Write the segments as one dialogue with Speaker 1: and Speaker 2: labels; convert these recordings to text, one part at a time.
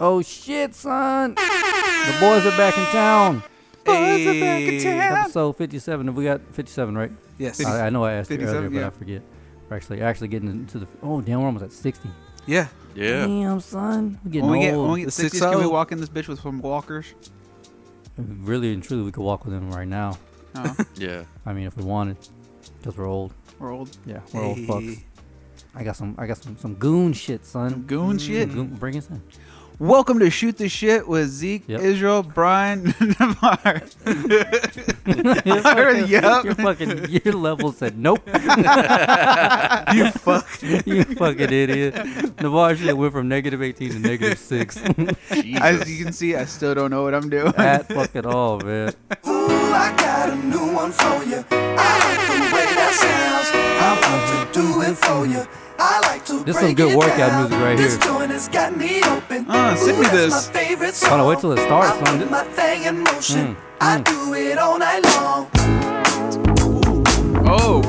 Speaker 1: Oh shit, son! The boys are back in town.
Speaker 2: Boys are back in
Speaker 3: Hey.
Speaker 2: town.
Speaker 1: Episode 57. Have we got 57 right?
Speaker 3: Yes.
Speaker 1: I, I know I asked you
Speaker 3: 57,
Speaker 1: earlier, but
Speaker 3: yeah.
Speaker 1: I forget. We're actually actually getting into the. Oh damn, we're almost at 60.
Speaker 3: Yeah.
Speaker 2: Yeah.
Speaker 1: Damn, son, we're getting
Speaker 3: When we get
Speaker 1: old.
Speaker 3: when we get
Speaker 2: It's
Speaker 3: sixties, can we
Speaker 2: old.
Speaker 3: walk in this bitch with some walkers?
Speaker 1: really and truly, we could walk with them right now.
Speaker 3: No,
Speaker 2: Yeah.
Speaker 1: I mean, if we wanted, because we're old.
Speaker 3: we're old.
Speaker 1: Yeah, we're old
Speaker 3: Hey.
Speaker 1: fucks. I got some. I got some. Some goon shit, son.
Speaker 3: Goon shit.
Speaker 1: Goon, bring us in.
Speaker 3: Welcome to Shoot the Shit with Zeke,
Speaker 1: Yep.
Speaker 3: Israel, Brian, Navarre.
Speaker 1: You're fucking-
Speaker 3: Yup.
Speaker 1: Your fucking your level said nope.
Speaker 3: you fuck.
Speaker 1: you fucking idiot. Navar shit went from negative 18 to negative 6.
Speaker 3: As you can see, I still don't know what I'm doing.
Speaker 1: At fucking all, man.
Speaker 4: Ooh, I got a new one for you. I like the way that sounds. I'm up to do it for you. I like to
Speaker 1: This is
Speaker 4: break
Speaker 1: some good
Speaker 4: it
Speaker 1: workout
Speaker 4: down.
Speaker 1: music right
Speaker 4: this
Speaker 1: here.
Speaker 4: joint has got me open.
Speaker 3: Uh, send me
Speaker 4: Ooh, that's
Speaker 3: this.
Speaker 4: my favorite
Speaker 1: Hold on,
Speaker 4: song.
Speaker 1: wait till it starts,
Speaker 4: I
Speaker 1: man.
Speaker 4: put my thing in
Speaker 1: Mm,
Speaker 4: motion. I
Speaker 1: mm.
Speaker 4: do it all night long.
Speaker 3: Oh,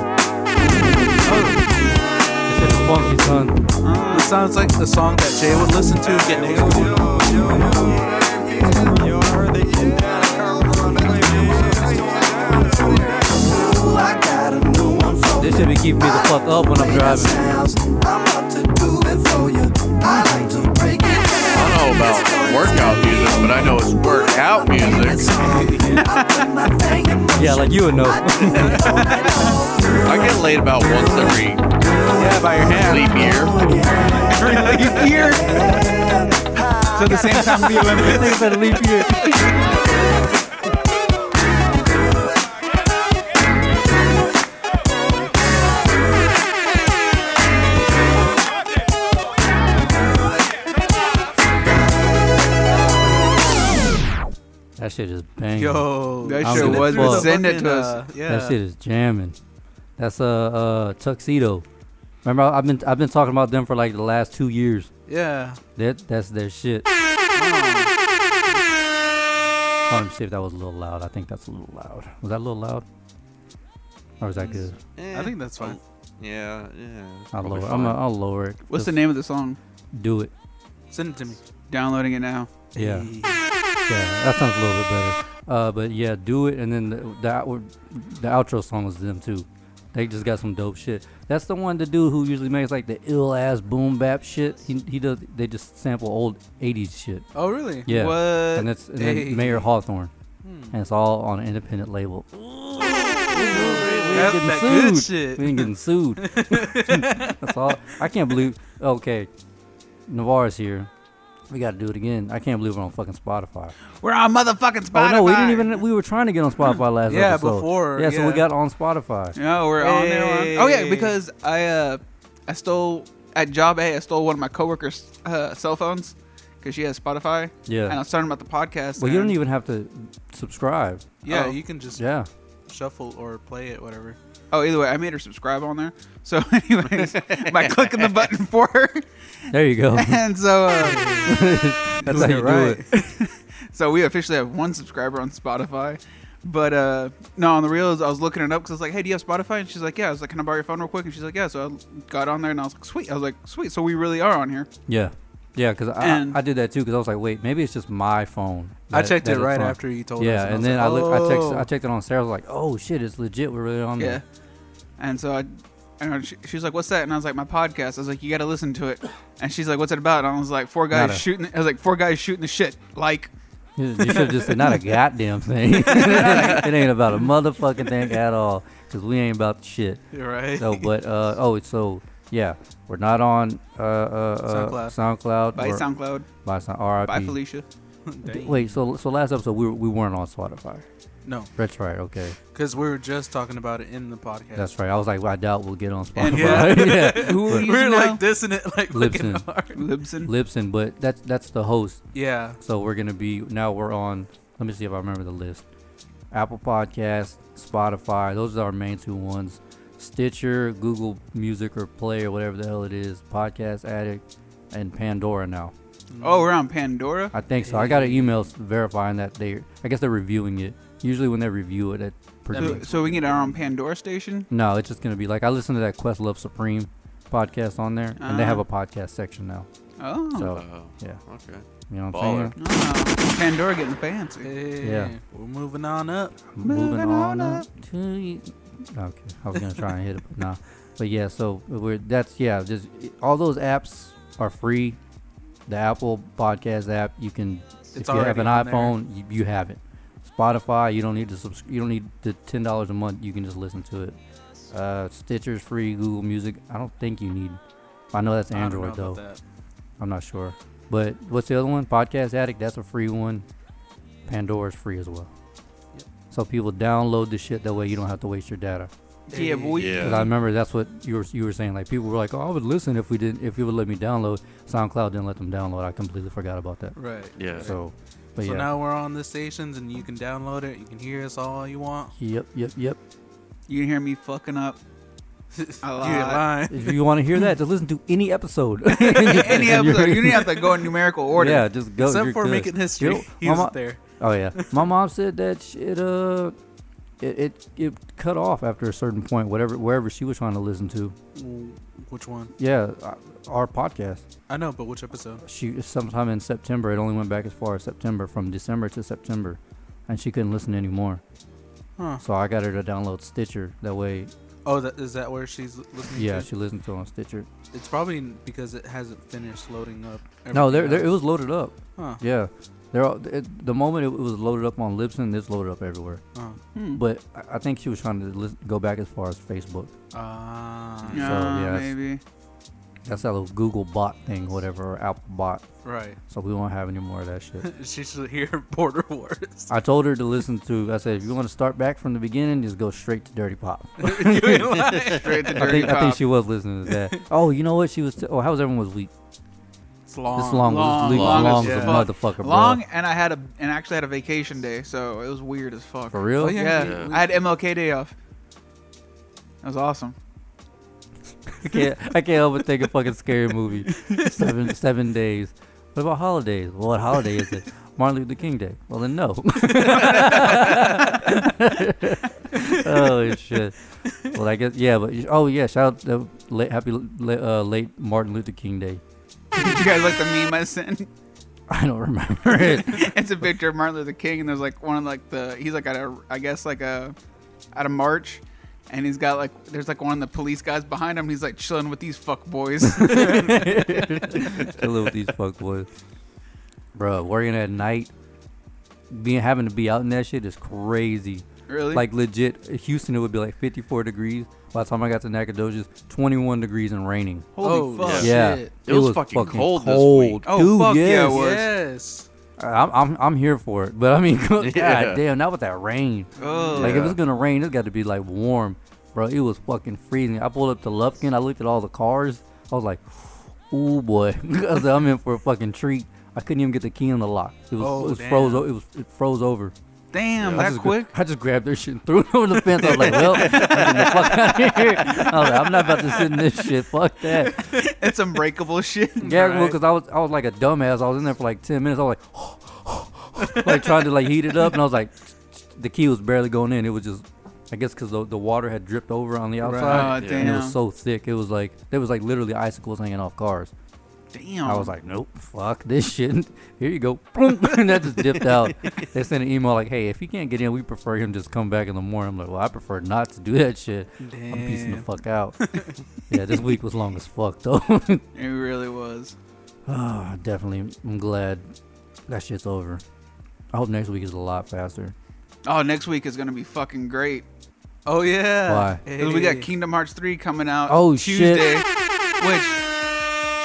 Speaker 1: This shit is funky, son.
Speaker 3: this sounds like the song that Jay would listen to getting old.
Speaker 4: Ooh, I got a new one for
Speaker 1: This
Speaker 4: you.
Speaker 1: should be keeping me the fuck up when I'm driving.
Speaker 4: Sounds. I'm up to do it for you. I like to break it down.
Speaker 2: I don't know about workout music, but I know it's workout music.
Speaker 1: Yeah, like you would know.
Speaker 2: I get laid about once every
Speaker 3: Yeah, by your hand.
Speaker 2: leap year.
Speaker 3: Leap year. So at the same time, the Olympics.
Speaker 1: Think about a leap year. That shit is banging.
Speaker 3: Yo, that
Speaker 1: I'm
Speaker 3: sure
Speaker 1: gonna
Speaker 3: was.
Speaker 1: fuck.
Speaker 3: But send it to us. yeah.
Speaker 1: That shit is jamming. That's a uh, uh, tuxedo. Remember, I- I've been I've been talking about them for like the last two years.
Speaker 3: Yeah.
Speaker 1: That that's their shit. Hold on, see if that was a little loud. I think that's a little loud. Was that a little loud? Or is that good?
Speaker 3: I think that's fine.
Speaker 2: Yeah, yeah. it's
Speaker 1: I'll
Speaker 2: probably
Speaker 1: lower.
Speaker 2: fine.
Speaker 1: I'm i I'll lower it.
Speaker 3: What's
Speaker 1: Just
Speaker 3: the name of the song?
Speaker 1: Do it.
Speaker 3: Send it to me. Downloading it now.
Speaker 1: Yeah. Yeah. That sounds a little bit better. Uh, but yeah, do it. And then the the, outward, the outro song was them too. They just got some dope shit. That's the one the dude who usually makes like the ill ass boom bap shit. He he does. They just sample old '80s shit.
Speaker 3: Oh, really?
Speaker 1: Yeah.
Speaker 3: What? Hmm.
Speaker 1: and that's and then
Speaker 3: Hey.
Speaker 1: Mayor Hawthorne, and it's all on an independent label. We
Speaker 3: That-
Speaker 1: ain't getting
Speaker 3: that good
Speaker 1: sued.
Speaker 3: shit.
Speaker 1: We ain't getting sued. that's all. I can't believe. Okay, Navarre's here. We got to do it again. I can't believe we're on fucking Spotify.
Speaker 3: We're on motherfucking Spotify.
Speaker 1: Oh no, we didn't even. We were trying to get on Spotify last
Speaker 3: Yeah,
Speaker 1: episode.
Speaker 3: before,
Speaker 1: Yeah, so we
Speaker 3: yeah.
Speaker 1: got on Spotify.
Speaker 3: No, we're on there. On. Oh yeah,
Speaker 2: Hey.
Speaker 3: because I uh, I stole at job A. I stole one of my coworkers' uh, cell phones because she has Spotify.
Speaker 1: Yeah.
Speaker 3: And I was talking about the podcast.
Speaker 1: Well, you
Speaker 3: and-
Speaker 1: don't even have to subscribe.
Speaker 5: Yeah,
Speaker 3: Oh.
Speaker 5: you can just
Speaker 1: Yeah.
Speaker 5: shuffle or play it, whatever.
Speaker 3: Oh, either way, I made her subscribe on there. So, anyways, by clicking the button for her,
Speaker 1: There you go.
Speaker 3: and so uh,
Speaker 1: That's how you do it.
Speaker 3: so we officially have one subscriber on Spotify. But uh, no, on the reels, I was looking it up because I was like, "Hey, do you have Spotify?" And she's like, "Yeah." I was like, "Can I borrow your phone real quick?" And she's like, "Yeah." So I got on there and I was like, "Sweet." I was like, "Sweet." So we really are on here.
Speaker 1: Yeah. Yeah, because I,
Speaker 3: And-
Speaker 1: I did that too. Because I was like, wait, maybe it's just my phone.
Speaker 5: I
Speaker 1: that-
Speaker 5: checked
Speaker 1: that
Speaker 5: it right
Speaker 1: on.
Speaker 5: after you told
Speaker 1: Yeah,
Speaker 5: us.
Speaker 1: and then I looked, I
Speaker 3: "Oh."
Speaker 1: texted, I checked it on Sarah. I was like, oh shit, it's legit. We're really on
Speaker 3: Yeah.
Speaker 1: there.
Speaker 3: And so I, and she, she was like, "What's that?" And I was like, "My podcast." I was like, "You got to listen to it." And she's like, "What's it about?" And I was like, four guys
Speaker 1: Nada.
Speaker 3: shooting." I was like, four guys shooting the shit." Like,
Speaker 1: You you should have just said, not a goddamn thing. it ain't about a motherfucking thing at all. Because we ain't about the shit.
Speaker 5: You're right.
Speaker 1: So, but, uh, oh, so, yeah, we're not on uh, uh, uh, SoundCloud. SoundCloud
Speaker 3: by
Speaker 1: or-
Speaker 3: SoundCloud,
Speaker 1: By Sound- RIP.
Speaker 3: by Felicia.
Speaker 5: Dang.
Speaker 1: Wait, so so last episode, we, were- we weren't on Spotify.
Speaker 5: No,
Speaker 1: That's right, okay.
Speaker 5: because we were just talking about it in the podcast.
Speaker 1: That's right. I was like, well, I doubt we'll get on
Speaker 3: And-
Speaker 1: Spotify.
Speaker 5: Yeah.
Speaker 1: yeah.
Speaker 3: Who are
Speaker 1: But-
Speaker 5: we
Speaker 3: you
Speaker 5: were
Speaker 3: using
Speaker 5: like
Speaker 3: now?
Speaker 5: dissing it, like looking
Speaker 1: Libsyn.
Speaker 5: hard.
Speaker 3: Libsyn.
Speaker 1: Lipson, but that's that's the host.
Speaker 5: Yeah,
Speaker 1: So we're gonna be now we're on. Let me see if I remember the list. Apple Podcast, Spotify. Those are our main two ones. Stitcher, Google Music or Play or whatever the hell it is. Podcast Addict and Pandora now.
Speaker 3: Oh, we're on Pandora.
Speaker 1: I think so. I got an email s- verifying that they. I guess they're reviewing it. Usually when they review it, it
Speaker 3: So,
Speaker 1: predicts.
Speaker 3: so we can get our own Pandora station.
Speaker 1: No, it's just gonna be like I listened to that Questlove Supreme podcast on there, and they have a podcast section now.
Speaker 3: Oh.
Speaker 1: So
Speaker 2: Oh,
Speaker 1: yeah,
Speaker 2: okay.
Speaker 1: you know what I'm
Speaker 2: Baller.
Speaker 1: saying.
Speaker 3: Oh, Pandora getting fancy.
Speaker 5: Hey,
Speaker 1: Yeah.
Speaker 5: We're moving on up.
Speaker 1: Moving,
Speaker 3: Moving
Speaker 1: on,
Speaker 3: on
Speaker 1: up to you. Okay, I was gonna try and hit it, but nah. But yeah, so we're that's yeah. Just all those apps are free. The Apple Podcast app, you can
Speaker 5: It's
Speaker 1: if you have
Speaker 5: already
Speaker 1: an
Speaker 5: on there.
Speaker 1: iPhone, you, you have it. Spotify, you don't need to subs- You don't need the ten dollars a month. You can just listen to it. Uh, Stitcher's free. Google Music. I don't think you need. I know that's
Speaker 5: I don't know
Speaker 1: Android though.
Speaker 5: about that.
Speaker 1: I'm not sure. But what's the other one? Podcast Addict. That's a free one. Pandora's free as well.
Speaker 5: Yep.
Speaker 1: So people download the shit. That way you don't have to waste your data.
Speaker 3: Yeah, boy.
Speaker 2: Yeah.
Speaker 1: 'Cause I remember that's what you were you were saying. Like people were like, "Oh, I would listen if we didn't if you would let me download." SoundCloud didn't let them download. I completely forgot about that.
Speaker 5: Right.
Speaker 2: Yeah.
Speaker 1: So, but
Speaker 5: so
Speaker 1: yeah.
Speaker 5: now we're on the stations and you can download it. You can hear us all you want.
Speaker 1: Yep, yep, yep.
Speaker 3: You can hear me fucking up. A lot.
Speaker 5: You're lying.
Speaker 1: If you want to hear that, just listen to any episode.
Speaker 3: Any episode, you didn't have to go in numerical order.
Speaker 1: Yeah, just go.
Speaker 5: Except
Speaker 1: you're
Speaker 5: for
Speaker 1: good.
Speaker 5: making history.
Speaker 1: You're-
Speaker 5: he was
Speaker 1: Mama-
Speaker 5: there.
Speaker 1: Oh yeah, my mom said that sh- it uh, it, it it cut off after a certain point, whatever wherever she was trying to listen to.
Speaker 5: W- Which one?
Speaker 1: Yeah, uh, our podcast.
Speaker 5: I know, but which episode?
Speaker 1: She sometime in September. It only went back as far as September, from December to September, and she couldn't listen anymore.
Speaker 5: Huh.
Speaker 1: So I got her to download Stitcher. That way,
Speaker 5: Oh, that, is that where she's l- listening
Speaker 1: yeah,
Speaker 5: to?
Speaker 1: she listened to it on Stitcher.
Speaker 5: It's probably because it hasn't finished loading up.
Speaker 1: No, there,
Speaker 5: everything
Speaker 1: there it
Speaker 5: else.
Speaker 1: was loaded up.
Speaker 5: Huh.
Speaker 1: Yeah, there. are- It, the moment it was loaded up on Libsyn, it's loaded up everywhere.
Speaker 5: Oh.
Speaker 3: Hmm.
Speaker 1: But I I think she was trying to lis- go back as far as Facebook.
Speaker 5: Ah.
Speaker 3: Yeah,
Speaker 1: yeah, it's-
Speaker 3: maybe.
Speaker 1: That's that little Google bot thing, whatever, or Apple bot.
Speaker 5: Right.
Speaker 1: So we won't have any more of that shit.
Speaker 5: she should hear Border Wars.
Speaker 1: I told her to listen to. I said, if you want to start back from the beginning, just go straight to Dirty Pop.
Speaker 5: You ain't lying.
Speaker 3: Straight to dirty
Speaker 1: I think
Speaker 3: pop.
Speaker 1: I think she was listening to that. Oh, you know what? She was. T- oh, how was everyone was weak?
Speaker 5: It's long.
Speaker 1: This long,
Speaker 3: long,
Speaker 1: was long,
Speaker 3: long
Speaker 1: long
Speaker 3: as
Speaker 1: as a
Speaker 3: fuck.
Speaker 1: motherfucker, bro.
Speaker 3: long, and I had a and I actually had a vacation day, so it was weird as fuck.
Speaker 1: For real?
Speaker 5: Oh,
Speaker 3: Yeah,
Speaker 5: yeah.
Speaker 2: Yeah.
Speaker 3: I had MLK day off. That was awesome.
Speaker 1: I can't. I can't help but think a fucking scary movie. Seven seven days. What about holidays? Well, what holiday is it? Martin Luther King Day. Well, then no. oh shit. Well, I guess yeah. But oh yeah, shout out to late, happy la- uh, late Martin Luther King Day.
Speaker 3: Did you guys like the meme I sent?
Speaker 1: I don't remember it.
Speaker 3: it's a picture of Martin Luther King, and there's like one of like the he's like at a I guess like a at a march, and he's got like there's like one of the police guys behind him. And he's like chilling with these fuck boys.
Speaker 1: Chilling with these fuckboys, bro. Working at night, being having to be out in that shit is crazy.
Speaker 3: really?
Speaker 1: Like legit, Houston it would be like 54 degrees. By the time I got to Nacogdoches, 21 degrees and raining.
Speaker 3: holy
Speaker 5: oh,
Speaker 3: fuck.
Speaker 2: yeah.
Speaker 1: yeah,
Speaker 5: shit.
Speaker 2: It was fucking cold this week.
Speaker 3: Oh,
Speaker 1: dude.
Speaker 3: fuck yeah, it
Speaker 1: yes.
Speaker 3: was.
Speaker 5: Yes.
Speaker 1: I'm, I'm I'm here for it. But I mean, god
Speaker 2: Yeah.
Speaker 1: damn, not with that rain.
Speaker 3: Oh,
Speaker 1: Like if
Speaker 2: Yeah.
Speaker 1: it's gonna rain, it's got to be like warm, bro. It was fucking freezing. I pulled up to Lufkin. I looked at all the cars. I was like, ooh boy, I was like, I'm in for a fucking treat. I couldn't even get the key in the lock. It was,
Speaker 5: Oh,
Speaker 1: it was
Speaker 5: damn.
Speaker 1: froze. o- It was it froze over.
Speaker 3: damn,
Speaker 1: I
Speaker 3: that
Speaker 1: just gra-
Speaker 3: quick.
Speaker 1: I just grabbed their shit and threw it over the fence. I was like, well, I'm getting the fuck out of here. I was like, I'm not about to sit in this shit. Fuck that.
Speaker 3: it's unbreakable shit.
Speaker 1: Yeah, well,
Speaker 5: Right.
Speaker 1: because I was I was like a dumbass. I was in there for like ten minutes. I was like, like trying to like heat it up, and I was like, the key was barely going in. It was just, I guess, because the, the water had dripped over on the outside,
Speaker 3: Oh,
Speaker 2: Yeah.
Speaker 1: and it
Speaker 3: damn.
Speaker 1: was so thick. It was like there was like literally icicles hanging off cars.
Speaker 3: damn.
Speaker 1: I was like, nope, fuck this shit. Here you go, Boom. and that just dipped out. They sent an email like, hey, if he can't get in, we prefer him just come back in the morning. I'm like, well, I prefer not to do that shit.
Speaker 5: Damn.
Speaker 1: I'm piecing the fuck out. yeah, this week was long as fuck though.
Speaker 3: it really was.
Speaker 1: Ah, definitely. I'm glad that shit's over. I hope next week is a lot faster.
Speaker 3: Oh, next week is gonna be fucking great.
Speaker 5: Oh
Speaker 3: Uh,
Speaker 5: yeah.
Speaker 1: Why?
Speaker 3: 'Cause we got Kingdom Hearts 3 coming out
Speaker 1: Oh, shit.
Speaker 3: Tuesday. Which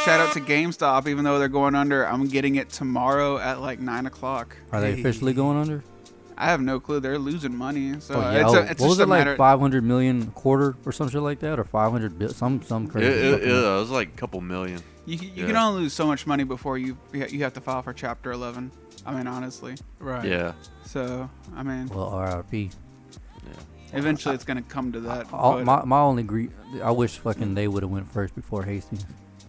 Speaker 3: shout out to GameStop, even though they're going under, I'm getting it tomorrow at like nine o'clock.
Speaker 1: Are they officially going under?
Speaker 3: I have no clue. They're losing money. So
Speaker 1: oh, yeah.
Speaker 3: Uh, it's,
Speaker 1: oh,
Speaker 3: a, it's
Speaker 1: what was
Speaker 3: just a
Speaker 1: it
Speaker 3: matter
Speaker 1: like? 500 million a quarter or some shit like that? Or 500 bi- some some
Speaker 2: It,
Speaker 1: crazy.
Speaker 2: it,
Speaker 1: fucking-
Speaker 2: it was like a couple million.
Speaker 3: you, you
Speaker 2: Yeah.
Speaker 3: can only lose so much money before you you have to file for chapter 11. I mean, honestly.
Speaker 5: Right.
Speaker 2: Yeah.
Speaker 3: So, I mean,
Speaker 1: Well, RIP.
Speaker 3: eventually it's going to come to that.
Speaker 1: All,
Speaker 3: but-
Speaker 1: my, my only gre- I wish fucking they would have went first before Hastings.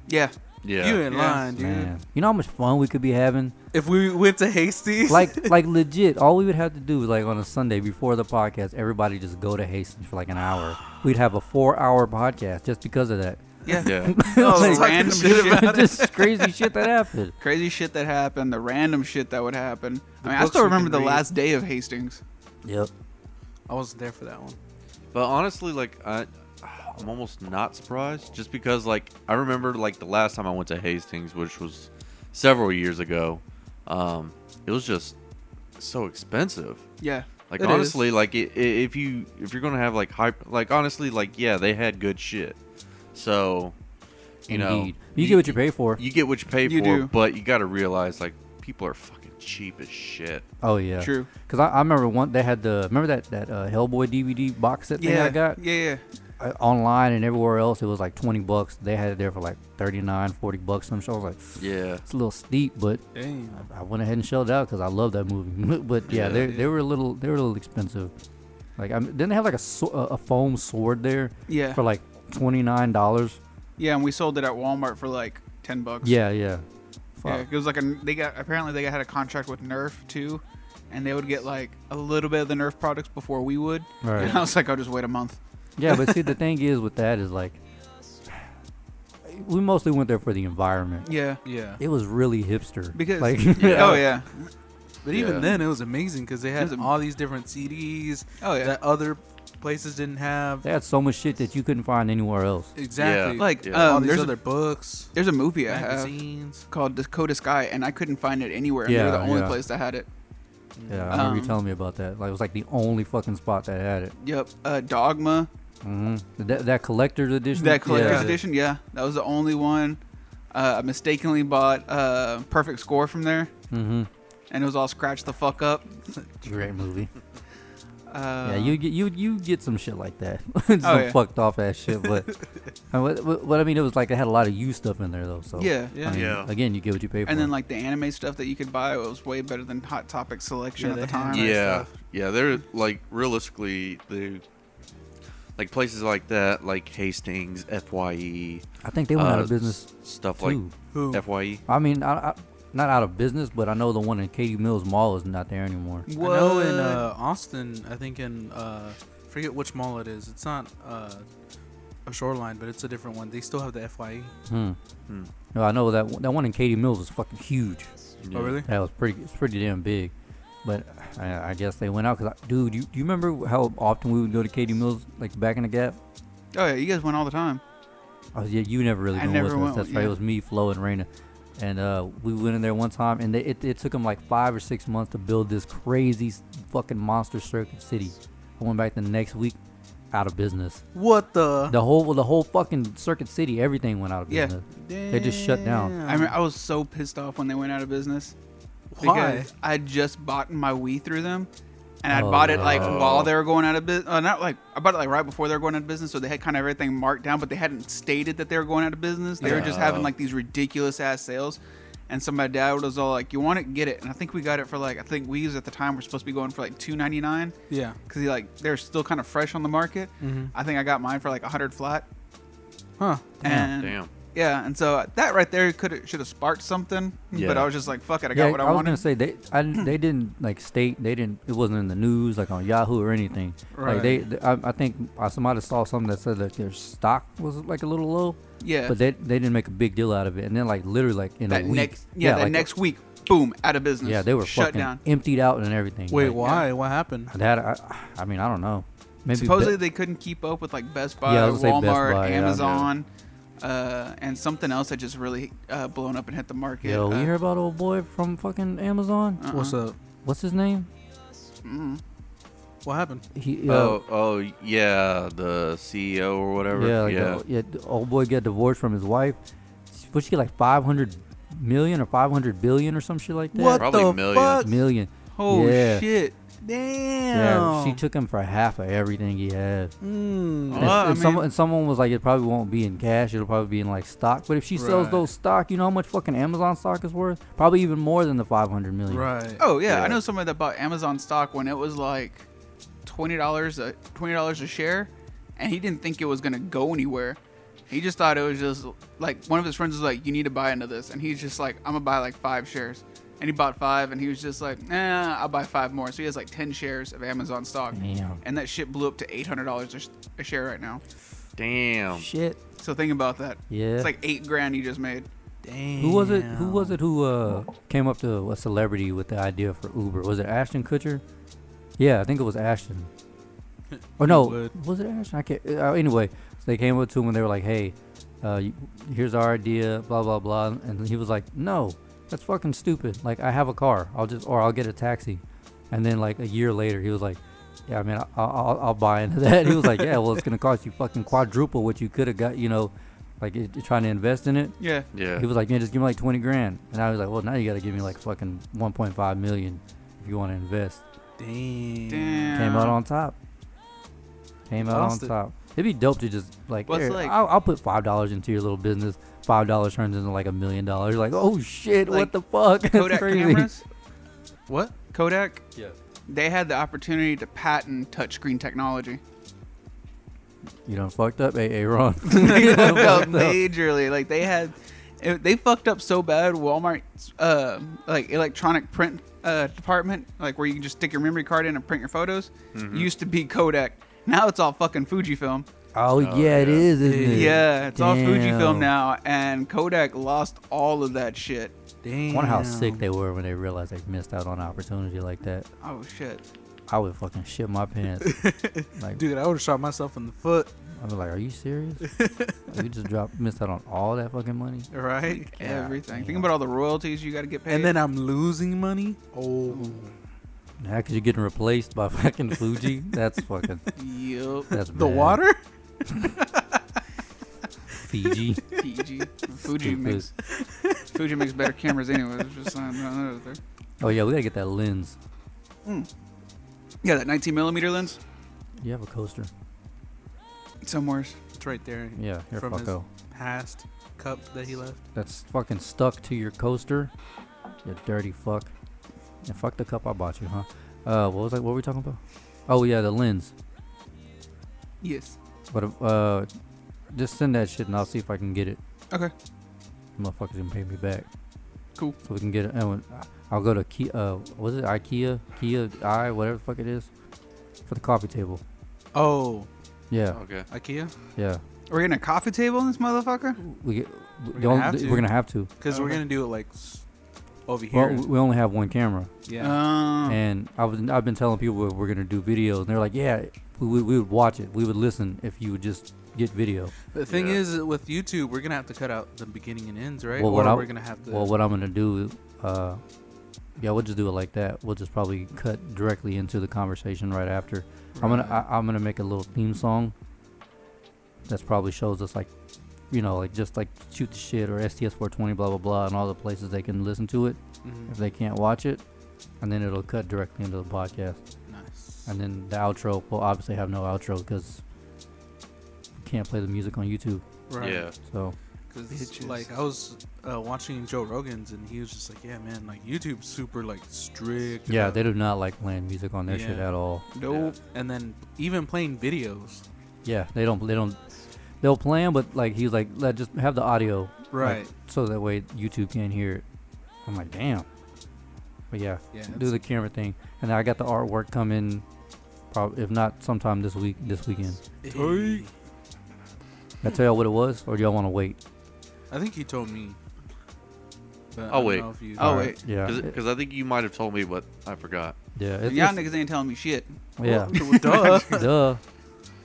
Speaker 3: yeah.
Speaker 2: Yeah.
Speaker 5: You in
Speaker 3: Yeah.
Speaker 5: line, dude.
Speaker 1: Man, you know how much fun we could be having.
Speaker 5: If we went to Hastings,
Speaker 1: Like like legit, all we would have to do is like on a Sunday before the podcast, everybody just go to Hastings for like an hour. We'd have a four hour podcast just because of that.
Speaker 3: Yeah.
Speaker 2: Yeah.
Speaker 3: No,
Speaker 1: Like,
Speaker 3: random
Speaker 5: talking shit
Speaker 3: shit.
Speaker 5: about it.
Speaker 1: just crazy shit that happened.
Speaker 3: Crazy shit that happened, the random shit that would happen. I
Speaker 5: The
Speaker 3: mean, I
Speaker 5: books
Speaker 3: still
Speaker 5: you
Speaker 3: remember
Speaker 5: can
Speaker 3: the
Speaker 5: read.
Speaker 3: last day of Hastings.
Speaker 1: Yep.
Speaker 5: I wasn't there for that one.
Speaker 2: But honestly, like I, I'm almost not surprised, just because like I remember like the last time I went to Hastings, which was several years ago. Um, it was just so expensive.
Speaker 3: Yeah.
Speaker 2: Like
Speaker 3: it is.
Speaker 2: honestly, like i i if you if you're gonna have like hype, like honestly, like yeah, they had good shit. So, you know,
Speaker 1: Indeed. You get what you pay for.
Speaker 2: You get what you pay
Speaker 3: You
Speaker 2: for,
Speaker 3: do.
Speaker 2: but you got to realize like people are fucking cheap as shit.
Speaker 1: Oh yeah.
Speaker 3: True.
Speaker 1: Because I, I remember one they had the remember that that uh, Hellboy DVD box set thing
Speaker 3: yeah,
Speaker 1: I got
Speaker 3: Yeah, yeah.
Speaker 1: I, online and everywhere else it was like 20 bucks. They had it there for like 39, 40 bucks. Some show I was like,
Speaker 2: Yeah,
Speaker 1: it's a little steep, but
Speaker 5: Damn.
Speaker 1: I went ahead and shelled out because I love that movie. but yeah,
Speaker 2: Yeah.
Speaker 1: they they were a little they were a little expensive. Like I mean, didn't they have like a sw- a a foam sword there
Speaker 3: Yeah.
Speaker 1: for like twenty nine dollars?
Speaker 3: yeah, and we sold it at Walmart for like 10 bucks.
Speaker 1: Yeah, yeah.
Speaker 3: Yeah,
Speaker 1: Fuck.
Speaker 3: it was like a they got apparently they had a contract with Nerf too, and they would get like a little bit of the Nerf products before we would.
Speaker 1: Right.
Speaker 3: And I was like, I'll just wait a month.
Speaker 1: Yeah, but see, the thing is with that is like, we mostly went there for the environment.
Speaker 3: Yeah.
Speaker 5: Yeah.
Speaker 1: It was really hipster.
Speaker 3: Because
Speaker 1: like,
Speaker 3: oh yeah,
Speaker 5: But even
Speaker 2: Yeah.
Speaker 5: then, it was amazing because they had
Speaker 3: was am-
Speaker 5: all these different CDs
Speaker 3: oh yeah.
Speaker 5: that other places didn't have.
Speaker 1: they had so much shit that you couldn't find anywhere else.
Speaker 5: exactly.
Speaker 2: Yeah.
Speaker 3: like
Speaker 2: Yeah.
Speaker 3: um,
Speaker 5: all these
Speaker 3: there's
Speaker 5: other
Speaker 3: a,
Speaker 5: books,
Speaker 3: there's a movie I have
Speaker 5: magazines.
Speaker 3: called Dakota Sky, and I couldn't find it anywhere. And they were
Speaker 1: Yeah,
Speaker 3: the only
Speaker 1: yeah.
Speaker 3: place that had it.
Speaker 1: Yeah, I remember you
Speaker 3: Um,
Speaker 1: telling me about that. Like, it was like the only fucking spot that had it.
Speaker 3: Yep. Uh, Dogma,
Speaker 1: hmm That, that collector's edition.
Speaker 3: that collector's
Speaker 1: yeah.
Speaker 3: edition. Yeah, that was the only one. Uh, I mistakenly bought uh, Perfect Score from there,
Speaker 1: hmm
Speaker 3: and it was all scratched the fuck up.
Speaker 1: Great movie.
Speaker 3: Uh, oh,
Speaker 1: yeah, you get you you get some shit like that. some
Speaker 3: yeah.
Speaker 1: fucked off ass shit, but I, what, what what I mean it was like it had a lot of you stuff in there though. So
Speaker 3: Yeah.
Speaker 1: I mean,
Speaker 2: Yeah.
Speaker 1: Again, you get what you pay for.
Speaker 3: And then like the anime stuff that you could buy was way better than Hot Topic selection
Speaker 5: Yeah,
Speaker 3: at
Speaker 5: they
Speaker 3: the
Speaker 5: had
Speaker 3: time.
Speaker 5: that
Speaker 2: yeah,
Speaker 5: stuff.
Speaker 2: yeah. They're like realistically, they like places like that, like Hastings, Fye,
Speaker 1: I think they went out
Speaker 2: uh,
Speaker 1: of business.
Speaker 2: s- stuff
Speaker 1: too.
Speaker 5: Who?
Speaker 2: like E. Fye.
Speaker 1: I mean, I, I, not out of business, but I know the one in Katie Mills Mall is not there anymore.
Speaker 5: I know in uh, Austin, I think in uh, forget which mall it is. It's not uh, a shoreline, but it's a different one. They still have the E. Fye.
Speaker 1: Hmm. No, I know that one- that one in Katie Mills is fucking huge.
Speaker 5: Oh really?
Speaker 1: That was pretty. It's pretty damn big. But I, I guess they went out because, dude, you, do you remember how often we would go to Katie Mills, like back in the gap?
Speaker 3: oh yeah, you guys went all the time.
Speaker 1: Oh, yeah, you never really
Speaker 3: I
Speaker 1: been
Speaker 3: never
Speaker 1: with us.
Speaker 3: went,
Speaker 1: That's right.
Speaker 3: yeah.
Speaker 1: It was me, Flo, and Raina. And uh, we went in there one time, and they, it, it took them like five or six months to build this crazy s- fucking monster circuit city. I went back the next week, out of business.
Speaker 5: What the?
Speaker 1: The whole the whole fucking circuit city, everything went out of
Speaker 3: Yeah.
Speaker 1: business. They just shut down.
Speaker 3: I mean, I was so pissed off when they went out of business
Speaker 5: Why?
Speaker 3: because I just bought my Wii through them, and I
Speaker 1: Oh,
Speaker 3: bought it like
Speaker 2: no.
Speaker 3: while they were going out of business. Uh, not like I bought it like right before they were going out of business, so they had kind of everything marked down, but they hadn't stated that they were going out of business. They were just having
Speaker 2: Oh.
Speaker 3: like these ridiculous ass sales. And so my dad was all like, "You want it? Get it." And I think we got it for like I think Wii's at the time were supposed to be going for like two ninety nine.
Speaker 5: yeah.
Speaker 3: because like they're still kind of fresh on the market.
Speaker 1: Mm-hmm.
Speaker 3: I think I got mine for like hundred flat,
Speaker 5: Huh.
Speaker 3: and
Speaker 2: Damn.
Speaker 3: yeah, and so that right there could should have sparked something, but
Speaker 2: Yeah.
Speaker 3: I was just like, fuck it, I
Speaker 1: Yeah,
Speaker 3: got what I,
Speaker 1: was
Speaker 3: wanted.
Speaker 1: gonna say they I, didn't- they didn't like state they didn't it wasn't in the news like on Yahoo or anything. Like
Speaker 3: Right.
Speaker 1: they, th- I, I think uh, somebody saw something that said that their stock was like a little low,
Speaker 3: yeah,
Speaker 1: but they they didn't make a big deal out of it. And then like literally like in
Speaker 3: that
Speaker 1: a week,
Speaker 3: next yeah, that
Speaker 1: like,
Speaker 3: next week, boom, out of business.
Speaker 1: yeah they were
Speaker 3: shut
Speaker 1: fucking
Speaker 3: down.
Speaker 1: emptied out and everything.
Speaker 5: Wait,
Speaker 1: like,
Speaker 5: why? What happened?
Speaker 1: That I, I mean I don't know. Maybe Be-
Speaker 3: Supposedly they couldn't keep up with like Best Buy,
Speaker 1: Yeah, I was gonna say Best
Speaker 3: Walmart,
Speaker 1: Buy, yeah.
Speaker 3: Amazon, uh, and something else that just really uh, blown up and hit the market.
Speaker 1: Yo,
Speaker 3: uh,
Speaker 1: you hear about old boy from fucking Amazon?
Speaker 3: uh-uh.
Speaker 5: What's up?
Speaker 1: What's his name?
Speaker 5: What happened?
Speaker 1: He, uh,
Speaker 2: Oh, oh yeah, the CEO or whatever.
Speaker 1: Yeah,
Speaker 2: Yeah,
Speaker 1: like The, yeah. the Old boy got divorced from his wife. What she get like five hundred million or five hundred billion or some shit like that.
Speaker 5: What
Speaker 2: Probably
Speaker 5: the
Speaker 2: millions.
Speaker 5: fuck?
Speaker 1: Million.
Speaker 3: Oh
Speaker 1: yeah.
Speaker 3: shit!
Speaker 5: Damn.
Speaker 1: Yeah, she took him for half of everything he had.
Speaker 5: Mm.
Speaker 1: And,
Speaker 3: Well, I
Speaker 1: and someone,
Speaker 3: mean-
Speaker 1: and someone was like, it probably won't be in cash. It'll probably be in like stock. But if she sells
Speaker 5: Right.
Speaker 1: those stock, you know how much fucking Amazon stock is worth? Probably even more than the five hundred million.
Speaker 5: Right.
Speaker 3: Oh yeah,
Speaker 2: Yeah.
Speaker 3: I know somebody that bought Amazon stock when it was like twenty dollars a twenty dollars a share, and he didn't think it was gonna go anywhere. He just thought it was just like one of his friends was like, "You need to buy into this," and he's just like, "I'm gonna buy like five shares," and he bought five, and he was just like, "Nah, I'll buy five more." So he has like ten shares of Amazon stock,
Speaker 1: Damn.
Speaker 3: and that shit blew up to eight hundred dollars a share right now.
Speaker 2: Damn.
Speaker 1: Shit.
Speaker 3: So think about that.
Speaker 1: Yeah.
Speaker 3: It's like eight grand you just made.
Speaker 5: Damn.
Speaker 1: who was it? Who was it? Who uh, came up to a celebrity with the idea for Uber? Was it Ashton Kutcher? Yeah, I think it was Ashton. Or no,
Speaker 5: would.
Speaker 1: was it Ashton? I can't. Uh, anyway, so they came up to him and they were like, "Hey, uh, you, here's our idea, blah blah blah," and he was like, "No, that's fucking stupid. Like, I have a car. I'll just or I'll get a taxi." And then like a year later, he was like, "Yeah, I mean, I, I'll, I'll buy into that." he was like, "Yeah, well, it's gonna cost you fucking quadruple what you could have got, you know." Like it, trying to invest in it,
Speaker 3: Yeah.
Speaker 2: Yeah.
Speaker 1: he was like, "Man, just give me like twenty grand," and I was like, "Well, now you got to give me like fucking one point five million if you want to invest."
Speaker 5: Damn.
Speaker 3: Damn.
Speaker 1: Came out on top. Came out on
Speaker 5: Lost it.
Speaker 1: top. It'd be dope to just like,
Speaker 3: What's
Speaker 1: "Here,
Speaker 3: like-
Speaker 1: I'll, I'll put five dollars into your little business. Five dollars turns into like a million dollars. You're Like, oh shit,
Speaker 3: Like
Speaker 1: what the fuck? That's
Speaker 3: Kodak cameras.
Speaker 5: What?
Speaker 3: Kodak.
Speaker 1: Yeah.
Speaker 3: They had the opportunity to patent touchscreen technology.
Speaker 1: You done fucked up, AA Ron. Oh,
Speaker 3: they fucked up majorly. Like they had, it, they fucked up so bad. Walmart's uh, like electronic print uh, department, like where you can just stick your memory card in and print your photos, used to be Kodak. Now it's all fucking Fujifilm.
Speaker 1: oh yeah, it
Speaker 2: yeah.
Speaker 1: is, isn't it?
Speaker 3: Yeah, it's all Fujifilm
Speaker 1: Damn.
Speaker 3: now, and Kodak lost all of that shit.
Speaker 5: Damn.
Speaker 1: I wonder how sick they were when they realized they missed out on an opportunity like that.
Speaker 3: Oh shit!
Speaker 1: I would fucking shit my pants. like,
Speaker 5: Dude, I would have shot myself in the foot.
Speaker 1: I was like, "Are you serious? you just dropped, missed out on all that fucking money."
Speaker 5: Right.
Speaker 3: Everything.
Speaker 1: damn.
Speaker 3: Think about all the royalties you got to get paid.
Speaker 5: And then I'm losing money. Oh.
Speaker 1: Now, because you're getting replaced by fucking Fuji, that's fucking
Speaker 3: yep,
Speaker 1: that's
Speaker 5: The
Speaker 1: bad.
Speaker 5: water?
Speaker 1: Fiji.
Speaker 3: Fiji, Fuji
Speaker 1: Stupid.
Speaker 3: makes Fuji makes better cameras anyway. It's Just uh, another thing.
Speaker 1: Oh yeah, we gotta get that lens.
Speaker 3: yeah, that 19 millimeter lens.
Speaker 1: You have a coaster.
Speaker 3: Somewhere.
Speaker 5: It's right there.
Speaker 1: Yeah, here,
Speaker 5: From his-
Speaker 1: fucko.
Speaker 5: Past cup that he left.
Speaker 1: That's fucking stuck to your coaster. You dirty fuck. And fuck the cup I bought you, huh? Uh, what was like? What were we talking about? Oh yeah, the lens.
Speaker 3: Yes.
Speaker 1: But uh, just send that shit and I'll see if I can get it.
Speaker 3: Okay.
Speaker 1: Motherfuckers can pay me back.
Speaker 3: Cool.
Speaker 1: So we can get it. And when- I'll go to Kia. Uh, was it IKEA? Kia I whatever the fuck it is, for the coffee table.
Speaker 5: Oh,
Speaker 1: Yeah,
Speaker 2: Okay.
Speaker 5: IKEA?
Speaker 1: yeah.
Speaker 3: We're getting a coffee table in this motherfucker?
Speaker 1: We get. we
Speaker 5: gonna
Speaker 1: don't-
Speaker 5: have
Speaker 1: th-
Speaker 5: to.
Speaker 1: We're gonna have to.
Speaker 5: Because we're
Speaker 3: Okay.
Speaker 5: going to do it like s- over
Speaker 1: Well,
Speaker 5: here. Oh.
Speaker 1: we we only have one camera,
Speaker 5: yeah.
Speaker 3: Um,
Speaker 1: and I was I've been telling people we're, we're gonna do videos, and they're like, yeah, we, we, we would watch it, we would listen if you would just get video.
Speaker 5: the thing
Speaker 2: Yeah.
Speaker 5: is, with YouTube, we're going to have to cut out the beginning and ends, right?
Speaker 1: Well,
Speaker 5: or
Speaker 1: what I-
Speaker 5: we're going to have to.
Speaker 1: Well, what I'm gonna do, uh, yeah, we'll just do it like that. We'll just probably cut directly into the conversation right after. I'm gonna I, I'm gonna make a little theme song. That's probably shows us like, you know, like just like shoot the shit or STS420 blah blah blah and all the places they can listen to it
Speaker 5: Mhm.
Speaker 1: if they can't watch it, and then it'll cut directly into the podcast.
Speaker 5: Nice.
Speaker 1: And then the outro will obviously have no outro because you can't play the music on YouTube.
Speaker 5: Right.
Speaker 2: Yeah.
Speaker 1: So
Speaker 5: Because
Speaker 3: Bitches.
Speaker 5: like I was uh, watching Joe Rogan's and he was just like, yeah, man, like YouTube's super like strict.
Speaker 1: yeah,
Speaker 5: about-"
Speaker 1: they do not like playing music on their shit
Speaker 5: Yeah.
Speaker 1: at all.
Speaker 3: dope.
Speaker 5: and then even playing videos.
Speaker 1: Yeah, they don't. They don't. They'll play 'em, but like he was like, let just have the audio, like,
Speaker 5: Right.
Speaker 1: so that way YouTube can't hear it. I'm like, damn. But yeah,
Speaker 5: Yeah,
Speaker 1: do
Speaker 5: that's-
Speaker 1: the camera thing, and I got the artwork coming, probably if not sometime this week, this weekend.
Speaker 5: Hey.
Speaker 1: Can I tell y'all what it was, or do y'all want to wait?
Speaker 5: I think he told me. But I
Speaker 2: I'll
Speaker 5: don't
Speaker 2: wait.
Speaker 5: know if you-
Speaker 3: I'll
Speaker 1: All
Speaker 3: wait.
Speaker 1: right, Yeah. it-
Speaker 2: Because I think you might have told me, but I forgot.
Speaker 1: yeah. It's,
Speaker 3: Y'all
Speaker 1: it's-
Speaker 3: niggas ain't telling me shit.
Speaker 1: yeah.
Speaker 5: Duh.
Speaker 1: Duh.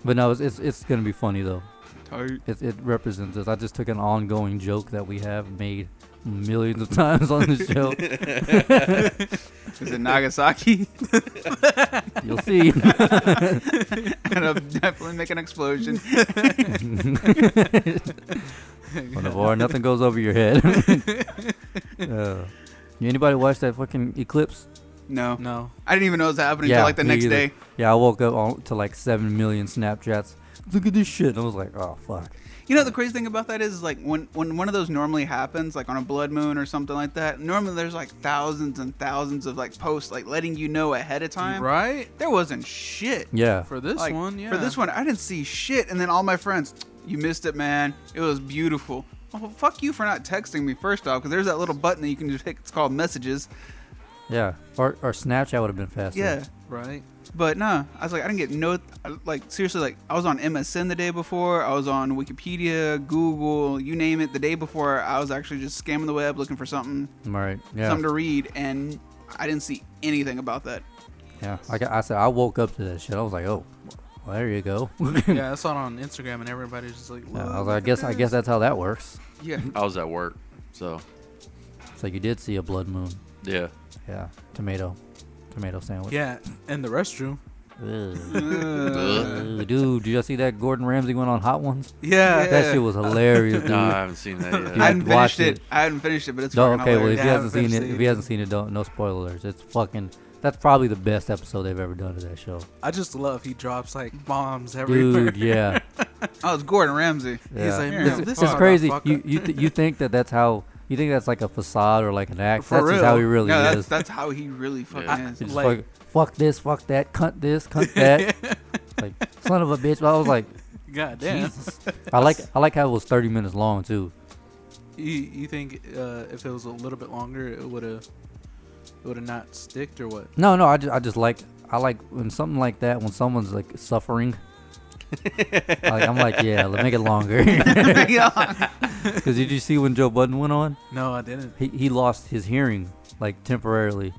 Speaker 1: But no, it's, it's it's gonna be funny though.
Speaker 3: Tight.
Speaker 1: It it represents us. I just took an ongoing joke that we have made millions of times on the show.
Speaker 3: Is it Nagasaki?
Speaker 1: You'll see.
Speaker 3: and I'm definitely making an explosion.
Speaker 1: on the bar, nothing goes over your head. uh, anybody watch that fucking eclipse?
Speaker 3: No.
Speaker 5: no.
Speaker 3: I didn't even know it was happening
Speaker 1: Yeah,
Speaker 3: until like the
Speaker 1: me
Speaker 3: next
Speaker 1: either.
Speaker 3: day.
Speaker 1: Yeah, I woke up on, to like seven million Snapchats. Look at this shit. And I was like, oh fuck.
Speaker 3: You know the crazy thing about that is like when when one of those normally happens, like on a blood moon or something like that. Normally there's like thousands and thousands of like posts, like letting you know ahead of time.
Speaker 5: Right.
Speaker 3: There wasn't shit.
Speaker 1: Yeah.
Speaker 5: For this
Speaker 3: Like,
Speaker 5: one, yeah.
Speaker 3: For this one, I didn't see shit, and then all my friends, you missed it, man. It was beautiful. Oh, fuck you for not texting me first off, because there's that little button that you can just hit. It's called messages.
Speaker 1: Yeah, or or Snapchat would have been faster.
Speaker 3: Yeah.
Speaker 5: right?
Speaker 3: But nah, I was like, I didn't get no, I- like seriously, like I was on MSN the day before, I was on Wikipedia, Google, you name it. The day before, I was actually just scamming the web looking for something,
Speaker 1: Right. Yeah.
Speaker 3: something to read, and I didn't see anything about that.
Speaker 1: yeah. Like I said, I woke up to that shit. I was like, oh, well, there you go.
Speaker 5: yeah, I saw it on Instagram, and everybody's just like,
Speaker 1: Yeah, I
Speaker 5: "Whoa,
Speaker 1: was like, I
Speaker 5: look at
Speaker 1: guess I guess that's how that works.
Speaker 3: Yeah,
Speaker 2: I was at work, so
Speaker 1: So you did see a blood moon.
Speaker 2: yeah.
Speaker 1: Yeah. Tomato. Tomato
Speaker 5: this."
Speaker 1: sandwich.
Speaker 5: Yeah, in the restroom.
Speaker 1: Ugh.
Speaker 2: Ugh.
Speaker 1: Ugh, dude, did y'all see that Gordon Ramsay went on Hot Ones?
Speaker 5: Yeah.
Speaker 1: That shit was hilarious, dude.
Speaker 2: No, I haven't seen that
Speaker 3: I
Speaker 2: yet.
Speaker 1: Yeah.
Speaker 3: hadn't
Speaker 1: watch
Speaker 3: finished it.
Speaker 1: it.
Speaker 3: I hadn't finished it, but it's
Speaker 1: No,
Speaker 3: fucking
Speaker 1: okay. Well, if
Speaker 3: hilarious.
Speaker 1: you
Speaker 5: Yeah, I
Speaker 1: haven't
Speaker 5: haven't
Speaker 1: seen it,
Speaker 5: seen
Speaker 1: if
Speaker 5: it.
Speaker 1: you haven't seen it, don't no spoilers. It's fucking. That's probably the best episode they've ever done of that show,
Speaker 5: I just love he drops like bombs everywhere.
Speaker 1: dude. Yeah,
Speaker 3: Oh, it's Gordon Ramsey.
Speaker 1: yeah.
Speaker 5: like,
Speaker 3: "Man,
Speaker 1: it's,
Speaker 3: this
Speaker 1: it's
Speaker 5: fucker,
Speaker 1: crazy.
Speaker 5: fucker."
Speaker 1: You you th- you think that that's how you think that's like a facade or like an act?
Speaker 3: For
Speaker 1: that's
Speaker 3: real.
Speaker 1: just how he really
Speaker 3: no,
Speaker 1: is.
Speaker 3: That's, that's how he really fucking
Speaker 2: Yeah.
Speaker 3: is.
Speaker 1: He just
Speaker 5: like-
Speaker 1: fuck, fuck this, fuck that, cunt this, cunt that. like son of a bitch. But I was like,
Speaker 5: God damn.
Speaker 1: Jesus. I like I like how it was thirty minutes long too.
Speaker 5: You, you think uh, if it was a little bit longer, it would have it would have not sticked or what?
Speaker 1: No, no, I just, I just like I like when something like that when someone's like suffering. I like, I'm like, yeah, let make it longer.
Speaker 3: Yeah.
Speaker 1: Because did you see when Joe Budden went on?
Speaker 5: No, I didn't.
Speaker 1: He he lost his hearing like temporarily.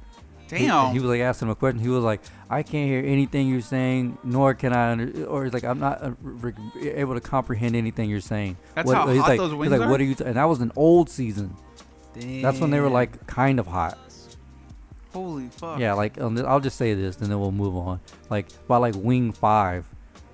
Speaker 1: He-
Speaker 3: Damn.
Speaker 1: He, was like asking him a question. He was like, I can't hear anything you're saying, nor can I, under, or he's like, I'm not uh, re- re- able to comprehend anything you're saying.
Speaker 3: That's
Speaker 1: what,
Speaker 3: how
Speaker 1: he's
Speaker 3: hot
Speaker 1: like,
Speaker 3: those
Speaker 1: he's
Speaker 3: wings
Speaker 1: like,
Speaker 3: are?
Speaker 1: What are you? T-? And that was an old season. That's when they were
Speaker 5: Damn.
Speaker 1: like kind of hot.
Speaker 3: Holy fuck.
Speaker 1: Yeah, like um, I'll just say this, and then we'll move on. Like by like wing five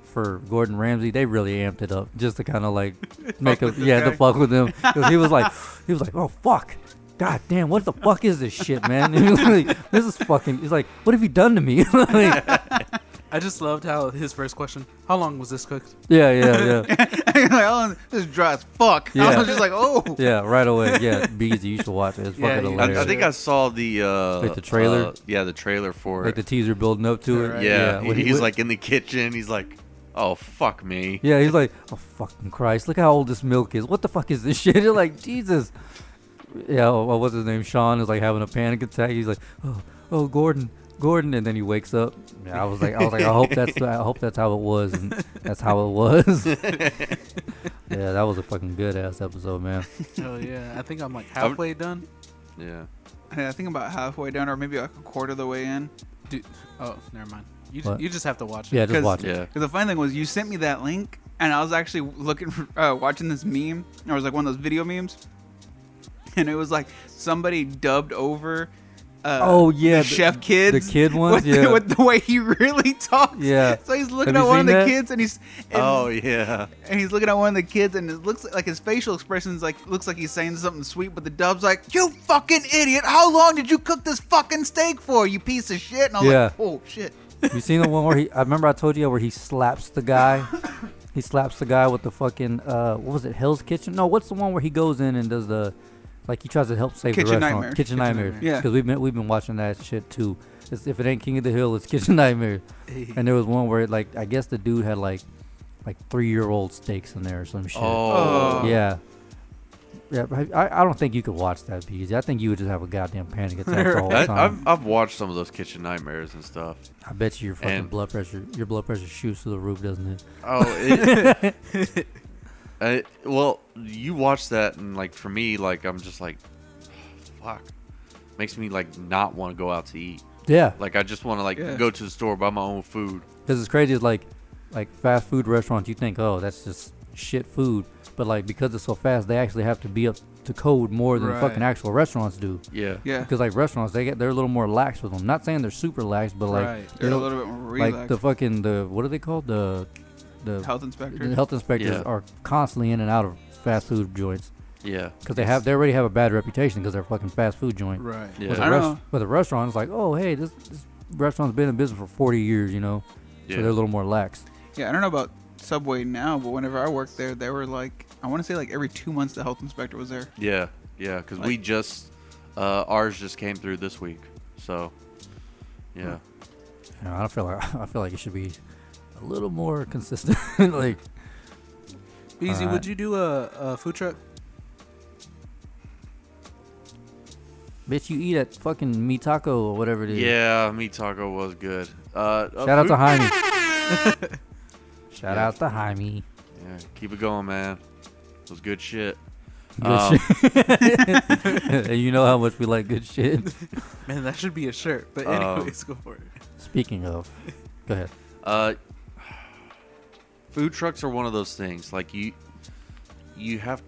Speaker 1: for Gordon Ramsay, they really amped it up just to kind of like make a
Speaker 3: with this
Speaker 1: yeah to
Speaker 3: guy.
Speaker 1: fuck with him. 'Cause he was like, he was like, oh fuck, god damn, what the fuck is this shit, man? He was like, this is fucking. He's like, what have you done to me? Like,
Speaker 5: I just loved how his first question: How long was this cooked?
Speaker 1: yeah, yeah, yeah,
Speaker 3: You're like, oh, this is dry as fuck. I
Speaker 1: Yeah.
Speaker 3: was just like, oh.
Speaker 1: yeah. Right away, yeah. Beezy, you should watch it. It's
Speaker 5: Yeah,
Speaker 1: fucking
Speaker 5: you-
Speaker 1: hilarious.
Speaker 2: I, I think I saw the uh,
Speaker 1: Like the trailer?
Speaker 2: uh, yeah, the trailer for
Speaker 1: like the
Speaker 2: it.
Speaker 1: teaser building up to it.
Speaker 5: Right.
Speaker 2: yeah,
Speaker 1: when he
Speaker 2: he- he's
Speaker 1: went-
Speaker 2: like in the kitchen. He's like, "Oh fuck me."
Speaker 1: Yeah, he's like, oh fucking Christ! Look how old this milk is. What the fuck is this shit? You're like, Jesus. Yeah, oh, oh, what's his name? Sean is like having a panic attack. He's like, oh, oh, Gordon, Gordon, and then he wakes up. Yeah, I was like, I was like, I hope that's, I hope that's how it was, and that's how it was. yeah, that was a fucking good ass episode, man.
Speaker 5: Oh yeah, I think I'm like
Speaker 2: I'm-
Speaker 5: halfway done.
Speaker 2: Yeah.
Speaker 3: Hey, I think I'm about halfway down, or maybe like a quarter of the way in.
Speaker 5: Dude, oh never mind. You
Speaker 1: What?
Speaker 5: you just have to watch it.
Speaker 1: Yeah, just
Speaker 3: 'Cause-
Speaker 1: watch it.
Speaker 2: Yeah.
Speaker 3: 'Cause the funny thing was, you sent me that link, and I was actually looking for uh, watching this meme. It was like one of those video memes, and it was like somebody dubbed over. Uh,
Speaker 1: Oh, yeah,
Speaker 3: the
Speaker 1: the-
Speaker 3: chef kids,
Speaker 1: the kid ones,
Speaker 3: with,
Speaker 1: yeah.
Speaker 3: the, with the way he really talks.
Speaker 1: Yeah.
Speaker 3: so he's looking
Speaker 1: Have
Speaker 3: at
Speaker 1: you
Speaker 3: one
Speaker 1: seen
Speaker 3: of the
Speaker 1: that?
Speaker 3: kids, and he's and,
Speaker 2: Oh yeah.
Speaker 3: and he's looking at one of the kids, and it looks like his facial expressions like looks like he's saying something sweet, but the dub's like, "You fucking idiot! How long did you cook this fucking steak for? You piece of shit!" And I'm
Speaker 1: Yeah.
Speaker 3: like, "Oh shit!"
Speaker 1: You seen the one where he? I remember I told you where he slaps the guy. he slaps the guy with the fucking uh, what was it? Hell's Kitchen? No, what's the one where he goes in and does the, like he tries to help save the
Speaker 3: Kitchen
Speaker 1: restaurant?
Speaker 3: Nightmares.
Speaker 1: Kitchen
Speaker 5: Kitchen
Speaker 1: nightmares.
Speaker 5: Nightmares.
Speaker 3: Yeah.
Speaker 1: Because we've been we've been watching that shit too. It's, if it ain't King of the Hill, it's Kitchen Nightmares. And there was one where it, like I guess the dude had like, like three year old steaks in there or some shit.
Speaker 2: Oh.
Speaker 1: Yeah. Yeah, but I, I don't think you could watch that because I think you would just have a goddamn panic attack the whole
Speaker 2: I,
Speaker 1: time.
Speaker 2: I've I've watched some of those kitchen nightmares and stuff.
Speaker 1: I bet you your fucking
Speaker 2: And-
Speaker 1: blood pressure your blood pressure shoots through the roof, doesn't it?
Speaker 2: Oh. It, I, well, you watch that and like for me, like I'm just like, fuck, makes me like not want to go out to eat.
Speaker 1: Yeah.
Speaker 2: Like I just want to like
Speaker 3: Yeah.
Speaker 2: go to the store buy my own food.
Speaker 1: Because it's crazy. It's like, like fast food restaurants. You think, oh, that's just shit food, but like because it's so fast, they actually have to be up to code more than
Speaker 5: Right.
Speaker 1: fucking actual restaurants do.
Speaker 2: Yeah.
Speaker 3: Yeah,
Speaker 1: Because like restaurants, they get they're a little more lax with them. Not saying they're super lax, but like
Speaker 5: Right.
Speaker 1: they
Speaker 3: they're a
Speaker 1: don't-
Speaker 3: little bit more
Speaker 1: like
Speaker 3: relaxed.
Speaker 1: the fucking the what are they called the the
Speaker 3: health
Speaker 1: the
Speaker 3: inspector.
Speaker 1: health inspectors
Speaker 2: Yeah.
Speaker 1: are constantly in and out of fast food joints
Speaker 2: Yeah.
Speaker 1: because they have they already have a bad reputation because they're fucking fast food joint.
Speaker 5: Right.
Speaker 1: With,
Speaker 2: Yeah.
Speaker 1: a
Speaker 3: I
Speaker 1: rest-
Speaker 3: know.
Speaker 1: with a restaurant, it's like, oh hey, this, this restaurant's been in business for 40 years, you know,
Speaker 2: Yeah.
Speaker 1: so they're a little more lax.
Speaker 3: Yeah, I don't know about Subway now, but whenever I worked there, they were like, I want to say like every two months the health inspector was there.
Speaker 2: Yeah, yeah, because we just uh, ours just came through this week, so yeah,
Speaker 1: You know, I feel like I feel like it should be a little more consistent. like,
Speaker 5: Easy.
Speaker 1: Alright.
Speaker 5: Would you do a, a food truck?
Speaker 1: Bitch, you eat at fucking Mi Taco or whatever it is.
Speaker 2: Yeah, meat taco was good. Uh,
Speaker 1: Shout out to
Speaker 2: food-
Speaker 1: Jaime. Shout
Speaker 2: Yeah.
Speaker 1: out to Jaime.
Speaker 2: Yeah, keep it going, man. It was good shit.
Speaker 1: Good
Speaker 2: Um,
Speaker 1: shit. and you know how much we like good shit.
Speaker 5: Man, that should be a shirt. But
Speaker 2: Um,
Speaker 5: anyways, go for it.
Speaker 1: Speaking of, go ahead.
Speaker 2: Uh, food trucks are one of those things. Like you, you have.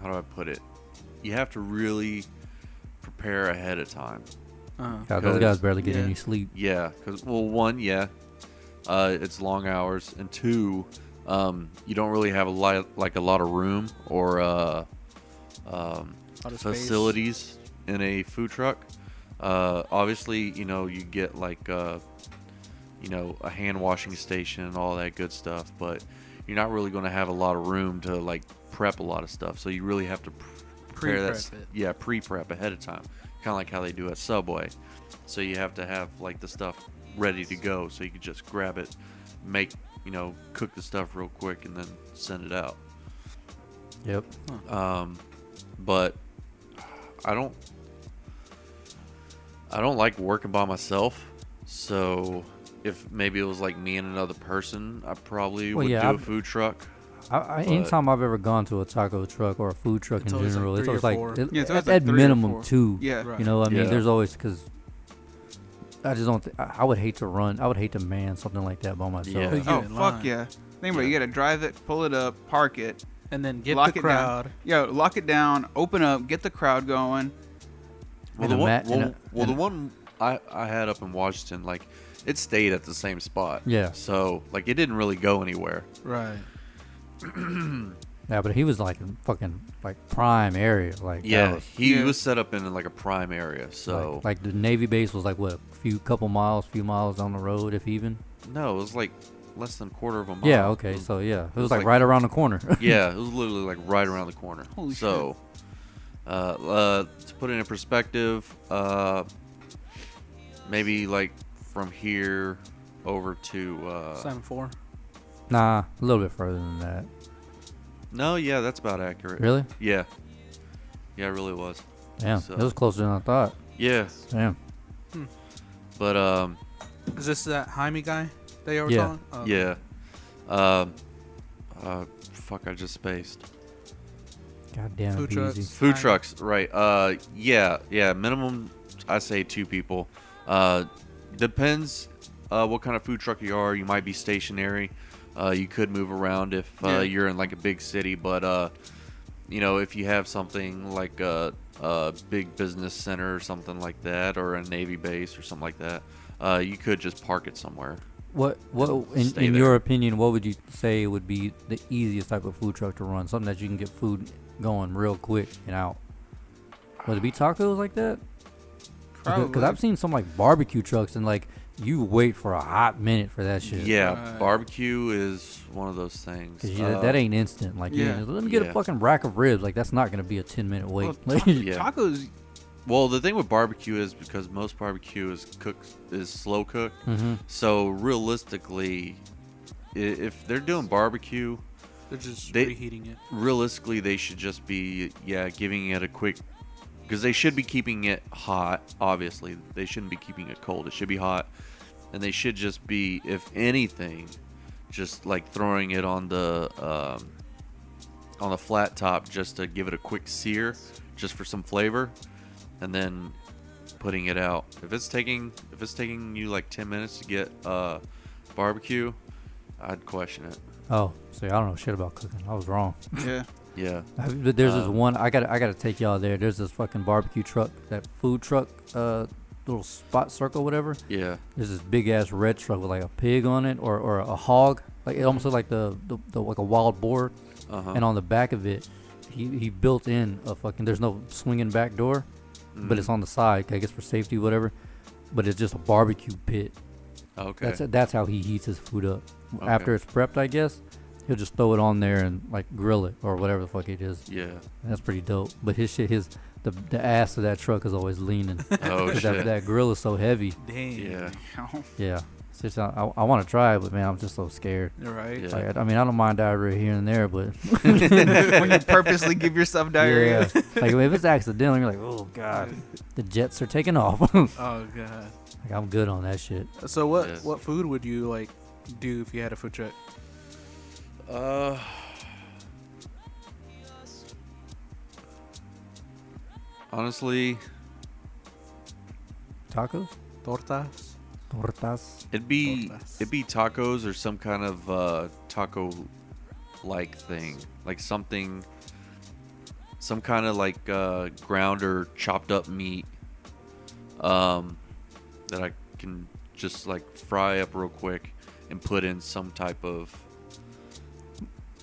Speaker 2: How do I put it? You have to really prepare ahead of time.
Speaker 5: Uh,
Speaker 1: God, those
Speaker 2: Because-
Speaker 1: guys barely get
Speaker 5: yeah.
Speaker 1: any sleep.
Speaker 2: Yeah, because well, one, yeah, uh, it's long hours, and two, um, you don't really have a lot, like a lot of room or uh, um,
Speaker 5: Lot of space.
Speaker 2: facilities in a food truck. Uh, obviously, you know you get like uh, you know a hand washing station and all that good stuff, but you're not really going to have a lot of room to like prep a lot of stuff. So you really have to pr- prepare that. s-
Speaker 5: Pre-prep it.
Speaker 2: Yeah, pre-prep ahead of time, kind of like how they do at Subway. So you have to have like the stuff ready to go, so you can just grab it, make you know cook the stuff real quick, and then send it out.
Speaker 1: Yep.
Speaker 2: Um, but I don't. I don't like working by myself. So if maybe it was like me and another person, I probably
Speaker 1: Well,
Speaker 2: would
Speaker 1: yeah,
Speaker 2: do a
Speaker 1: I'm-
Speaker 2: food truck.
Speaker 1: I, I,
Speaker 2: But-
Speaker 1: anytime I've ever gone to a taco truck or a food truck
Speaker 5: It's
Speaker 1: in
Speaker 5: always like
Speaker 1: general,
Speaker 5: three
Speaker 1: it's
Speaker 5: or
Speaker 1: always
Speaker 5: four.
Speaker 1: like it,
Speaker 3: Yeah, it's always
Speaker 1: at,
Speaker 3: like
Speaker 1: at
Speaker 3: three or
Speaker 1: minimum
Speaker 3: four.
Speaker 1: two.
Speaker 3: Yeah.
Speaker 5: Right.
Speaker 1: You know, I mean,
Speaker 2: Yeah.
Speaker 1: there's always because I just don't. Th- I I would hate to run. I would hate to man something like that by myself.
Speaker 5: Yeah.
Speaker 3: Oh
Speaker 5: in
Speaker 3: fuck
Speaker 5: line.
Speaker 3: yeah! Think about it. You gotta drive it, pull it up, park it,
Speaker 5: And then get
Speaker 3: lock
Speaker 5: the
Speaker 3: it
Speaker 5: crowd.
Speaker 3: down. Yeah, lock it down, open up, get the crowd going.
Speaker 2: Well,
Speaker 1: And
Speaker 2: the
Speaker 1: a
Speaker 2: one,
Speaker 1: mat-
Speaker 2: well,
Speaker 1: and a-
Speaker 2: well, the
Speaker 1: and a-
Speaker 2: one I, I had up in Washington, like it stayed at the same spot.
Speaker 1: Yeah.
Speaker 2: So like it didn't really go anywhere.
Speaker 5: Right.
Speaker 1: Yeah, but he was like in fucking like prime area. Like that
Speaker 2: Yeah.
Speaker 1: was-
Speaker 2: He
Speaker 3: Yeah.
Speaker 2: was set up in like a prime area. So
Speaker 1: like, like the Navy base was like what a few couple miles, few miles down the road, if even.
Speaker 2: no, it was like less than a quarter of a mile.
Speaker 1: Yeah.
Speaker 2: It
Speaker 1: Okay.
Speaker 2: was-
Speaker 1: So yeah, it was
Speaker 2: was
Speaker 1: like
Speaker 2: like-
Speaker 1: right around the corner.
Speaker 2: yeah, it was literally like right around the corner.
Speaker 3: Holy
Speaker 2: so, Uh, uh, to put it in perspective, uh, maybe like from here over to uh,
Speaker 5: Seven four.
Speaker 1: nah, a little bit further than that.
Speaker 2: no, yeah, that's about accurate.
Speaker 1: Really?
Speaker 2: Yeah, yeah, it really was.
Speaker 1: Damn,
Speaker 2: So-
Speaker 1: it was closer than I thought.
Speaker 2: Yeah,
Speaker 1: Damn.
Speaker 2: but um,
Speaker 5: Is this that Jaime guy that you were
Speaker 1: Yeah.
Speaker 5: talking? Oh,
Speaker 2: yeah, um, uh, fuck, I just spaced.
Speaker 1: God damn
Speaker 5: Food
Speaker 1: it, E
Speaker 5: trucks.
Speaker 1: Beezy.
Speaker 2: Food
Speaker 5: Fine.
Speaker 2: trucks, right? Uh, yeah, yeah. Minimum, I say two people. Uh, depends uh, what kind of food truck you are. You might be stationary. Uh, you could move around if uh,
Speaker 3: Yeah.
Speaker 2: you're in like a big city, but uh, you know, if you have something like a, a big business center or something like that, or a navy base or something like that, uh, you could just park it somewhere.
Speaker 1: What what in,
Speaker 2: Stay
Speaker 1: in your
Speaker 2: there.
Speaker 1: opinion, what would you say would be the easiest type of food truck to run? Something that you can get food going real quick and out. Would it be tacos like that? Because
Speaker 3: Probably.
Speaker 1: I've seen some like barbecue trucks and like you wait for a hot minute for that shit.
Speaker 2: Yeah,
Speaker 5: Right.
Speaker 2: barbecue is one of those things.
Speaker 1: 'Cause you- that-
Speaker 2: Uh,
Speaker 1: that ain't instant. Like, you
Speaker 3: yeah.
Speaker 1: know, let me get a
Speaker 2: Yeah.
Speaker 1: fucking rack of ribs. Like, that's not gonna be a ten minute wait.
Speaker 3: Well,
Speaker 1: Like,
Speaker 3: ta-
Speaker 2: Yeah.
Speaker 3: Tacos,
Speaker 2: Well, the thing with barbecue is because most barbecue is cooked is slow cooked.
Speaker 1: Mhm.
Speaker 2: So realistically, i- if they're doing barbecue,
Speaker 5: They're just
Speaker 2: They-
Speaker 5: reheating it.
Speaker 2: realistically they should just be yeah giving it a quick because they should be keeping it hot. Obviously, they shouldn't be keeping it cold. It should be hot, and they should just be if anything, just like throwing it on the um, on the flat top just to give it a quick sear, just for some flavor, and then putting it out. If it's taking if it's taking you like 10 minutes to get uh, barbecue, I'd question it.
Speaker 1: oh, see, I don't know shit about cooking. I was wrong.
Speaker 3: yeah.
Speaker 2: Yeah.
Speaker 1: I- But there's this
Speaker 2: Um,
Speaker 1: one I gotta I gotta take y'all there. There's this fucking barbecue truck, that food truck, uh, little spot circle, whatever.
Speaker 2: Yeah.
Speaker 1: There's this big ass red truck with like a pig on it or, or a hog, like it almost looked like the, the, the like a wild boar,
Speaker 2: Uh-huh.
Speaker 1: and on the back of it, he, he built in a fucking. There's no swinging back door, but
Speaker 2: Mm.
Speaker 1: it's on the side. I guess for safety, whatever. But it's just a barbecue pit.
Speaker 2: Okay.
Speaker 1: That's that's how he heats his food up.
Speaker 2: Okay.
Speaker 1: After it's prepped, I guess he'll just throw it on there and like grill it or whatever the fuck it is.
Speaker 2: Yeah.
Speaker 1: That's pretty dope. But his shit, his the the ass of that truck is always leaning.
Speaker 2: Oh
Speaker 1: 'Cause
Speaker 2: shit.
Speaker 1: that, that grill is so heavy.
Speaker 5: Dang.
Speaker 2: yeah.
Speaker 1: Yeah, It's just, I, I want to try it, but man, I'm just so scared.
Speaker 5: Right.
Speaker 2: Yeah.
Speaker 1: Like, I, I mean, I don't mind diarrhea here and there, but
Speaker 3: when you purposely give yourself diarrhea.
Speaker 1: yeah. like if it's accidental, you're like, oh god, the jets are taking off. like
Speaker 5: Oh god.
Speaker 1: I'm good on that shit.
Speaker 5: So what
Speaker 2: Yes.
Speaker 5: what food would you like do if you had a food truck?
Speaker 2: Uh, honestly,
Speaker 1: Tacos,
Speaker 5: Tortas.
Speaker 1: tortas.
Speaker 2: it'd be
Speaker 5: Tortas.
Speaker 2: it'd be tacos or some kind of uh, taco like thing, like something, some kind of like uh, ground or chopped up meat, um, that I can just like fry up real quick and put in some type of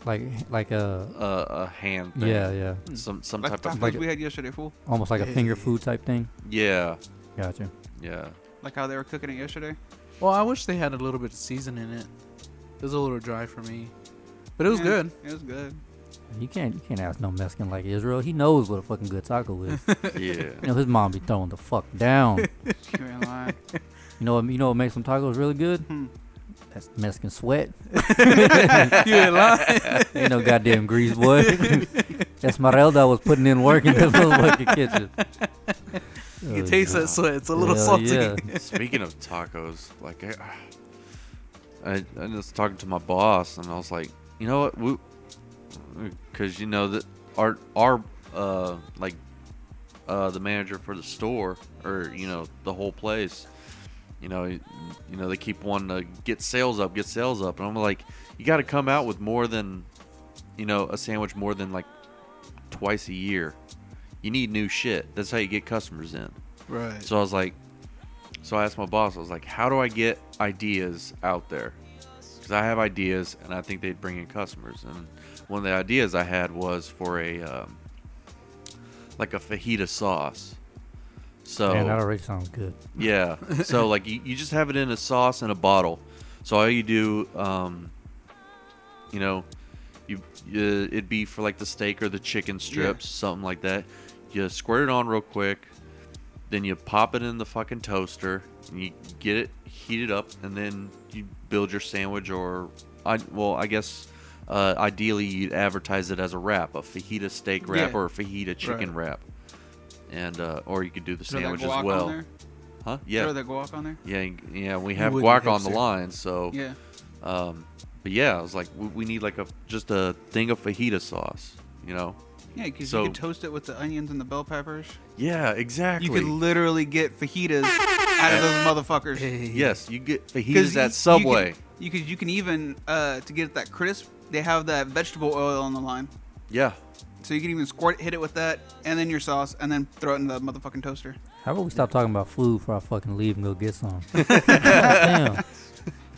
Speaker 1: Like like a
Speaker 2: uh, a ham. Thing.
Speaker 1: yeah yeah,
Speaker 2: Some some
Speaker 3: Like
Speaker 2: type
Speaker 3: the
Speaker 2: of
Speaker 3: tacos
Speaker 1: Like-
Speaker 3: we had yesterday, fool.
Speaker 1: almost like a finger food type thing.
Speaker 2: yeah
Speaker 1: Gotcha.
Speaker 2: yeah.
Speaker 3: Like how they were cooking it yesterday.
Speaker 5: Well, I wish they had a little bit of season in it. It was a little dry for me, but it was
Speaker 3: Yeah,
Speaker 5: good.
Speaker 3: It was good.
Speaker 1: You can't you can't ask no Mexican like Israel. He knows what a fucking good taco is. you
Speaker 2: Yeah.
Speaker 1: know his mom be throwing the fuck down.
Speaker 3: You ain't lying.
Speaker 1: You know what you know what makes some tacos really good?
Speaker 3: Hmm.
Speaker 1: That's Mexican sweat.
Speaker 5: you ain't lying.
Speaker 1: Ain't no goddamn grease, boy. Esmeralda was putting in work in this little fucking kitchen.
Speaker 5: You can taste that sweat. It's a little
Speaker 1: Oh, Hell
Speaker 5: salty.
Speaker 1: yeah.
Speaker 2: Speaking of tacos, like I, I, I was talking to my boss, and I was like, you know what, we, because you know that our our uh like uh the manager for the store or you know the whole place, you know, you you know they keep wanting to get sales up, get sales up, and I'm like, you got to come out with more than, you know, a sandwich more than like twice a year. You need new shit. That's how you get customers in.
Speaker 5: Right.
Speaker 2: So I was like, so I asked my boss, I was like, how do I get ideas out there? Because I have ideas and I think they'd bring in customers. And one of the ideas I had was for a, um, like a fajita sauce. So,
Speaker 1: Man, that already sounds good.
Speaker 2: yeah. So like you, you just have it in a sauce and a bottle. So all you do, um, you know, you, you it'd be for like the steak or the chicken strips, something like that. You squirt it on real quick, then you pop it in the fucking toaster and you get it heated up, and then you build your sandwich or, I well I guess. Uh, ideally, you'd advertise it as a wrap, a fajita steak wrap
Speaker 3: Yeah.
Speaker 2: or a fajita chicken wrap, and uh, or you could do the
Speaker 3: Throw that
Speaker 2: sandwich
Speaker 3: guac
Speaker 2: as
Speaker 3: on
Speaker 2: well.
Speaker 3: there.
Speaker 2: Huh? Yeah.
Speaker 3: Throw that guac on there.
Speaker 2: yeah. y- Yeah. We have
Speaker 5: would
Speaker 2: guac
Speaker 5: have
Speaker 2: on the
Speaker 5: to.
Speaker 2: line, so.
Speaker 3: Yeah.
Speaker 2: Um, but yeah, I was like, we, we need like a just a thing of fajita sauce, you know?
Speaker 3: Yeah, because
Speaker 2: So-
Speaker 3: you could toast it with the onions and the bell peppers.
Speaker 2: Yeah, exactly.
Speaker 3: You could literally get fajitas out of those motherfuckers.
Speaker 5: Hey.
Speaker 2: yes, you get
Speaker 3: 'Cause
Speaker 2: fajitas
Speaker 3: you-
Speaker 2: at Subway.
Speaker 3: You can, you can, you can even uh, to get that crisp. They have that vegetable oil on the line,
Speaker 2: yeah.
Speaker 3: so you can even squirt, hit it with that, and then your sauce, and then throw it in the motherfucking toaster.
Speaker 1: How about we stop talking about food before I fucking leave and go get some? Goddamn.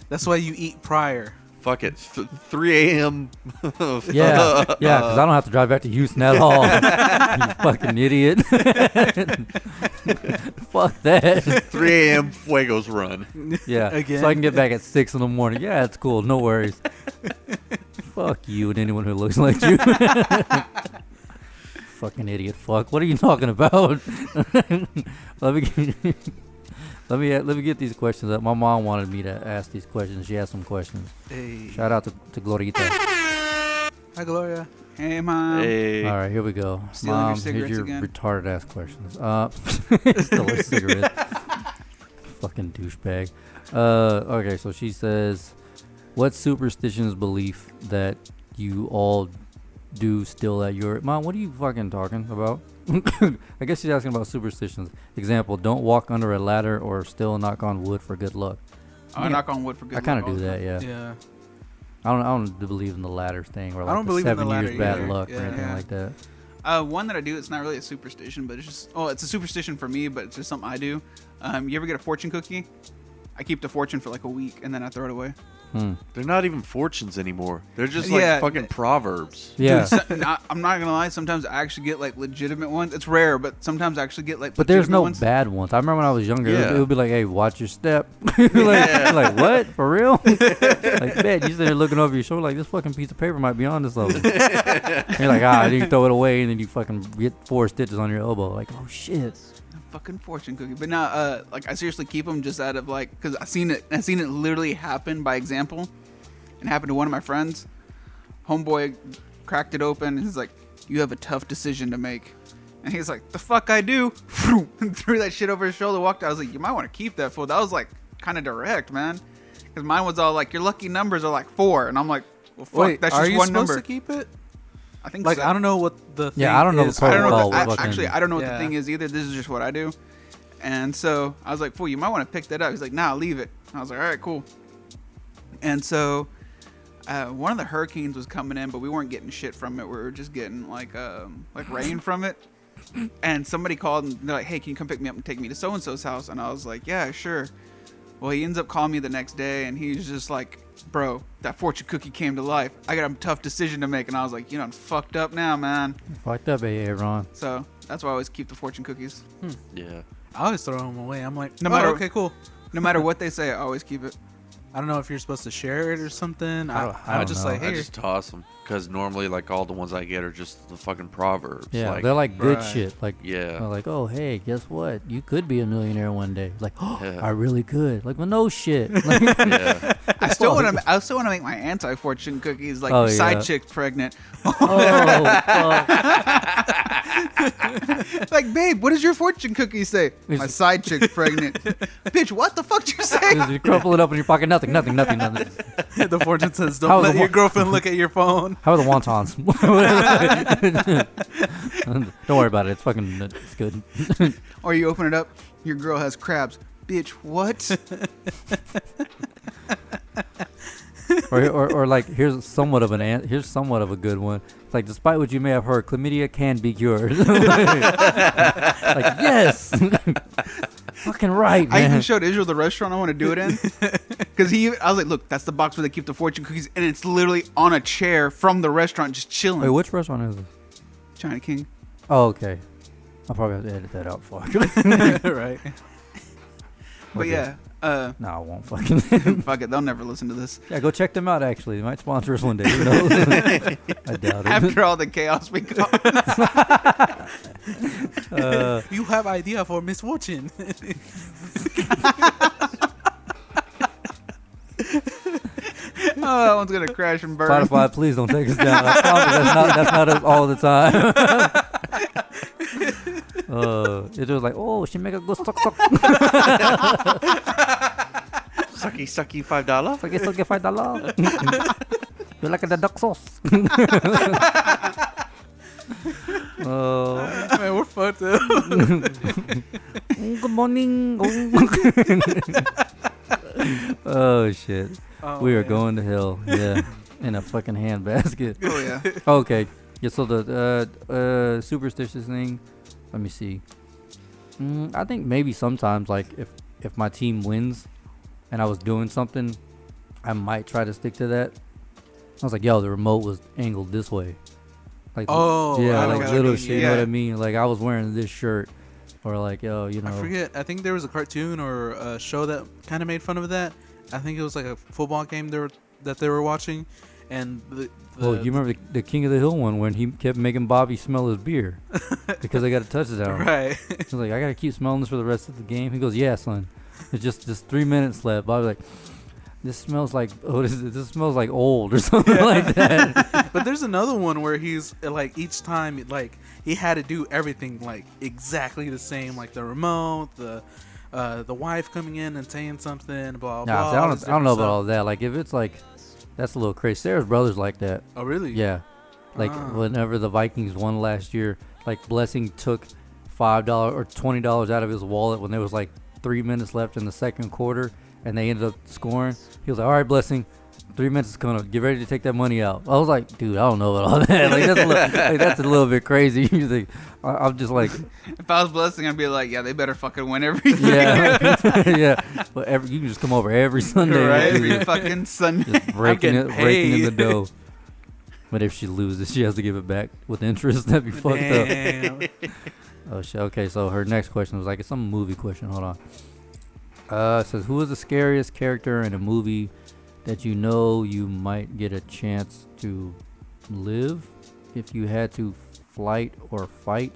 Speaker 5: That's why you eat prior.
Speaker 2: Fuck it. Th- 3 a.m.
Speaker 5: Uh,
Speaker 1: Yeah, yeah, because I don't have to drive back to Houston at all. you fucking idiot. Fuck that.
Speaker 2: 3 a.m. Fuegos run.
Speaker 1: Yeah. So I
Speaker 5: Again.
Speaker 1: can get back at six in the morning. Yeah, it's cool. No worries. Fuck you and anyone who looks like you. fucking idiot. Fuck. What are you talking about? let me get, let me let me get these questions up. My mom wanted me to ask these questions. She has some questions.
Speaker 5: Hey.
Speaker 1: Shout out to, to Glorita.
Speaker 5: Hi, Gloria.
Speaker 3: Hey, mom.
Speaker 2: Hey.
Speaker 1: All right, here we go.
Speaker 3: Stealing your
Speaker 1: Mom, here's
Speaker 3: cigarettes
Speaker 1: your
Speaker 3: again.
Speaker 1: retarded ass questions. Uh, still a cigarette. Fucking douchebag. Uh, okay, so she says, "What superstitions belief that you all do still at your mom? What are you fucking talking about?" I guess she's asking about superstitions. Example: Don't walk under a ladder, or still knock on wood for good luck.
Speaker 3: I Oh, knock on wood for good.
Speaker 1: I kind
Speaker 3: luck
Speaker 1: of do
Speaker 3: all the
Speaker 1: that,
Speaker 3: time.
Speaker 1: yeah.
Speaker 5: Yeah.
Speaker 1: I don't, I don't believe in the ladder thing, or like
Speaker 5: don't
Speaker 1: the
Speaker 5: believe in the
Speaker 1: seven
Speaker 5: ladder
Speaker 1: years bad
Speaker 5: either.
Speaker 1: luck
Speaker 5: Yeah.
Speaker 1: or anything
Speaker 3: Yeah.
Speaker 1: like that.
Speaker 3: Uh, one that I do. It's not really a superstition, but it's just oh, it's a superstition for me, but it's just something I do. Um, you ever get a fortune cookie? I keep the fortune for like a week, and then I throw it away.
Speaker 1: Hmm.
Speaker 2: They're not even fortunes anymore. They're just like
Speaker 3: Yeah.
Speaker 2: fucking proverbs.
Speaker 1: Yeah.
Speaker 3: So- I, am not gonna lie. Sometimes I actually get like legitimate ones. It's rare, but sometimes I actually get like.
Speaker 1: But there's
Speaker 3: legitimate
Speaker 1: no
Speaker 3: ones.
Speaker 1: bad ones. I remember when I was younger, it, would,
Speaker 2: Yeah.
Speaker 1: it would be like, "Hey, watch your step." like, like, what? For real? like, man, you sitting there looking over your shoulder, like this fucking piece of paper might be on this level. and you're like, ah, then you throw it away, and then you fucking get four stitches on your elbow. Like, oh shit.
Speaker 3: fucking fortune cookie. But now, uh, like I seriously keep them just out of like because I seen it. I seen it literally happen by example, and happened to one of my friends. Homeboy cracked it open and he's like, "You have a tough decision to make." And he's like, "The fuck I do?" and threw that shit over his shoulder, walked. out. I was like, "You might want to keep that fool." That was like kind of direct, man. Because mine was all like, "Your lucky numbers are like four. and I'm like, "Well, fuck,
Speaker 5: Wait,
Speaker 3: that's
Speaker 5: are
Speaker 3: just
Speaker 5: you
Speaker 3: one
Speaker 5: supposed
Speaker 3: number."
Speaker 5: to keep it?
Speaker 3: I think
Speaker 5: Like
Speaker 3: so.
Speaker 5: I don't know what the thing
Speaker 1: Yeah, I don't know the
Speaker 5: is.
Speaker 1: protocol.
Speaker 3: I don't know.
Speaker 1: Oh,
Speaker 3: What the,
Speaker 1: well,
Speaker 3: I, actually,
Speaker 1: fucking-
Speaker 3: I don't know what
Speaker 5: Yeah.
Speaker 3: the thing is either. This is just what I do. And so I was like, "Fool, you might want to pick that up." He's like, "Nah, leave it." I was like, "All right, cool." And so uh, one of the hurricanes was coming in, but we weren't getting shit from it. We were just getting like um, like rain from it. And somebody called and they're like, "Hey, can you come pick me up and take me to so and so's house?" And I was like, "Yeah, sure." Well, he ends up calling me the next day, and he's just like, "Bro, that fortune cookie came to life. I got a tough decision to make." And I was like, "You know, I'm fucked up now, man."
Speaker 1: Fucked up, eh, Aaron.
Speaker 3: So that's why I always keep the fortune cookies.
Speaker 2: Yeah.
Speaker 5: I always throw them away. I'm like,
Speaker 3: No
Speaker 5: no
Speaker 3: matter-
Speaker 5: matter. okay, cool.
Speaker 3: No matter what they say, I always keep it.
Speaker 5: I don't know if you're supposed to share it or something.
Speaker 1: I
Speaker 5: I,
Speaker 1: don't- I don't
Speaker 5: I, was just
Speaker 1: know.
Speaker 5: like,
Speaker 2: I
Speaker 5: hey,
Speaker 2: just toss them because normally, like all the ones I get are just the fucking proverbs.
Speaker 1: Yeah,
Speaker 2: like,
Speaker 1: they're like good
Speaker 5: right.
Speaker 1: shit. Like,
Speaker 2: Yeah.
Speaker 1: they're like, oh hey, guess what? You could be a millionaire one day. Like, oh,
Speaker 2: Yeah.
Speaker 1: I really could. Like, well, no shit. Like,
Speaker 2: yeah.
Speaker 3: I still want to. I still want to make my anti fortune cookies like
Speaker 1: Oh,
Speaker 3: side
Speaker 1: yeah.
Speaker 3: chick pregnant.
Speaker 1: oh, fuck.
Speaker 3: like, babe, what does your fortune cookie say? My side chick pregnant. Bitch, what the fuck did you say?
Speaker 1: you crumple it up in your pocket. Nothing. Nothing. Nothing. Nothing.
Speaker 5: the fortune says
Speaker 1: How
Speaker 5: don't
Speaker 1: was
Speaker 5: let
Speaker 1: the
Speaker 5: your
Speaker 1: wa-
Speaker 5: girlfriend look at your phone.
Speaker 1: How are the wontons? Don't worry about it. It's fucking it's good.
Speaker 3: Or you open it up, your girl has crabs. Bitch, what?
Speaker 1: Or, or, or like here's somewhat of an an- here's somewhat of a good one. It's like despite what you may have heard, chlamydia can be cured. like yes, fucking right,
Speaker 3: I even
Speaker 1: man.
Speaker 3: showed Israel the restaurant I want to do it in, because he. I was like, look, that's the box where they keep the fortune cookies, and it's literally on a chair from the restaurant, just chilling.
Speaker 1: Wait, which restaurant is this?
Speaker 3: China King.
Speaker 1: Oh, okay. I'll probably have to edit that out. Fuck.
Speaker 5: right.
Speaker 3: But
Speaker 1: Okay.
Speaker 3: yeah, uh,
Speaker 1: no, I won't fucking.
Speaker 3: fuck it, they'll never listen to this.
Speaker 1: yeah, go check them out. Actually, they might sponsor us one day. Who knows? I doubt it.
Speaker 3: After all the chaos we caused.
Speaker 1: Uh,
Speaker 5: You have idea for misfortune.
Speaker 3: oh, that one's gonna crash and burn.
Speaker 1: Spotify, please don't take us down. I promise that's not that's not us all the time. uh, it was like, oh, she make a good suck suck.
Speaker 2: sucky, sucky, five dollar.
Speaker 1: I guess I'll get five dollar. you like the duck sauce? uh,
Speaker 5: Man, we're fucked up.
Speaker 1: mm, good morning. Mm. oh shit, we are going to hell. Yeah, in a fucking handbasket.
Speaker 3: Oh yeah.
Speaker 1: Okay. Yeah, so the uh, uh, superstitious thing, let me see. Mm, I think maybe sometimes, like, if, if my team wins and I was doing something, I might try to stick to that. I was like, yo, the remote was angled this way. Like,
Speaker 5: Oh,
Speaker 1: yeah,
Speaker 5: I
Speaker 1: like
Speaker 5: know what you
Speaker 1: little
Speaker 5: mean,
Speaker 1: shit, you know what
Speaker 3: yeah.
Speaker 1: I mean? Like, I was wearing this shirt, or like, yo, you know.
Speaker 5: I forget. I think there was a cartoon or a show that kind of made fun of that. I think it was like a football game they were, that they were watching, and the, the
Speaker 1: Well, Oh, you remember the, the King of the Hill one when he kept making Bobby smell his beer because they got a touchdown.
Speaker 5: right?
Speaker 1: He's like, I gotta keep smelling this for the rest of the game. He goes, Yeah, son. It's just just three minutes left. But I was like, This smells like oh, this, this smells like old or something like that.
Speaker 5: but there's another one where he's uh, like each time like he had to do everything like exactly the same, like the remote, the uh, the wife coming in and saying something,
Speaker 1: nah,
Speaker 5: blah blah.
Speaker 1: see, I
Speaker 5: all
Speaker 1: don't
Speaker 5: this
Speaker 1: I don't know
Speaker 5: different
Speaker 1: about all that. Like if it's like that's a little crazy. Sarah's brother's like that.
Speaker 5: stuff. Oh really?
Speaker 1: Yeah, like
Speaker 5: Ah.
Speaker 1: whenever the Vikings won last year, like Blessing took five dollar or twenty dollars out of his wallet when there was like three minutes left in the second quarter, and they ended up scoring. He was like, "All right, Blessing, Three minutes is coming up. Get ready to take that money out. I was like, dude, I don't know about all that. Like that's a little, like, that's a little bit crazy. You think- I, I'm just like,
Speaker 3: If I was blessing, I'd be like, yeah, they better fucking win every
Speaker 1: yeah, yeah. But every, you can just come over every Sunday,
Speaker 3: right?
Speaker 1: and
Speaker 3: Every
Speaker 1: just-
Speaker 3: fucking Sunday.
Speaker 1: just breaking it,
Speaker 5: getting
Speaker 1: breaking in the
Speaker 5: paid.
Speaker 1: dough. But if she loses, she has to give it back with interest. That'd be fucked up.
Speaker 5: Damn.
Speaker 1: Oh shit. Okay, so her next question was like it's some movie question. Hold on. Uh, it says who is the scariest character in a movie that you know you might get a chance to live if you had to flight or fight?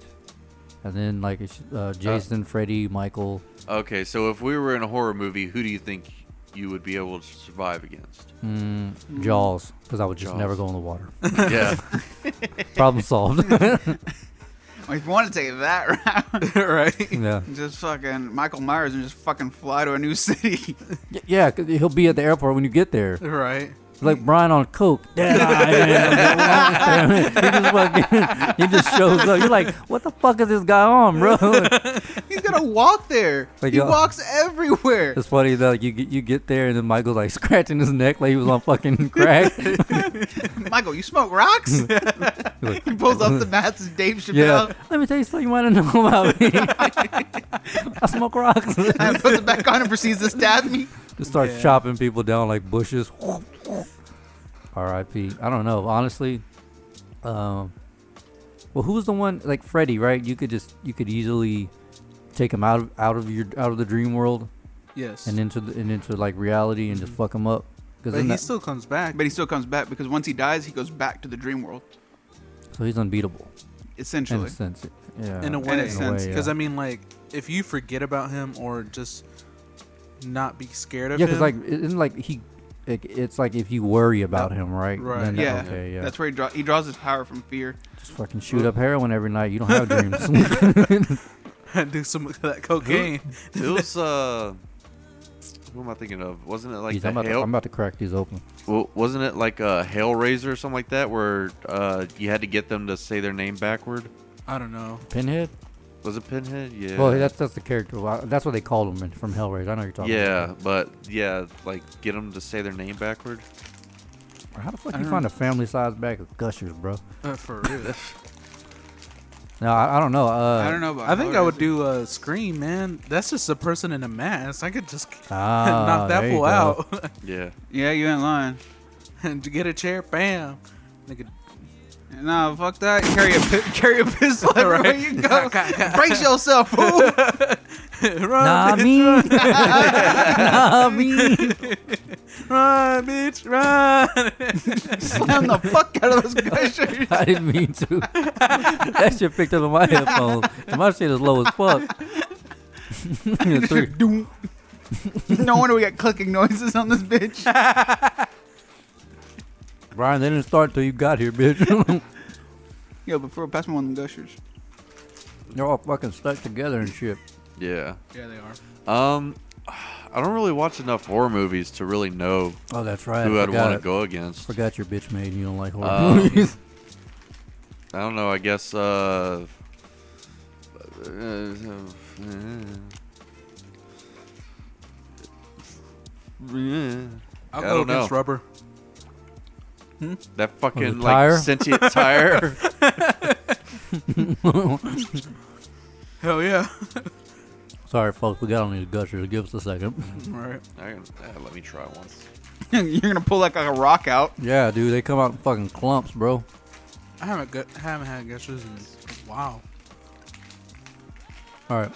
Speaker 1: And then like it's, uh, Jason, Freddy, Michael.
Speaker 2: Okay, so if we were in a horror movie, who do you think you would be able to survive against?
Speaker 1: Mm, Jaws, because I would just never
Speaker 2: Jaws.
Speaker 1: go in the water.
Speaker 2: yeah,
Speaker 1: Problem solved.
Speaker 3: If you want to take that route,
Speaker 5: right.
Speaker 1: yeah,
Speaker 3: just fucking Michael Myers and just fucking fly to a new city.
Speaker 1: Y- yeah. Cause he'll be at the airport when you get there.
Speaker 5: Right.
Speaker 1: like Brian on coke. Damn, I am. he just fucking, he just shows up. You're like, what the fuck is this guy on, bro?
Speaker 3: He's gonna walk there.
Speaker 1: Like,
Speaker 3: he
Speaker 1: yo.
Speaker 3: walks everywhere.
Speaker 1: it's funny though. Like, you get you get there and then Michael's like scratching his neck like he was on fucking crack.
Speaker 3: Michael, you smoke rocks? he pulls up the massive Dave Chappelle
Speaker 1: yeah, let me tell you something you want to know about me. I smoke rocks.
Speaker 3: and puts it back on and proceeds to stab me.
Speaker 1: just start
Speaker 5: Yeah.
Speaker 1: chopping people down like bushes. R.I.P. I don't know, honestly. Um, well, who was the one like Freddy? Right? You could just you could easily take him out of out of your out of the dream world
Speaker 5: Yes.
Speaker 1: and into the, and into like reality and just fuck him up.
Speaker 5: Mm-hmm. but
Speaker 1: Because
Speaker 5: he still comes back.
Speaker 3: But he still comes back because once he dies, he goes back to the dream world,
Speaker 1: so he's unbeatable in
Speaker 3: essentially.
Speaker 1: a sense. Yeah.
Speaker 5: in a
Speaker 3: In
Speaker 5: way,
Speaker 3: a sense,
Speaker 1: yeah.
Speaker 5: because I mean, like, if you forget about him or just not be scared of
Speaker 1: yeah,
Speaker 5: him,
Speaker 1: because like it- isn't like he. It, it's like if you worry about him, right?
Speaker 5: Right.
Speaker 1: Then-
Speaker 3: Yeah,
Speaker 1: Okay. Yeah.
Speaker 3: That's where he, draw- he draws his power from fear.
Speaker 1: Just fucking shoot up heroin every night. You don't have dreams.
Speaker 5: do some of that cocaine.
Speaker 2: it was. Uh, who am I thinking of? Wasn't it like
Speaker 1: Jeez,
Speaker 2: the
Speaker 1: I'm, about to,
Speaker 2: hail?
Speaker 1: I'm about to crack these open.
Speaker 2: wa- wasn't it like a Hellraiser or something like that, where uh, you had to get them to say their name backward?
Speaker 5: I don't know.
Speaker 1: Pinhead?
Speaker 2: Was it Pinhead? Yeah.
Speaker 1: Well, that's that's the character. Well, That's what they called him in- from Hellraiser. I know you're talking.
Speaker 2: yeah, but yeah, like get them to say their name backward.
Speaker 1: About. How the fuck
Speaker 3: I
Speaker 1: you
Speaker 3: don't
Speaker 1: find a family size bag of gushers, bro?
Speaker 5: Uh, for real.
Speaker 1: No, I, I don't know. Uh,
Speaker 3: I don't know about
Speaker 5: I think I would
Speaker 3: Hellraiser.
Speaker 5: do a scream, man. That's just a person in a mask. I could just
Speaker 1: Ah,
Speaker 5: knock that
Speaker 1: there you
Speaker 5: fool
Speaker 1: go.
Speaker 5: out
Speaker 2: Yeah.
Speaker 3: Yeah, you ain't lying.
Speaker 5: and to get a chair, bam. Nigga,
Speaker 3: Nah, fuck that. Carry a pi- carry a pistol everywhere
Speaker 5: Right.
Speaker 3: you go. Brace yourself, fool.
Speaker 5: run,
Speaker 1: Nah,
Speaker 5: bitch,
Speaker 1: me. nah, me.
Speaker 5: run, bitch, run.
Speaker 3: Slam the fuck out of those gushers.
Speaker 1: I didn't mean to. that shit picked up in my headphones. And my shit is low as fuck. Three.
Speaker 3: Doom. no wonder we got clicking noises on this bitch.
Speaker 1: Brian, they didn't start till you got here, bitch.
Speaker 3: Yo, before pass me one of them gushers.
Speaker 1: They're all fucking stuck together and shit.
Speaker 2: Yeah.
Speaker 5: Yeah, they are.
Speaker 2: Um, I don't really watch enough horror movies to really know
Speaker 1: Oh, that's right.
Speaker 2: who
Speaker 1: I
Speaker 2: I'd
Speaker 1: forgot
Speaker 2: want to
Speaker 1: it.
Speaker 2: go against.
Speaker 1: Forgot your bitch made. You don't like horror
Speaker 2: Um,
Speaker 1: movies.
Speaker 2: I don't know. I guess. Uh, uh,
Speaker 5: I'll go
Speaker 2: I don't know.
Speaker 5: against rubber.
Speaker 2: that fucking
Speaker 1: tire?
Speaker 2: like sentient tire.
Speaker 5: Hell yeah.
Speaker 1: Sorry, folks. We got on these gushers. Give us a second.
Speaker 5: right.
Speaker 2: I can, uh, let me try one.
Speaker 3: You're gonna pull like a rock out.
Speaker 1: Yeah, dude, they come out in fucking clumps, bro.
Speaker 5: I haven't got, haven't had gushers in wow.
Speaker 1: All right.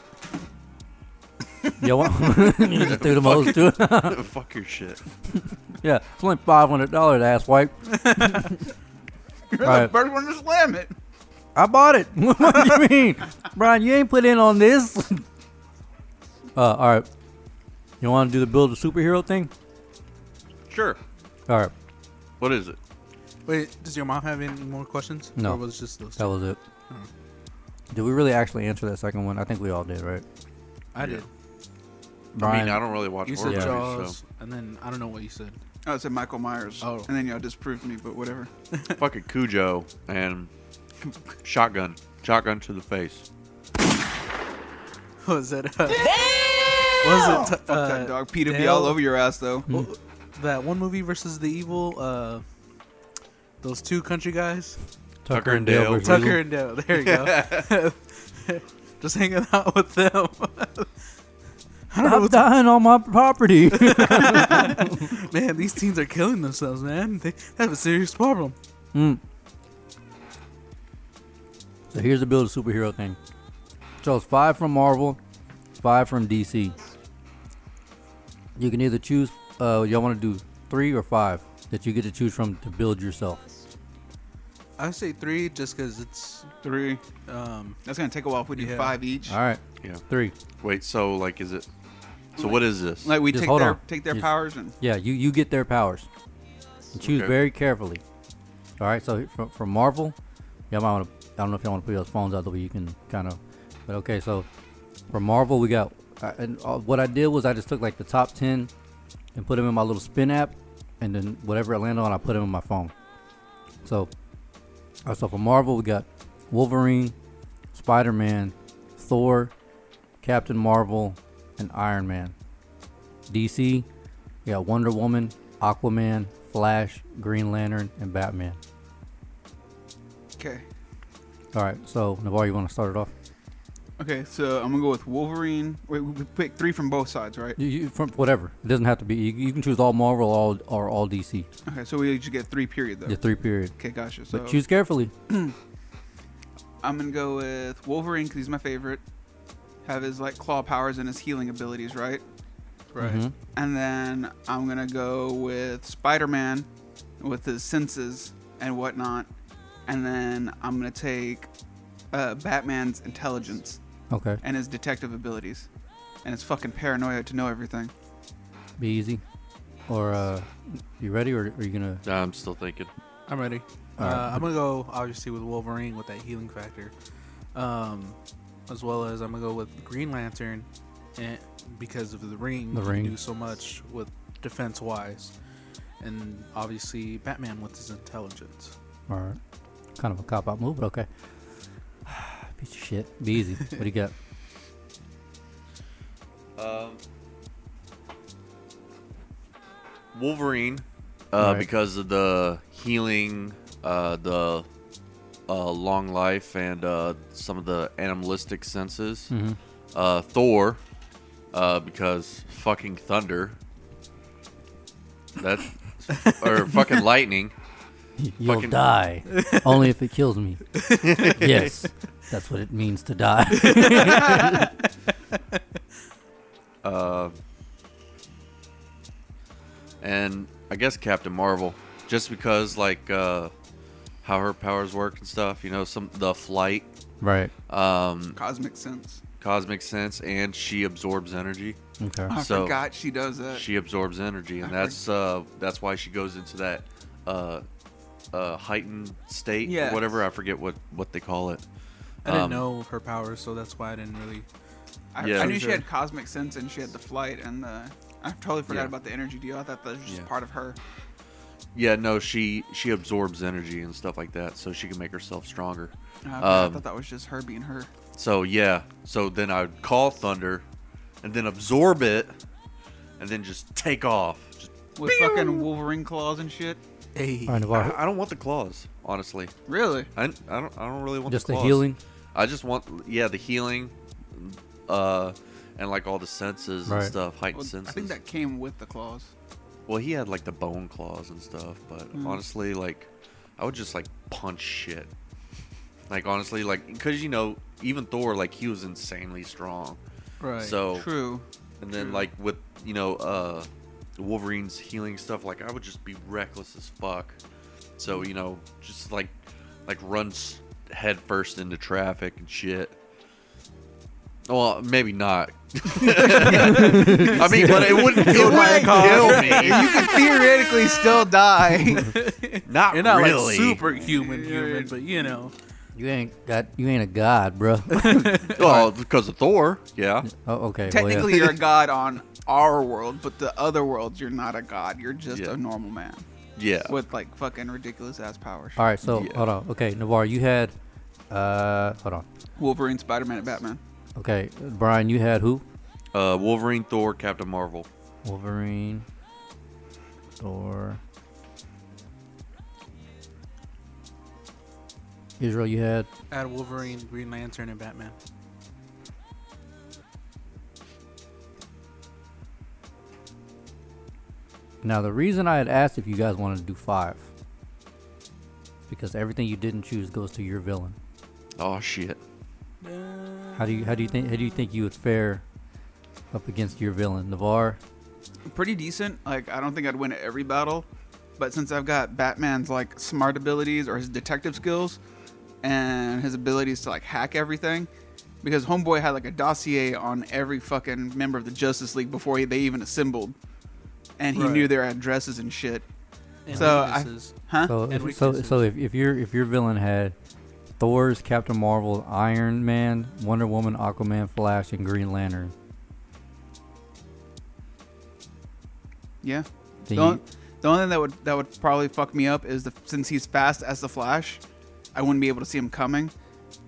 Speaker 1: Yeah, what? you just threw the most to it.
Speaker 2: Fuck your shit.
Speaker 1: yeah, it's only five hundred dollars, ass wipe.
Speaker 3: You're the
Speaker 1: Alright.
Speaker 3: first one to slam it.
Speaker 1: I bought it. what do you mean, Brian? You ain't put in on this. uh, all right. You want to do the build a superhero thing?
Speaker 2: Sure.
Speaker 1: All right,
Speaker 2: What is it?
Speaker 5: Wait, does your mom have any more questions?
Speaker 1: No.
Speaker 5: Or was it just those
Speaker 1: that
Speaker 5: two?
Speaker 1: was it. Did we really actually answer that second one? I think we all did, right?
Speaker 5: I did.
Speaker 2: I mean, I don't really watch
Speaker 5: You
Speaker 2: horror
Speaker 5: said
Speaker 1: Yeah.
Speaker 5: Jaws,
Speaker 2: movies, so
Speaker 5: and then I don't know what you said.
Speaker 3: Oh, it said Michael Myers.
Speaker 5: Oh.
Speaker 3: And then y'all disproved me, but whatever.
Speaker 2: fucking Cujo and shotgun, shotgun to the face.
Speaker 5: Was it? Uh, was it? uh,
Speaker 3: Fuck that dog. Peter be all over your ass, though.
Speaker 5: that one movie versus the evil. Uh, those two country guys,
Speaker 2: Tucker and Dale.
Speaker 1: versus
Speaker 5: Tucker
Speaker 1: Evil.
Speaker 5: and Dale. There you go. Just hanging out with them. I don't know
Speaker 1: Stop
Speaker 5: what's
Speaker 1: dying on my property.
Speaker 5: Man, these teens are killing themselves, man. They have a serious problem.
Speaker 1: Mm. So here's the build a superhero thing. So it's five from Marvel, five from DC. You can either choose, uh, y'all want to do three or five that you get to choose from to build yourself.
Speaker 5: I say three just because it's.
Speaker 3: Three.
Speaker 5: Um,
Speaker 3: That's gonna take a while if we do
Speaker 5: Yeah.
Speaker 3: five each.
Speaker 1: All right,
Speaker 2: Yeah.
Speaker 1: three.
Speaker 2: Wait. So like, is it? So what is this?
Speaker 3: Like we
Speaker 1: Just
Speaker 3: take
Speaker 1: hold
Speaker 3: their
Speaker 1: on.
Speaker 3: take their
Speaker 1: Just-
Speaker 3: powers and
Speaker 1: Yeah, you you get their powers. And choose
Speaker 2: Okay.
Speaker 1: very carefully. All right, so from, from Marvel, y'all might want to. I don't know if y'all want to put your phones out the way you can kind of. But okay, so from Marvel we got. I, and all, what I did was I just took like the top ten and put them in my little spin app, and then whatever it landed on, I put them in my phone. So, uh, so for Marvel we got Wolverine, Spider Man, Thor, Captain Marvel, and Iron Man. DC, you got Wonder Woman, Aquaman, Flash, Green Lantern, and Batman.
Speaker 3: okay.
Speaker 1: All right, so Navarre, you want to start it off?
Speaker 3: Okay, so I'm gonna go with Wolverine. Wait, we we pick three from both sides, right?
Speaker 1: You, you, from whatever. It doesn't have to be. You, you can choose all Marvel, all or all DC.
Speaker 3: Okay, so we each get three period though.
Speaker 1: The three period.
Speaker 3: Okay, gotcha. So
Speaker 1: But choose carefully.
Speaker 3: I'm gonna go with Wolverine because he's my favorite. Have his like claw powers and his healing abilities, right?
Speaker 5: right.
Speaker 2: Mm-hmm.
Speaker 1: Mhm.
Speaker 3: And then I'm gonna go with Spider-Man with his senses and whatnot. And then I'm gonna take uh, Batman's intelligence
Speaker 1: Okay,
Speaker 3: and his detective abilities and his fucking paranoia to know everything.
Speaker 1: be easy. Or uh, you ready? Or are you gonna?
Speaker 2: Nah, I'm still thinking.
Speaker 5: I'm ready.
Speaker 1: All right.
Speaker 5: Uh, I'm gonna go obviously with Wolverine with that healing factor, um, as well as I'm gonna go with Green Lantern, and because of the ring,
Speaker 1: The
Speaker 5: he
Speaker 1: ring.
Speaker 5: can do so much with defense wise, and obviously Batman with his intelligence.
Speaker 1: All right. Kind of a cop out move, but okay. Piece of shit. Be easy. what do you got?
Speaker 2: Um, Wolverine, uh,
Speaker 1: Right.
Speaker 2: because of the healing, uh, the uh, long life, and uh, some of the animalistic senses.
Speaker 1: Mhm.
Speaker 2: Uh, Thor, uh, because fucking thunder. That or fucking lightning.
Speaker 1: You'll
Speaker 2: Fucking-
Speaker 1: die only if it kills me. yes, that's what it means to die.
Speaker 2: Uh, and I guess Captain Marvel, just because like uh, how her powers work and stuff. You know, some the flight,
Speaker 1: right.
Speaker 2: um,
Speaker 3: Cosmic sense.
Speaker 2: cosmic sense, and she absorbs energy.
Speaker 1: Okay.
Speaker 3: I
Speaker 2: So-
Speaker 3: forgot she does that.
Speaker 2: She absorbs energy, and
Speaker 3: I heard-
Speaker 2: that's uh, that's why she goes into that uh, uh, heightened state
Speaker 3: Yes.
Speaker 2: or whatever. I forget what what they call it.
Speaker 5: I didn't
Speaker 2: Um,
Speaker 5: know her powers, so that's why I didn't really.
Speaker 3: I,
Speaker 2: Yeah.
Speaker 3: I knew she
Speaker 5: Sure.
Speaker 3: had cosmic sense and she had the flight and the. I totally forgot
Speaker 2: Yeah.
Speaker 3: about the energy deal. I thought that was just
Speaker 2: Yeah.
Speaker 3: part of her.
Speaker 2: Yeah, no, she she absorbs energy and stuff like that, so she can make herself stronger.
Speaker 3: Uh, I
Speaker 2: Um,
Speaker 3: thought that was just her being her.
Speaker 2: So yeah, so then I would call thunder, and then absorb it, and then just take off. Just,
Speaker 3: With fucking Wolverine claws and shit.
Speaker 5: Hey,
Speaker 1: All right, Navarro.
Speaker 2: I, I don't want the claws, honestly.
Speaker 3: Really?
Speaker 2: I, I don't I don't really want
Speaker 1: Just
Speaker 2: the
Speaker 1: the
Speaker 2: claws.
Speaker 1: healing.
Speaker 2: I just want yeah the healing, uh, and like all the senses
Speaker 1: Right.
Speaker 2: and stuff, heightened
Speaker 3: Well,
Speaker 2: senses.
Speaker 3: I think that came with the claws.
Speaker 2: Well, he had like the bone claws and stuff, but
Speaker 3: Hmm.
Speaker 2: honestly, like, I would just like punch shit. Like honestly, like because you know, even Thor, like he was insanely strong.
Speaker 5: right.
Speaker 2: So
Speaker 3: True.
Speaker 2: and then
Speaker 3: true.
Speaker 2: like with you know, uh, Wolverine's healing stuff, like I would just be reckless as fuck. So you know, just like like runs head first into traffic and shit. Well, maybe not. I mean, but it wouldn't, it wouldn't kill me.
Speaker 3: you could theoretically still die.
Speaker 2: Not
Speaker 5: you're not like
Speaker 2: really.
Speaker 5: superhuman,
Speaker 3: Yeah, yeah,
Speaker 5: human,
Speaker 3: yeah.
Speaker 5: but you know,
Speaker 1: You ain't got. You ain't a god, bro.
Speaker 2: Well, because of Thor, yeah.
Speaker 1: oh, okay.
Speaker 3: Technically,
Speaker 1: well,
Speaker 3: you're a god on our world, but the other worlds, you're not a god. You're just
Speaker 2: Yeah.
Speaker 3: a normal man
Speaker 2: Yeah.
Speaker 3: with like fucking ridiculous ass powers.
Speaker 1: yeah. All right. So
Speaker 2: Yeah.
Speaker 1: hold on. Okay, Navarre, you had. Uh, hold on.
Speaker 3: Wolverine, Spider Man, and Batman.
Speaker 1: Okay, Brian, you had who?
Speaker 2: Uh, Wolverine, Thor, Captain Marvel.
Speaker 1: Wolverine, or Israel, you had
Speaker 5: Add Wolverine, Green Lantern, and Batman.
Speaker 1: now the reason I had asked if you guys wanted to do five is because everything you didn't choose goes to your villain.
Speaker 2: Oh shit.
Speaker 1: How do you how do you think how do you think you would fare up against your villain, Navarre?
Speaker 3: pretty decent. Like I don't think I'd win every battle, but since I've got Batman's like smart abilities or his detective skills and his abilities to like hack everything, because Homeboy had like a dossier on every fucking member of the Justice League before he, they even assembled, and he
Speaker 5: Right.
Speaker 3: knew their addresses and shit.
Speaker 5: And
Speaker 3: So, I-
Speaker 5: weaknesses.
Speaker 3: Huh?
Speaker 1: So,
Speaker 5: And
Speaker 1: if, so,
Speaker 5: weaknesses.
Speaker 1: so if, if your if your villain had Thor's, Captain Marvel, Iron Man, Wonder Woman, Aquaman, Flash, and Green Lantern,
Speaker 3: yeah.
Speaker 1: then
Speaker 3: The, on-
Speaker 1: you,
Speaker 3: the only thing that would that would probably fuck me up is the since he's fast as the Flash, I wouldn't be able to see him coming.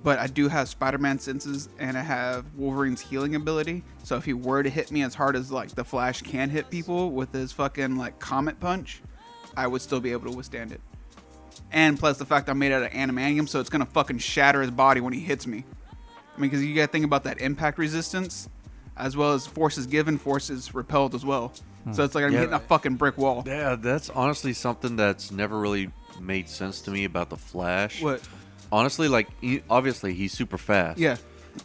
Speaker 3: But I do have Spider-Man senses and I have Wolverine's healing ability. So if he were to hit me as hard as like the Flash can hit people with his fucking like comet punch, I would still be able to withstand it. And plus the fact I'm made out of animanium, so it's gonna fucking shatter his body when he hits me. I mean, because you gotta think about that impact resistance, as well as forces given, forces repelled as well. So it's like I'm
Speaker 2: Yeah.
Speaker 3: hitting a fucking brick wall.
Speaker 2: Yeah, that's honestly something that's never really made sense to me about the Flash.
Speaker 3: What?
Speaker 2: Honestly, like he, obviously he's super fast.
Speaker 3: Yeah.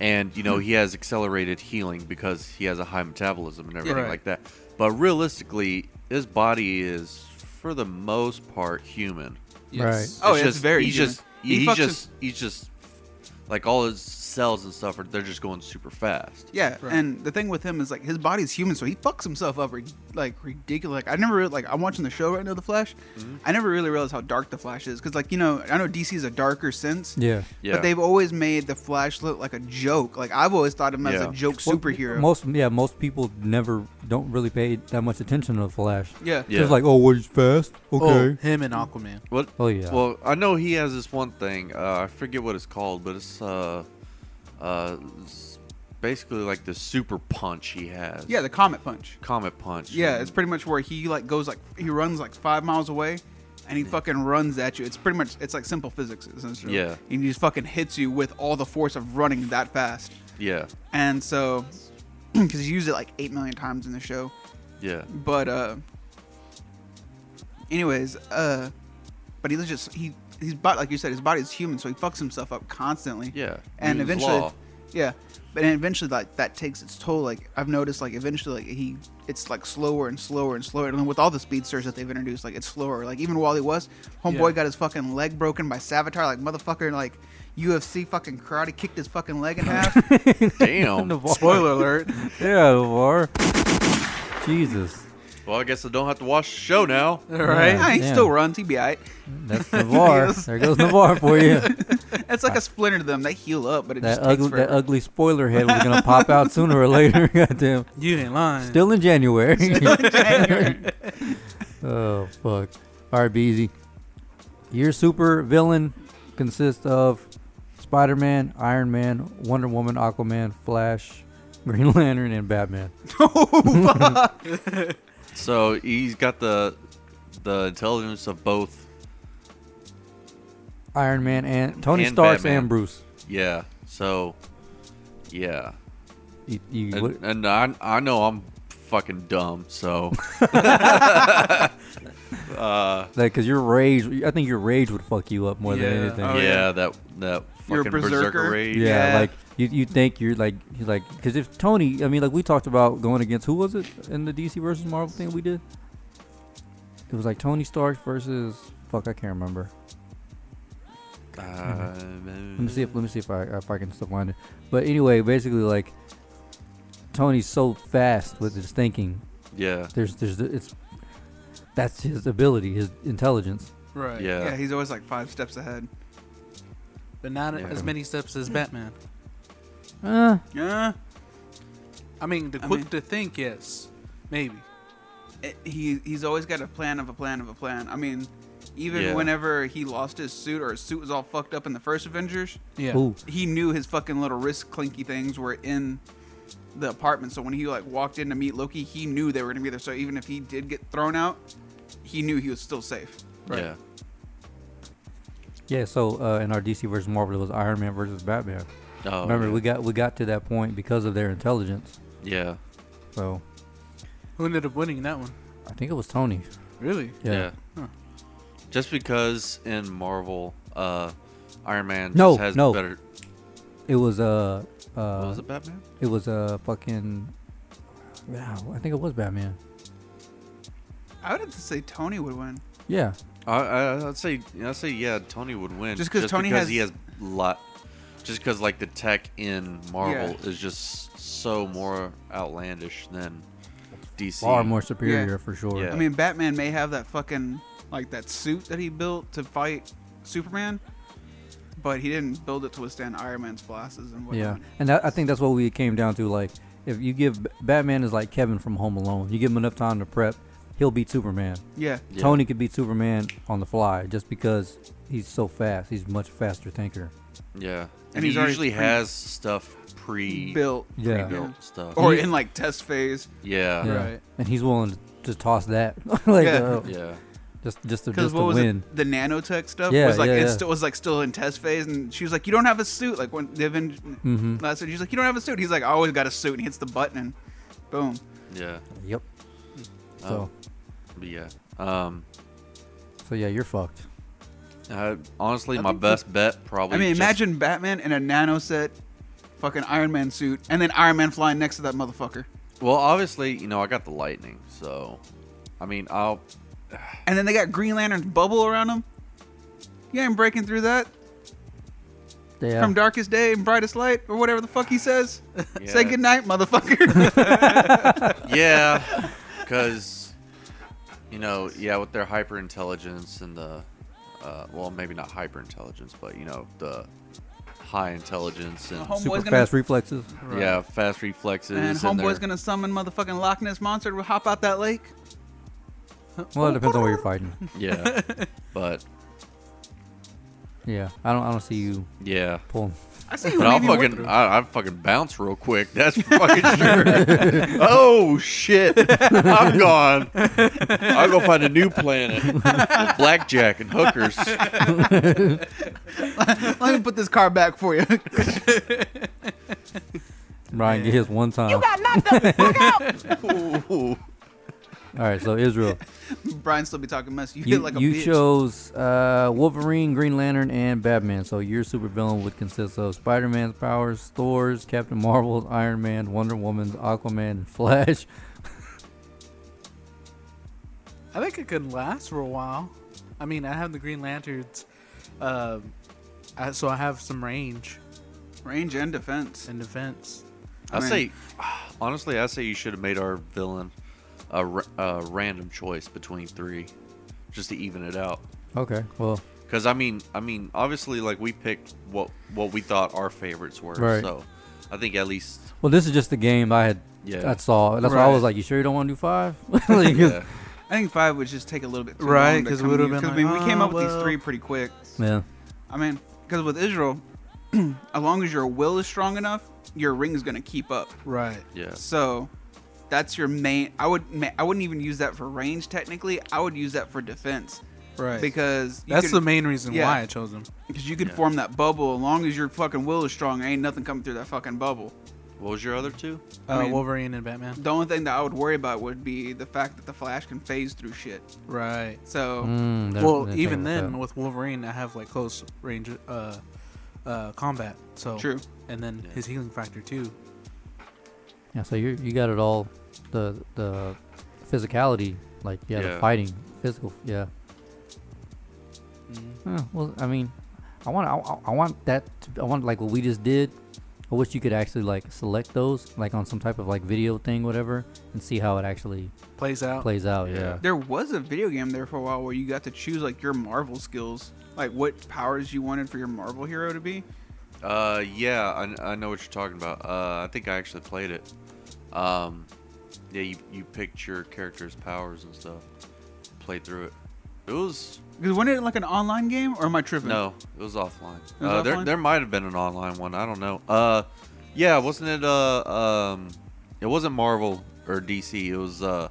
Speaker 2: And you know he has accelerated healing because he has a high metabolism and everything
Speaker 5: Right.
Speaker 2: like that. But realistically, his body is for the most part human.
Speaker 1: Yes.
Speaker 3: Oh,
Speaker 2: It's
Speaker 3: yeah, it's very
Speaker 2: He's
Speaker 3: human.
Speaker 2: just
Speaker 3: He
Speaker 2: he
Speaker 3: fucks
Speaker 2: just he's just like all his cells and stuff are they're just going super fast.
Speaker 3: Yeah,
Speaker 5: Right.
Speaker 3: and the thing with him is like his body's human, so he fucks himself up ri- like ridiculous. Like I never really, like I'm watching the show right now, The Flash.
Speaker 2: Mm-hmm.
Speaker 3: I never really realized how dark the Flash is because like you know I know DC's a darker sense.
Speaker 1: yeah.
Speaker 2: Yeah.
Speaker 3: But they've always made the Flash look like a joke. Like I've always thought of him as
Speaker 2: Yeah.
Speaker 3: a joke
Speaker 1: Well,
Speaker 3: superhero.
Speaker 1: most yeah, most people never don't really pay that much attention to the Flash.
Speaker 3: yeah.
Speaker 2: Yeah.
Speaker 1: It's like, oh, well, he's fast.
Speaker 5: Oh,
Speaker 1: Okay.
Speaker 5: him and Aquaman.
Speaker 2: What?
Speaker 1: Oh, yeah.
Speaker 2: Well, I know he has this one thing. Uh, I forget what it's called, but it's uh, uh, s- basically like the super punch he has.
Speaker 3: Yeah, the Comet Punch.
Speaker 2: comet punch.
Speaker 3: Yeah,
Speaker 2: And
Speaker 3: it's pretty much where he like goes like he runs like five miles away, and he fucking runs at you. It's pretty much it's like simple physics essentially.
Speaker 2: Yeah.
Speaker 3: and he just fucking hits you with all the force of running that fast.
Speaker 2: Yeah,
Speaker 3: and so because he used it like eight million times in the show.
Speaker 2: yeah,
Speaker 3: But uh, anyways, uh, but he was just he he's but like you said, his body is human, so he fucks himself up constantly.
Speaker 2: yeah.
Speaker 3: and
Speaker 2: Newton's
Speaker 3: eventually,
Speaker 2: law.
Speaker 3: yeah, but then eventually like that takes its toll. Like I've noticed, like eventually, like he it's like slower and slower and slower. And with all the speedsters that they've introduced, like it's slower. Like even Wally West, homeboy
Speaker 5: Yeah.
Speaker 3: got his fucking leg broken by Savitar. Like motherfucker, like. UFC fucking karate kicked his fucking leg in half.
Speaker 2: damn.
Speaker 1: Navarre.
Speaker 3: Spoiler alert.
Speaker 1: Yeah, Navarre. Jesus.
Speaker 2: well, I guess I don't have to watch the show now.
Speaker 5: All right.
Speaker 3: Yeah, he
Speaker 1: Damn.
Speaker 3: still runs. He'd be all right.
Speaker 1: That's Navarre.
Speaker 3: Yes.
Speaker 1: there goes Navarre for you.
Speaker 3: It's like a splinter to them. They heal up, but it
Speaker 1: That
Speaker 3: just
Speaker 1: ugly,
Speaker 3: takes
Speaker 1: that
Speaker 3: forever.
Speaker 1: ugly spoiler head was gonna pop out sooner or later. Goddamn.
Speaker 5: You ain't lying.
Speaker 1: Still in January. oh fuck. All right, Beezy. Your super villain consists of Spider-Man, Iron Man, Wonder Woman, Aquaman, Flash, Green Lantern, and Batman.
Speaker 2: So he's got the the intelligence of both.
Speaker 1: Iron Man and Tony
Speaker 2: And
Speaker 1: Stark
Speaker 2: Batman.
Speaker 1: and Bruce.
Speaker 2: Yeah. So, yeah.
Speaker 1: You, you- what-
Speaker 2: And, and I I know I'm fucking dumb. So. uh.
Speaker 1: like, cause your rage, I think your rage would fuck you up more
Speaker 5: Yeah.
Speaker 1: than anything.
Speaker 5: Oh,
Speaker 2: yeah,
Speaker 5: yeah.
Speaker 2: that that
Speaker 3: You're a
Speaker 2: fucking berserker,
Speaker 3: berserker?
Speaker 2: rage.
Speaker 1: Yeah,
Speaker 3: Yeah.
Speaker 1: like you, you think you're like he's like because if Tony, I mean, like we talked about going against who was it in the DC versus Marvel thing we did? It was like Tony Stark versus fuck, I can't remember.
Speaker 2: Uh,
Speaker 1: Let me see if let me see if I if I can still find it. But anyway, basically like Tony's so fast with his thinking.
Speaker 2: yeah,
Speaker 1: There's there's it's that's his ability, his intelligence.
Speaker 5: right.
Speaker 2: yeah,
Speaker 3: yeah, he's always like five steps ahead.
Speaker 5: But not
Speaker 2: Yeah.
Speaker 5: as many steps as Batman.
Speaker 1: Uh,
Speaker 3: Yeah,
Speaker 5: I mean, the
Speaker 3: I
Speaker 5: quick
Speaker 3: mean-
Speaker 5: to think, yes, maybe.
Speaker 3: he he's always got a plan of a plan of a plan. I mean, even
Speaker 2: Yeah.
Speaker 3: whenever he lost his suit or his suit was all fucked up in the first Avengers,
Speaker 5: Yeah.
Speaker 1: Ooh,
Speaker 3: he knew his fucking little wrist clinky things were in the apartment. So when he like walked in to meet Loki, he knew they were gonna be there. So even if he did get thrown out, he knew he was still safe. Right.
Speaker 2: Yeah.
Speaker 1: Yeah, so uh, in our DC versus Marvel, it was Iron Man versus Batman.
Speaker 2: Oh,
Speaker 1: Remember,
Speaker 2: yeah.
Speaker 1: we got we got to that point because of their intelligence.
Speaker 2: Yeah.
Speaker 1: So
Speaker 5: Who ended up winning that one?
Speaker 1: I think it was Tony.
Speaker 5: Really?
Speaker 2: Yeah.
Speaker 5: Huh.
Speaker 2: Just because in Marvel, uh, Iron Man
Speaker 1: No,
Speaker 2: just has
Speaker 1: no.
Speaker 2: better.
Speaker 1: It was uh, uh
Speaker 2: what was it Batman?
Speaker 1: It was uh, fucking. Yeah, I think it was Batman.
Speaker 3: I would have to say Tony would win.
Speaker 1: Yeah,
Speaker 2: I, I, I'd say I'd say yeah, Tony would win.
Speaker 3: Just 'cause Tony
Speaker 2: because
Speaker 3: has-
Speaker 2: he has lot. Just because like the tech in Marvel is just so more outlandish than DC.
Speaker 1: far more superior for sure.
Speaker 2: Yeah.
Speaker 3: I mean, Batman may have that fucking like that suit that he built to fight Superman, but he didn't build it to withstand Iron Man's blasts and
Speaker 1: Yeah,
Speaker 3: whatnot.
Speaker 1: and that, I think that's what we came down to. Like, if you give B- Batman is like Kevin from Home Alone, you give him enough time to prep, he'll beat Superman.
Speaker 3: Yeah.
Speaker 2: Yeah.
Speaker 1: Tony could beat Superman on the fly just because he's so fast. He's a much faster thinker.
Speaker 2: Yeah, and,
Speaker 3: And
Speaker 2: he
Speaker 3: he's already
Speaker 2: usually
Speaker 3: pre-
Speaker 2: has stuff pre
Speaker 3: Built.
Speaker 1: Yeah.
Speaker 2: built
Speaker 3: Yeah.
Speaker 2: stuff.
Speaker 3: Or in like test phase.
Speaker 1: Yeah.
Speaker 2: yeah, yeah,
Speaker 3: Right.
Speaker 1: And he's willing to, to toss that, like,
Speaker 3: Yeah.
Speaker 1: uh,
Speaker 2: yeah.
Speaker 1: just just to,
Speaker 3: Because
Speaker 1: just
Speaker 3: what
Speaker 1: to
Speaker 3: was
Speaker 1: win.
Speaker 3: it? The nanotech stuff
Speaker 1: Yeah,
Speaker 3: was like
Speaker 1: yeah,
Speaker 3: it
Speaker 1: yeah.
Speaker 3: still was like still in test phase, and she was like, "You don't have a suit." Like when Divin
Speaker 1: Mhm.
Speaker 3: last week, she's like, "You don't have a suit." He's like, "I always got a suit," and he hits the button, and boom.
Speaker 1: Yep. So
Speaker 2: Oh. But yeah, um,
Speaker 1: so yeah, you're fucked.
Speaker 2: I, honestly,
Speaker 5: I
Speaker 2: my
Speaker 5: think that-
Speaker 2: best bet probably.
Speaker 3: I mean,
Speaker 2: just-
Speaker 3: imagine Batman in a nano set, fucking Iron Man suit, and then Iron Man flying next to that motherfucker.
Speaker 2: Well, obviously, you know, I got the lightning, so I mean, I'll
Speaker 3: And then they got Green Lantern's bubble around him. You ain't breaking through that
Speaker 1: Yeah.
Speaker 3: from darkest day and brightest light or whatever the fuck he says.
Speaker 2: yeah,
Speaker 3: Say goodnight, motherfucker.
Speaker 2: Yeah, because you know, yeah, with their hyper intelligence and the, uh, well, maybe not hyper intelligence, but you know, the high intelligence and
Speaker 3: Homeboy's
Speaker 1: Super
Speaker 3: gonna-
Speaker 1: fast reflexes.
Speaker 2: yeah, fast reflexes
Speaker 3: and
Speaker 2: their-
Speaker 3: homeboy's gonna summon motherfucking Loch Ness monster to hop out that lake.
Speaker 1: Well, it depends on where you're fighting.
Speaker 2: yeah, but
Speaker 1: Yeah, I don't I don't see you
Speaker 2: yeah.
Speaker 1: pulling.
Speaker 3: I see you.
Speaker 2: But I'll
Speaker 3: leaving with-
Speaker 2: fucking, I, I fucking bounce real quick. That's for fucking sure. oh shit! I'm gone. I'll go find a new planet. Blackjack and hookers.
Speaker 3: Let me put this car back for you.
Speaker 1: Ryan get his one time.
Speaker 2: Ooh.
Speaker 1: All right, so Israel,
Speaker 3: Brian still be talking mess. You,
Speaker 1: you,
Speaker 3: hit like a
Speaker 1: you
Speaker 3: bitch.
Speaker 1: chose uh, Wolverine, Green Lantern, and Batman. So your supervillain would consist of Spider-Man's powers, Thor's, Captain Marvel's, Iron Man, Wonder Woman's, Aquaman, and Flash.
Speaker 5: I think it could last for a while. I mean, I have the Green Lanterns, um, I, so I have some range
Speaker 3: Range and defense.
Speaker 5: and defense.
Speaker 2: I
Speaker 3: Man.
Speaker 2: say, honestly, I say you should have made our villain a, ra- a random choice between three, just to even it out.
Speaker 1: Okay, well,
Speaker 2: Because I mean, I mean, obviously, like we picked what what we thought our favorites were.
Speaker 1: Right.
Speaker 2: So, I think at least
Speaker 1: well, this is just the game I had.
Speaker 2: Yeah.
Speaker 1: I saw. That's why I was
Speaker 3: Right.
Speaker 1: like, you sure you don't want to do five? Like, 'cause-
Speaker 2: yeah,
Speaker 3: I think five would just take a little bit too
Speaker 5: Right,
Speaker 3: long to
Speaker 5: 'cause it
Speaker 3: come
Speaker 5: would've
Speaker 3: to you.
Speaker 5: been
Speaker 3: 'Cause, I mean,
Speaker 5: like,
Speaker 3: we came up with
Speaker 5: "Oh,
Speaker 3: these
Speaker 5: well."
Speaker 3: three pretty quick.
Speaker 1: yeah.
Speaker 3: I mean, because with Israel, as long as your will is strong enough, your ring is gonna keep up.
Speaker 5: Right.
Speaker 2: yeah,
Speaker 3: So that's your main. I would. ma- I wouldn't even use that for range. Technically, I would use that for defense
Speaker 5: Right.
Speaker 3: because you
Speaker 5: that's
Speaker 3: could,
Speaker 5: the main reason
Speaker 3: yeah.
Speaker 5: why I chose them.
Speaker 3: because you could
Speaker 2: Yeah.
Speaker 3: form that bubble as long as your fucking will is strong. Ain't nothing coming through that fucking bubble.
Speaker 2: What was your other two?
Speaker 5: Uh,
Speaker 3: I mean-
Speaker 5: Wolverine and Batman.
Speaker 3: The only thing that I would worry about would be the fact that the Flash can phase through shit.
Speaker 5: Right.
Speaker 3: So
Speaker 1: Mm, they're-
Speaker 5: Well,
Speaker 1: they're
Speaker 5: even
Speaker 1: thinking
Speaker 5: then,
Speaker 1: about
Speaker 5: with Wolverine, I have like close range uh, uh, combat. So
Speaker 3: True.
Speaker 5: And then
Speaker 2: Yeah.
Speaker 5: his healing factor too.
Speaker 1: that. yeah. So you you got it all. The the physicality, like yeah, the
Speaker 2: Yeah.
Speaker 1: fighting, physical, yeah. Huh, well, I mean, I want I, I want that to, I want like what we just did. I wish you could actually like select those like on some type of like video thing, whatever, and see how it actually
Speaker 5: Plays out.
Speaker 1: plays out. Yeah.
Speaker 2: Yeah.
Speaker 3: there was a video game there for a while where you got to choose like your Marvel skills, like what powers you wanted for your Marvel hero to be.
Speaker 2: Uh, yeah, I, I know what you're talking about. Uh, I think I actually played it. Um, yeah, you, you picked your character's powers and stuff. Played through it. It was
Speaker 3: Because wasn't it like an online game, or am I tripping?
Speaker 2: no, it was offline.
Speaker 3: It was
Speaker 2: uh, there
Speaker 3: offline?
Speaker 2: there might have been an online one. I don't know. Uh, yeah, wasn't it? Uh, um, it wasn't Marvel or DC. It was uh,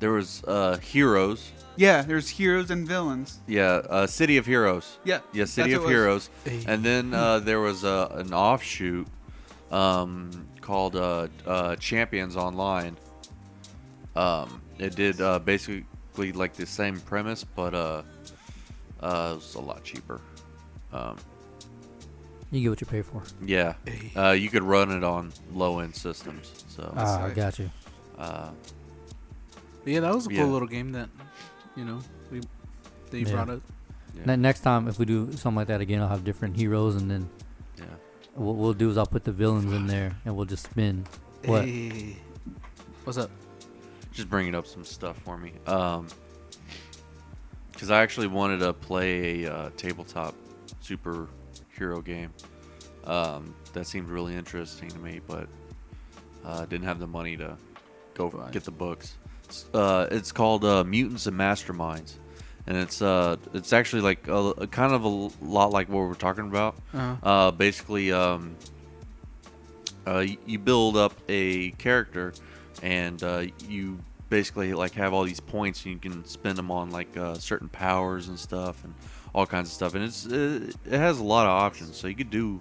Speaker 2: There was uh, Heroes.
Speaker 3: Yeah, there's heroes and villains.
Speaker 2: Yeah, uh, City of Heroes.
Speaker 3: Yeah,
Speaker 2: Yeah, City
Speaker 3: that's
Speaker 2: of
Speaker 3: what it
Speaker 2: Heroes. And then uh, there was uh, an offshoot um, called uh, uh, Champions Online. Um, it did uh, basically like the same premise, but uh, uh, it was a lot cheaper. Um,
Speaker 1: You get what you pay for.
Speaker 2: yeah, uh, you could run it on low end systems. So
Speaker 1: Ah, I
Speaker 3: nice.
Speaker 1: got you.
Speaker 2: uh,
Speaker 5: yeah, that was a cool
Speaker 2: Yeah.
Speaker 5: little game that, you know, we they
Speaker 1: Yeah.
Speaker 5: brought up.
Speaker 2: Yeah.
Speaker 1: Ne- next time, if we do something like that again, I'll have different heroes, and then
Speaker 2: yeah,
Speaker 1: what we'll do is I'll put the villains in there, and we'll just spin. What?
Speaker 5: Hey, what's up?
Speaker 2: just bringing up some stuff for me. Um, because I actually wanted to play a uh, tabletop superhero game. Um, that seemed really interesting to me, but uh, didn't have the money to go
Speaker 5: Right.
Speaker 2: get the books. It's, uh, it's called uh, Mutants and Masterminds, and it's uh, it's actually like a, a kind of a l- lot like what we're talking about.
Speaker 5: Uh-huh.
Speaker 2: Uh, basically, um, uh, y- you build up a character, and uh, you basically like have all these points, and you can spend them on like uh, certain powers and stuff, and all kinds of stuff. And it's it, it has a lot of options, so you could do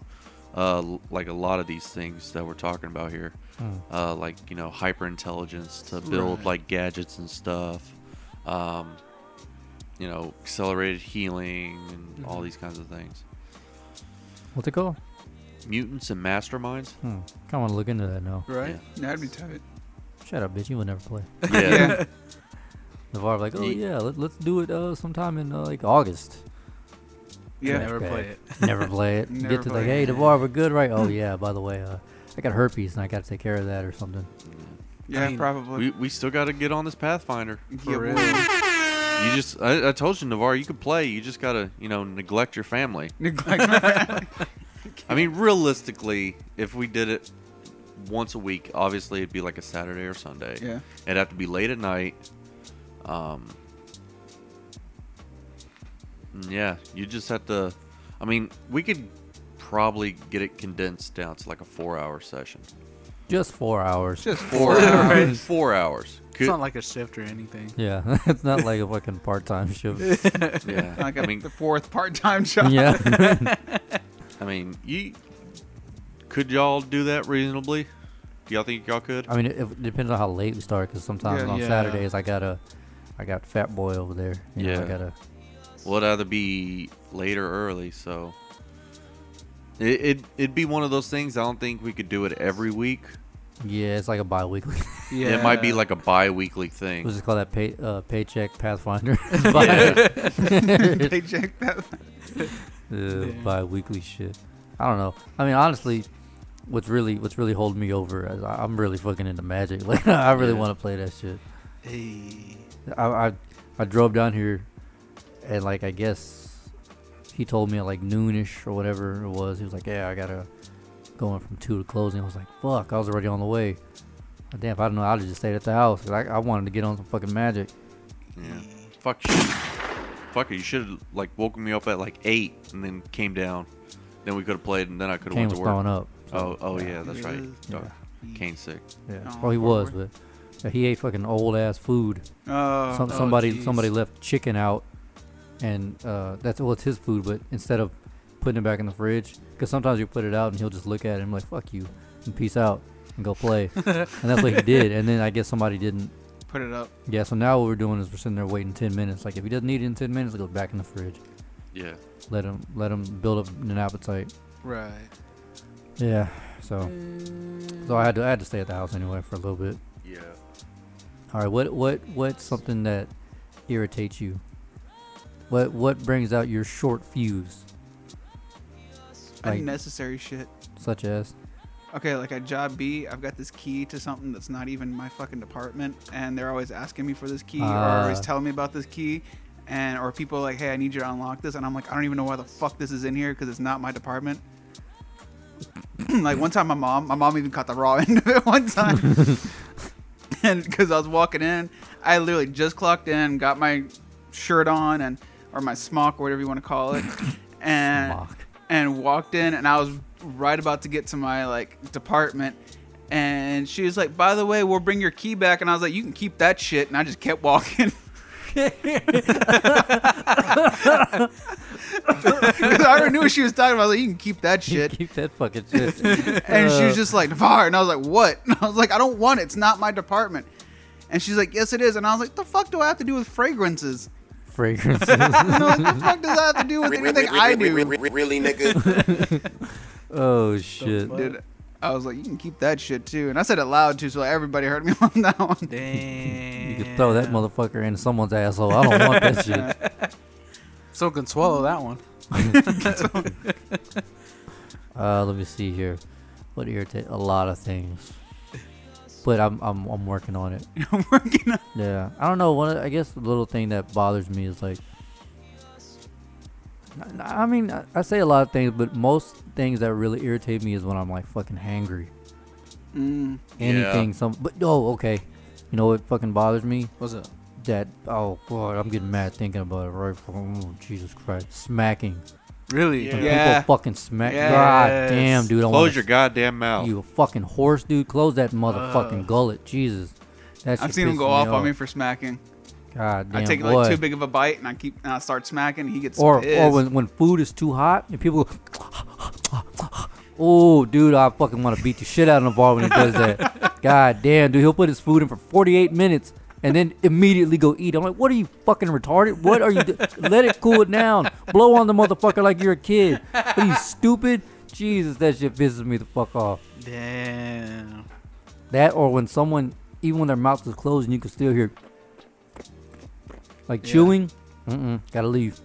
Speaker 2: uh, l- like a lot of these things that we're talking about here,
Speaker 1: Hmm.
Speaker 2: uh, like you know hyper intelligence to build
Speaker 5: Right.
Speaker 2: like gadgets and stuff. Um, you know, accelerated healing and
Speaker 5: Mm-hmm.
Speaker 2: all these kinds of things.
Speaker 1: What's it called?
Speaker 2: Mutants and masterminds.
Speaker 1: Hmm. Kind of want to look into that now.
Speaker 5: Right?
Speaker 3: That'd be tight.
Speaker 1: Shut up, bitch. You will never play.
Speaker 2: Yeah. yeah.
Speaker 1: Navarre like, oh
Speaker 2: Ye-
Speaker 1: yeah, let, let's do it uh, sometime in uh, like August.
Speaker 3: Yeah.
Speaker 5: Never
Speaker 1: Okay.
Speaker 5: play it.
Speaker 1: Never play it.
Speaker 3: Never
Speaker 1: Get to
Speaker 3: play
Speaker 1: like,
Speaker 3: it.
Speaker 1: hey, Navarre, we're good, right? Oh yeah, by the way, uh, I got herpes and I got to take care of that or something.
Speaker 3: Yeah,
Speaker 5: I mean,
Speaker 3: probably.
Speaker 2: We, we still got to get on this Pathfinder.
Speaker 3: yeah,
Speaker 5: For real.
Speaker 3: well,
Speaker 2: You just I, I told you, Navarre, you could play. You just gotta you know neglect your family.
Speaker 3: neglect my family.
Speaker 2: I mean, realistically, if we did it once a week, obviously it'd be like a Saturday or Sunday.
Speaker 3: Yeah.
Speaker 2: It'd have to be late at night. Um. Yeah, you just have to. I mean, we could probably get it condensed down to like a four-hour session.
Speaker 1: Just four hours.
Speaker 3: Just four
Speaker 2: Four
Speaker 3: hours.
Speaker 2: hours. Four hours.
Speaker 5: It's
Speaker 2: Could-
Speaker 5: not like a shift or anything.
Speaker 1: yeah, it's not like a fucking part-time shift.
Speaker 2: yeah.
Speaker 3: Like
Speaker 2: I
Speaker 3: a,
Speaker 2: mean,
Speaker 3: the fourth part-time job.
Speaker 1: yeah,
Speaker 2: I mean, you could y'all do that reasonably? Do y'all think y'all could?
Speaker 1: I mean, it, it depends on how late we start because sometimes
Speaker 3: Yeah.
Speaker 1: on
Speaker 5: Yeah.
Speaker 1: Saturdays I gotta, I got Fat Boy over there. You know,
Speaker 2: Yeah.
Speaker 1: I gotta.
Speaker 2: Well, it'd either be late or early, so it, it it'd be one of those things. I don't think we could do it every week.
Speaker 1: Yeah, it's like a bi-weekly.
Speaker 5: Yeah.
Speaker 2: It might be like a bi-weekly
Speaker 1: we'll
Speaker 2: thing.
Speaker 1: just call that pay, uh, paycheck Pathfinder.
Speaker 2: Yeah.
Speaker 3: Paycheck that.
Speaker 1: uh,
Speaker 5: Yeah.
Speaker 1: bi-weekly shit. I don't know. I mean, honestly, what's really what's really holding me over is I, I'm really fucking into Magic. Like, I really
Speaker 2: Yeah.
Speaker 1: want to play that shit.
Speaker 5: Hey.
Speaker 1: I, I I drove down here, and like I guess he told me at like noonish or whatever it was. He was like, "Yeah, I gotta going from two to closing." I was like, "Fuck!" I was already on the way. Damn, if I don't know, I'd have just stayed at the house. 'cause I, I wanted to get on some fucking magic.
Speaker 2: Yeah. Fuck shit. Fuck it. You should have like woken me up at like eight and then came down. Then we could have played, and then I could have
Speaker 1: Kane
Speaker 2: went
Speaker 1: was
Speaker 2: to work.
Speaker 1: throwing up.
Speaker 2: Oh, oh yeah, that's right.
Speaker 1: Yeah.
Speaker 2: Darn. Kane's sick.
Speaker 1: Yeah.
Speaker 3: Oh,
Speaker 1: well, he was,
Speaker 3: Lord.
Speaker 1: but but he ate fucking old ass food.
Speaker 3: Uh,
Speaker 1: Some,
Speaker 5: oh,
Speaker 1: somebody
Speaker 5: jeez.
Speaker 1: somebody left chicken out, and uh, that's well, it's his food. But instead of putting it back in the fridge, because sometimes you put it out and he'll just look at it and be like "fuck you" and peace out and go play, and that's what he did. And then I guess somebody didn't.
Speaker 3: put it up.
Speaker 1: Yeah, so now what we're doing is we're sitting there waiting ten minutes. Like if he doesn't eat it in ten minutes, it goes back in the fridge.
Speaker 2: Yeah.
Speaker 1: Let him let him build up an appetite.
Speaker 5: Right.
Speaker 1: Yeah. So
Speaker 5: Mm.
Speaker 1: so I had to I had to stay at the house anyway for a little bit.
Speaker 2: Yeah.
Speaker 1: All right, what what what's something that irritates you? What what brings out your short fuse? Like-
Speaker 3: oh, Unnecessary shit.
Speaker 1: Such as
Speaker 3: Okay, like at job B, I've got this key to something that's not even my fucking department, and they're always asking me for this key, or always
Speaker 1: Ah.
Speaker 3: telling me about this key, and or people are like, hey, I need you to unlock this, and I'm like, I don't even know why the fuck this is in here because it's not my department. like one time, my mom, my mom even caught the raw end of it one time, and because I was walking in, I literally just clocked in, got my shirt on, and or my smock, whatever you want to call it, and
Speaker 1: Smock.
Speaker 3: and walked in and I was right about to get to my like department And she was like, "By the way, we'll bring your key back." And I was like, "You can keep that shit." And I just kept walking. I already knew what she was talking about. I was like, "You can keep that shit."
Speaker 1: Keep that fucking shit.
Speaker 3: And she
Speaker 1: Uh,
Speaker 3: was just like, Navarre. And I was like, what? And I was like, I don't want it. It's not my department. And she's like, yes, it is. And I was like, the fuck do I have to do with fragrances?
Speaker 1: fragrances.
Speaker 3: And I was like, the fuck does that have to do with anything I do?
Speaker 4: Really, nigga?
Speaker 1: Oh shit.
Speaker 3: Dude, I was like, you can keep that shit too. And I said it loud too, so everybody heard me on that one.
Speaker 5: Damn.
Speaker 1: You can throw that motherfucker into someone's asshole. I don't want that shit.
Speaker 5: So can swallow that one.
Speaker 1: Uh, let me see here. What irritate? A lot of things. But I'm I'm I'm working on it.
Speaker 3: I'm working on
Speaker 1: Yeah. I don't know. One. of- I guess the little thing that bothers me is like. I- I mean, I- I say a lot of things, but most things that really irritate me is when I'm like fucking hangry.
Speaker 3: Mm.
Speaker 1: Anything. Some. But oh, okay. You know what fucking bothers me?
Speaker 5: What's up?
Speaker 1: That. Oh boy, I'm getting mad thinking about it. Right. Oh, Jesus Christ. Smacking.
Speaker 5: Really?
Speaker 2: Yeah.
Speaker 1: When
Speaker 3: Yeah.
Speaker 1: People fucking smack.
Speaker 3: Yes.
Speaker 1: God damn, dude. I wanna
Speaker 2: Close your goddamn
Speaker 3: Oh.
Speaker 2: mouth.
Speaker 1: You a fucking horse, dude. Close that motherfucking gullet. Jesus. That
Speaker 3: Uh. I've
Speaker 1: shit
Speaker 3: seen him
Speaker 1: pisses
Speaker 3: go off
Speaker 1: off
Speaker 3: on me for smacking.
Speaker 1: God damn.
Speaker 3: I take
Speaker 1: boy.
Speaker 3: like too big of a bite and I keep and I start smacking. He gets
Speaker 1: Or,
Speaker 3: pissed.
Speaker 1: or when, when food is too hot and people go, oh, dude, I fucking want to beat the shit out of the bar when he does that. God damn, dude. He'll put his food in for 48 minutes and then immediately go eat. I'm like, what are you fucking retarded? What are you do- Let it cool it down. Blow on the motherfucker like you're a kid. What are you, stupid? Jesus, that shit pisses me the fuck off.
Speaker 5: Damn.
Speaker 1: That or when someone, even when their mouth is closed and you can still hear, like
Speaker 5: Yeah.
Speaker 1: chewing. Mm-mm, gotta leave.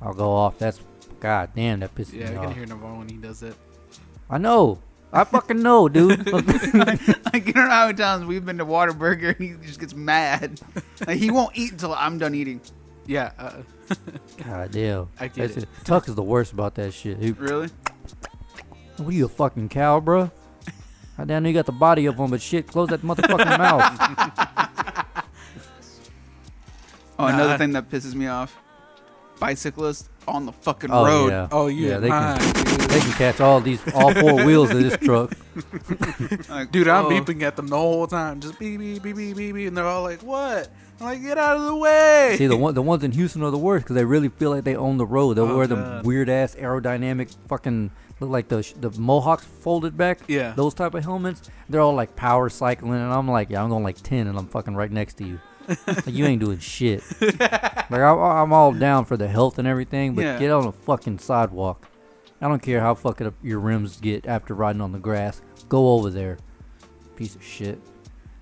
Speaker 1: I'll go off. That's god damn. That pisses
Speaker 5: Yeah,
Speaker 1: me
Speaker 5: I
Speaker 1: off.
Speaker 5: can hear Navarre when he does it.
Speaker 1: I know. I fucking know, dude.
Speaker 3: like you don't know how many times we've been to Waterburger and he just gets mad. Like he won't eat until I'm done eating.
Speaker 5: Yeah. Uh,
Speaker 1: god damn.
Speaker 5: I get
Speaker 1: That's
Speaker 5: it.
Speaker 1: Tuck is the worst about that shit. He-
Speaker 3: Really?
Speaker 1: what are you a fucking cow, bro? I damn near you got the body of one, but shit, close that motherfucking mouth.
Speaker 3: Oh, another
Speaker 5: Nah.
Speaker 3: thing that pisses me off: bicyclists on the fucking
Speaker 1: Oh,
Speaker 3: road.
Speaker 1: yeah.
Speaker 5: oh, you
Speaker 1: Yeah,
Speaker 5: yeah,
Speaker 1: they can-
Speaker 5: dude.
Speaker 1: They can catch all these, all four wheels of this truck.
Speaker 3: Like,
Speaker 5: Dude, I'm
Speaker 3: oh,
Speaker 5: beeping at them the whole time. Just beep, beep, beep, beep, beep, beep. And they're all like, what? I'm like, get out of the way.
Speaker 1: See the one, the ones in Houston are the worst because they really feel like they own the road. They
Speaker 5: Oh,
Speaker 1: wear the
Speaker 5: God.
Speaker 1: weird ass aerodynamic fucking look like the sh- the mohawks folded back.
Speaker 5: Yeah.
Speaker 1: those type of helmets. They're all like power cycling, and I'm like, yeah, I'm going like ten, and I'm fucking right next to you. like you ain't doing shit. like I'm, I'm all down for the health and everything, but
Speaker 3: Yeah.
Speaker 1: get on a fucking sidewalk. I don't care how fucking up your rims get after riding on the grass. Go over there, piece of shit.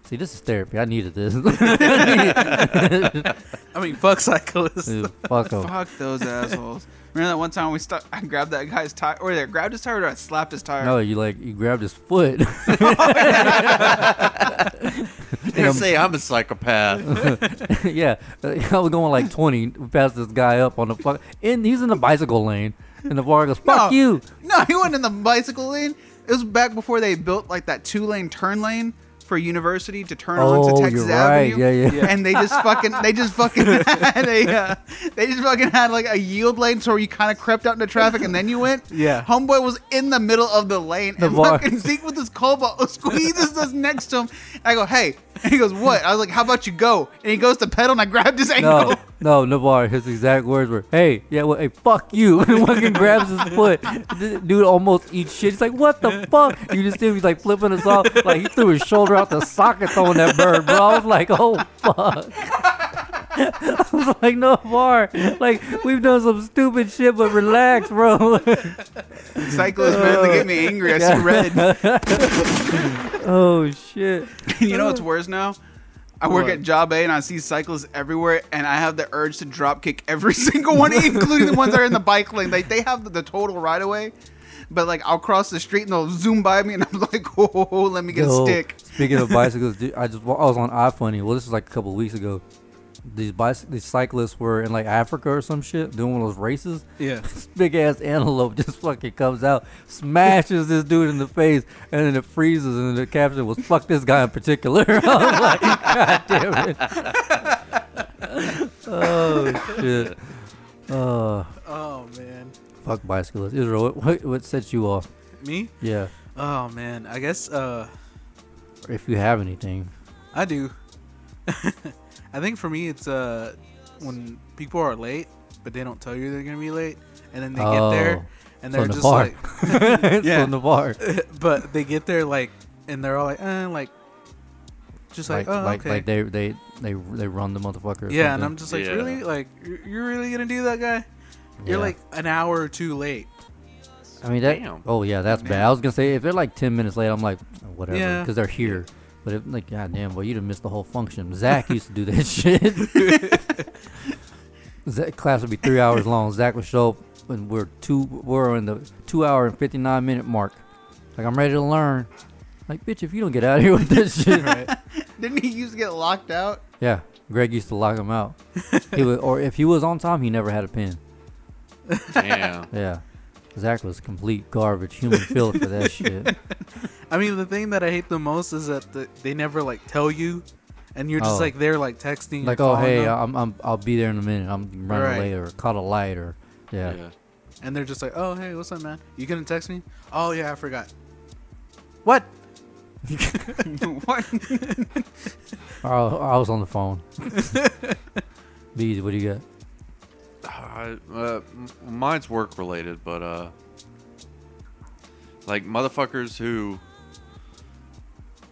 Speaker 1: See, this is therapy. I needed this.
Speaker 5: I mean, fuck cyclists.
Speaker 1: Dude, fuck 'em.
Speaker 3: Fuck those assholes. Remember that one time we stuck? I grabbed that guy's tire, or I grabbed his tire, or I slapped his tire.
Speaker 1: No, you like you grabbed his foot.
Speaker 2: They say I'm a psychopath.
Speaker 1: yeah, I was going like twenty. We passed this guy up on the fuck, and he's in the bicycle lane. And the bar goes, "Fuck
Speaker 3: No.
Speaker 1: you!"
Speaker 3: No, he went in the bicycle lane. It was back before they built like that two-lane turn lane for university to turn
Speaker 1: Oh,
Speaker 3: onto
Speaker 1: you're
Speaker 3: Texas
Speaker 1: right.
Speaker 3: Avenue.
Speaker 1: Yeah, yeah. Yeah.
Speaker 3: And they just fucking, they just fucking had a, uh, they just fucking had like a yield lane, so you kind of crept out into traffic and then you went.
Speaker 5: Yeah.
Speaker 3: Homeboy was in the middle of the lane,
Speaker 1: The
Speaker 3: and
Speaker 1: bar.
Speaker 3: fucking Zeke with his cobalt squeezes us next to him. And I go, hey. And he goes, what? I was like, how about you go? And he goes to pedal, and I grabbed his ankle.
Speaker 1: No, no, Navarre. His exact words were, "Hey, yeah, well, hey, fuck you!" And fucking grabs his foot. Th- Dude almost eats shit. He's like, "What the fuck?" You just see him. He's like flipping us off. Like he threw his shoulder out the socket throwing that bird, bro. I was like, "Oh fuck." I was like, Navarre, like we've done some stupid shit, but relax, bro.
Speaker 3: Cyclists, man, they get me angry. I see red.
Speaker 1: oh shit.
Speaker 3: you know what's worse now? I work
Speaker 5: What?
Speaker 3: at Job A and I see cyclists everywhere, and I have the urge to drop kick every single one, including the ones that are in the bike lane. Like they have the, the total right of way, but like I'll cross the street and they'll zoom by me, and I'm like, oh, let me get
Speaker 1: Yo,
Speaker 3: a stick.
Speaker 1: Speaking of bicycles, dude, I just I was on iFunny. Well, this is like a couple of weeks ago. These bicy- these cyclists were in like Africa or some shit doing one of those races.
Speaker 5: Yeah.
Speaker 1: This big ass antelope just fucking comes out, smashes this dude in the face, and then it freezes. And the caption was "fuck this guy in particular." I was like, God damn it! oh shit! Uh, Oh
Speaker 5: Oh, man.
Speaker 1: fuck bicyclists. Israel, what, what sets you off?
Speaker 5: Me?
Speaker 1: Yeah.
Speaker 5: Oh man, I guess uh
Speaker 1: If you have anything,
Speaker 5: I do. I think for me, it's uh when people are late, but they don't tell you they're gonna be late, and then they get
Speaker 1: Oh.
Speaker 5: there, and they're
Speaker 1: from the
Speaker 5: just
Speaker 1: bar.
Speaker 5: like,
Speaker 1: yeah.
Speaker 5: Yeah.
Speaker 1: From the bar.
Speaker 5: but they get there like, and they're all like, eh, like, just like,
Speaker 1: Like,
Speaker 5: oh,
Speaker 1: like,
Speaker 5: okay,
Speaker 1: like they, they, they, they run the motherfucker. or
Speaker 5: yeah, and
Speaker 1: something.
Speaker 5: I'm just like,
Speaker 2: Yeah.
Speaker 5: really, like, you're you're really gonna do that, guy? You're
Speaker 1: Yeah.
Speaker 5: like an hour or two late.
Speaker 1: I mean that.
Speaker 2: Damn.
Speaker 1: Oh yeah, that's bad. I was gonna say if they're like ten minutes late, I'm like whatever,
Speaker 5: Yeah.
Speaker 1: because they're here. But if like goddamn, well you'd have missed the whole function. Zach used to do that shit. Zach class would be three hours long. Zach would show up and we're two we're in the two hour and fifty nine minute mark. Like I'm ready to learn. Like bitch, if you don't get out of here with this shit,
Speaker 3: Didn't he used to get locked out?
Speaker 1: yeah. Greg used to lock him out. He would, or if he was on time, he never had a pen.
Speaker 2: Damn.
Speaker 1: Yeah, Zach was complete garbage, human filth for that shit.
Speaker 5: I mean, the thing that I hate the most is that the, they never like tell you, and you're just
Speaker 1: Oh.
Speaker 5: like there like texting,
Speaker 1: like
Speaker 5: or
Speaker 1: oh
Speaker 5: calling
Speaker 1: hey
Speaker 5: them,
Speaker 1: I'm, I'm i'll be there in a minute i'm running
Speaker 5: Right.
Speaker 1: late or caught a light or yeah,
Speaker 2: Yeah.
Speaker 5: and they're just like, oh hey, what's up, man? You gonna text me? Oh yeah, I forgot. What?
Speaker 3: what?
Speaker 1: Or I, I was on the phone bees what do you got
Speaker 2: I, uh, m- mine's work related, but uh, like motherfuckers who.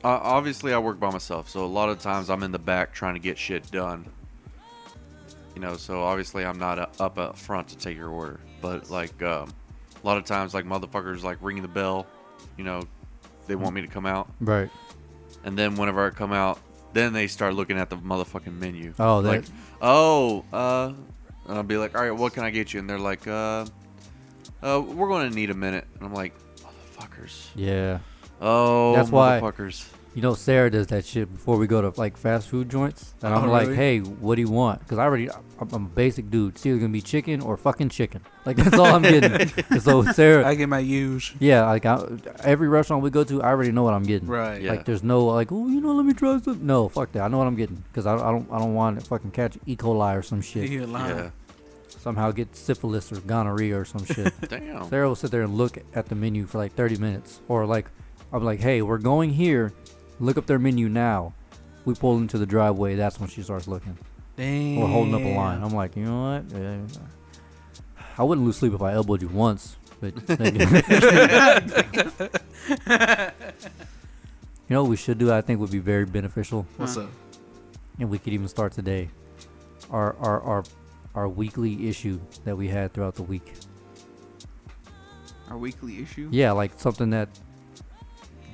Speaker 2: Uh, obviously, I work by myself, so a lot of times I'm in the back trying to get shit done. You know, so obviously I'm not uh, up up front to take your order, but like um, a lot of times, like motherfuckers like ringing the bell. You know, they want me to come out,
Speaker 1: right
Speaker 2: and then whenever I come out, then they start looking at the motherfucking menu.
Speaker 1: Oh, that-
Speaker 2: like, oh, uh, and I'll be like, all right, what can I get you? And they're like, uh, uh, we're going to need a minute. And I'm like, motherfuckers.
Speaker 1: yeah
Speaker 2: Oh,
Speaker 1: That's why-
Speaker 2: motherfuckers.
Speaker 1: you know sarah does that shit before we go to like fast food joints and i'm
Speaker 5: Oh,
Speaker 1: like
Speaker 5: really?
Speaker 1: hey what do you want because i already I'm, I'm a basic dude it's either gonna be chicken or fucking chicken like that's all i'm getting And so sarah
Speaker 5: I get my use.
Speaker 1: yeah like I, every restaurant we go to i already know what i'm getting
Speaker 5: Right.
Speaker 2: Yeah.
Speaker 1: Like there's no like oh you know let me try some no fuck that I know what I'm getting because I, I don't I don't want to fucking catch E. coli or some shit
Speaker 5: You lying.
Speaker 2: Yeah.
Speaker 1: somehow get syphilis or gonorrhea or some shit.
Speaker 2: Damn.
Speaker 1: Sarah will sit there and look at the menu for like 30 minutes or like I'm like hey we're going here look up their menu now. We pull into the driveway that's when she starts looking
Speaker 5: Damn.
Speaker 1: or holding up a line. I'm like you know what Yeah. I wouldn't lose sleep if I elbowed you once but you know what we should do I think would be very beneficial
Speaker 5: What's up?
Speaker 1: and we could even start today our our our, our weekly issue that we had throughout the week
Speaker 3: Our weekly issue.
Speaker 1: yeah like something that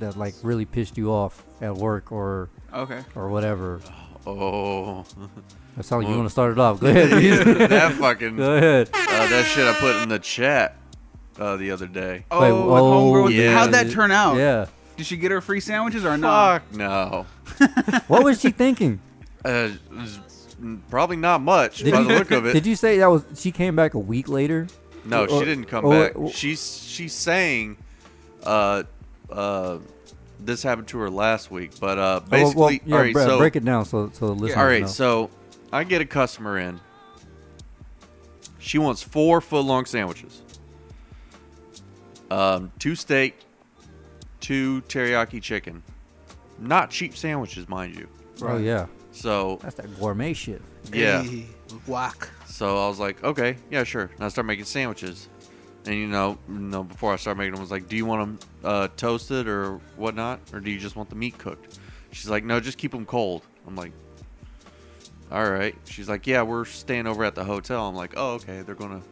Speaker 1: that like really pissed you off at work or
Speaker 3: Okay.
Speaker 1: or whatever
Speaker 2: Oh,
Speaker 1: that sounds like you
Speaker 2: Well-
Speaker 1: want to start it off go ahead
Speaker 2: that fucking uh,
Speaker 1: go ahead
Speaker 2: that shit I put in the chat uh, the other day.
Speaker 3: Oh,
Speaker 1: Wait,
Speaker 3: with homegirl.
Speaker 2: yeah.
Speaker 3: How'd that turn out?
Speaker 1: yeah
Speaker 3: Did she get her free sandwiches or not?
Speaker 2: Fuck no.
Speaker 1: what was she thinking
Speaker 2: Uh, z- probably not much
Speaker 1: Did
Speaker 2: by
Speaker 1: you-
Speaker 2: the look of it.
Speaker 1: did you say that was she came back a week later Oh,
Speaker 2: No,
Speaker 1: Or-
Speaker 2: she didn't come
Speaker 1: or-
Speaker 2: back.
Speaker 1: or-
Speaker 2: she's she's saying, uh, uh, this happened to her last week, but uh,
Speaker 1: Oh, well,
Speaker 2: basically,
Speaker 1: well, yeah,
Speaker 2: all right,
Speaker 1: bre-
Speaker 2: so
Speaker 1: break it down so so the listeners
Speaker 2: all right,
Speaker 1: know.
Speaker 2: so I get a customer in. She wants four foot long sandwiches, um, two steak, two teriyaki chicken, not cheap sandwiches, mind you.
Speaker 1: oh yeah
Speaker 2: So
Speaker 1: that's that gourmet shit
Speaker 2: yeah,
Speaker 5: Hey, guac.
Speaker 2: so I was like, okay, yeah, sure. And I start making sandwiches. And you know, you know, before I started making them, I was like, do you want them uh, toasted or whatnot? Or do you just want the meat cooked? She's like, no, just keep them cold. I'm like, all right. She's like, yeah, we're staying over at the hotel. I'm like, oh, okay. They're going to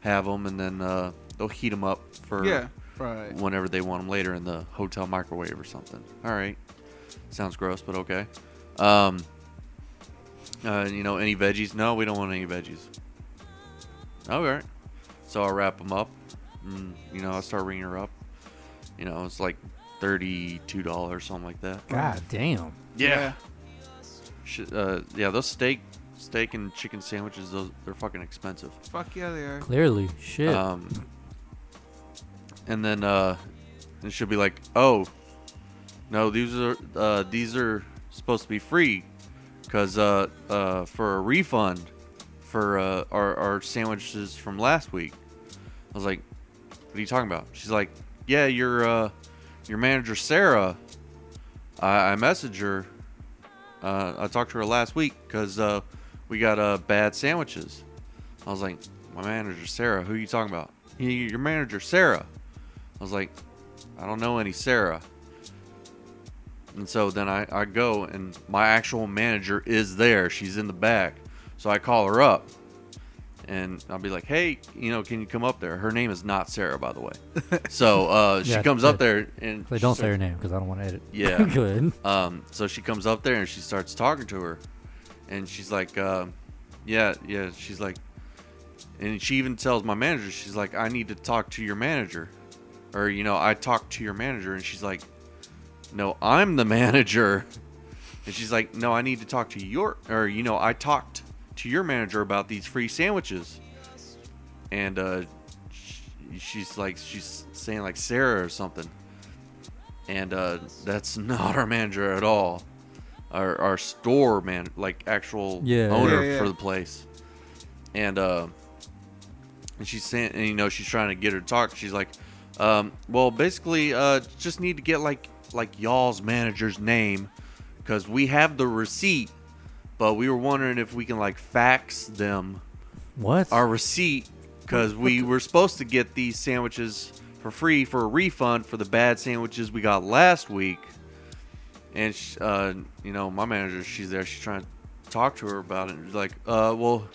Speaker 2: have them and then uh, they'll heat them up for
Speaker 3: Yeah.
Speaker 5: Right.
Speaker 2: whenever they want them later in the hotel microwave or something. All right, sounds gross, but okay. Um, uh, you know, any veggies? No, we don't want any veggies. All right, so I wrap them up. And, you know, I start ringing her up. You know, it's like thirty-two dollars, something like that.
Speaker 1: god damn
Speaker 2: Yeah. Sh- uh, yeah, those steak, steak and chicken sandwiches, those they're fucking expensive.
Speaker 3: Fuck yeah, they are.
Speaker 1: clearly shit
Speaker 2: Um, and then uh, and she'll be like, "Oh, no, these are uh, these are supposed to be free, cause uh, uh, for a refund for uh, our our sandwiches from last week." I was like, "What are you talking about?" She's like, "Yeah, your uh, your manager Sarah. I, I messaged her. Uh, I talked to her last week because uh, we got uh, bad sandwiches. I was like, my manager Sarah. Who you talking about? "Y- Your manager Sarah. I was like, I don't know any Sarah. And so then I, I go and my actual manager is there. She's in the back. So I call her up and I'll be like, hey, you know, can you come up there? Her name is not Sarah, by the way. So uh, she
Speaker 1: Yeah,
Speaker 2: comes up there and
Speaker 1: Please
Speaker 2: she
Speaker 1: don't
Speaker 2: starts-
Speaker 1: say her name because I don't want to edit.
Speaker 2: Yeah.
Speaker 1: Good.
Speaker 2: um, so she comes up there and she starts talking to her, and she's like, uh, "Yeah, yeah." She's like, and she even tells my manager, she's like, "I need to talk to your manager," or you know, I talked to your manager, and she's like, "No, I'm the manager," and she's like, "No, I need to talk to your, or you know, I talked to your manager about these free sandwiches," and uh, sh- she's like, she's saying like Sarah or something and uh, that's not our manager at all. Our, our store man, like actual
Speaker 1: Yeah.
Speaker 2: owner
Speaker 3: Yeah, yeah.
Speaker 2: for the place, and uh, and she's saying, and you know, she's trying to get her to talk. She's like, um, well, basically, uh, just need to get like like y'all's manager's name, because we have the receipt, but we were wondering if we can like fax them
Speaker 1: What?
Speaker 2: our receipt because we were supposed to get these sandwiches for free for a refund for the bad sandwiches we got last week. And sh uh, you know, my manager, she's there. She's trying to talk to her about it. She's like, uh, well,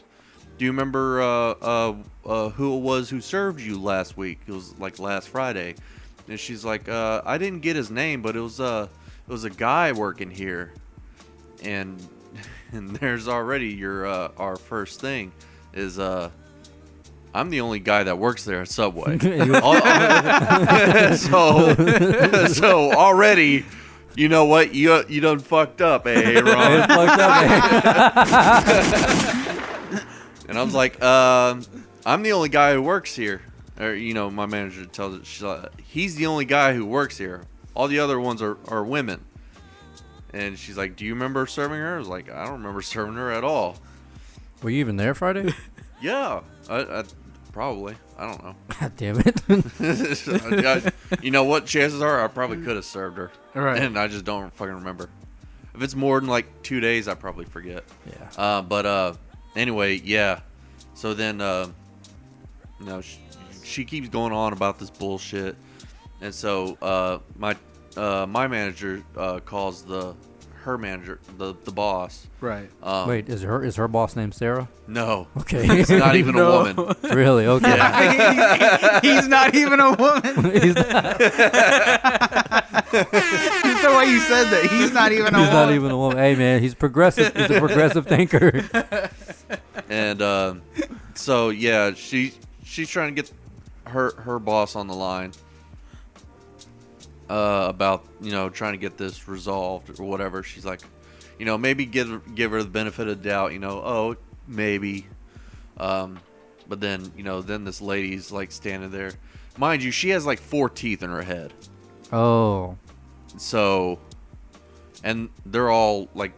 Speaker 2: do you remember uh, uh, uh, who it was who served you last week? It was like last Friday. And she's like, uh, I didn't get his name, but it was uh, it was a guy working here and and there's already your uh, our first thing is uh I'm the only guy that works there at Subway.
Speaker 1: You-
Speaker 2: All- so so already you know what you you done fucked up, eh, Ron?
Speaker 1: It's fucked up, man.
Speaker 2: And I was like, um, I'm the only guy who works here. Or, you know, my manager tells it, she's like, he's the only guy who works here. All the other ones are, are women. And she's like, Do you remember serving her? I was like, I don't remember serving her at all.
Speaker 1: Were you even there Friday?
Speaker 2: Yeah, I, I, probably. I don't know.
Speaker 1: God damn it.
Speaker 2: I- I- you know what? Chances are I probably could have served her.
Speaker 5: Right.
Speaker 2: And I just don't fucking remember. If it's more than like two days, I probably forget.
Speaker 1: yeah.
Speaker 2: Uh, but uh, anyway, yeah. So then, uh, you know, she, she keeps going on about this bullshit, and so uh, my uh, my manager uh, calls the her manager the the boss.
Speaker 5: Right.
Speaker 2: Um,
Speaker 1: Wait, is her is her boss named Sarah?
Speaker 2: no,
Speaker 1: Okay.
Speaker 2: it's not even
Speaker 5: No.
Speaker 2: a woman.
Speaker 1: really? Okay.
Speaker 3: He's not even a woman.
Speaker 1: He's, not,
Speaker 3: Just the way you said that. He's not even a
Speaker 1: he's
Speaker 3: woman.
Speaker 1: not even a woman. Hey man, he's progressive. He's a progressive thinker.
Speaker 2: and uh, so yeah, she she's trying to get her her boss on the line uh, about you know trying to get this resolved or whatever. She's like, you know, maybe give give her the benefit of the doubt. You know, oh maybe, um, but then you know then this lady's like standing there, mind you, she has like four teeth in her head,
Speaker 1: Oh.
Speaker 2: so and they're all like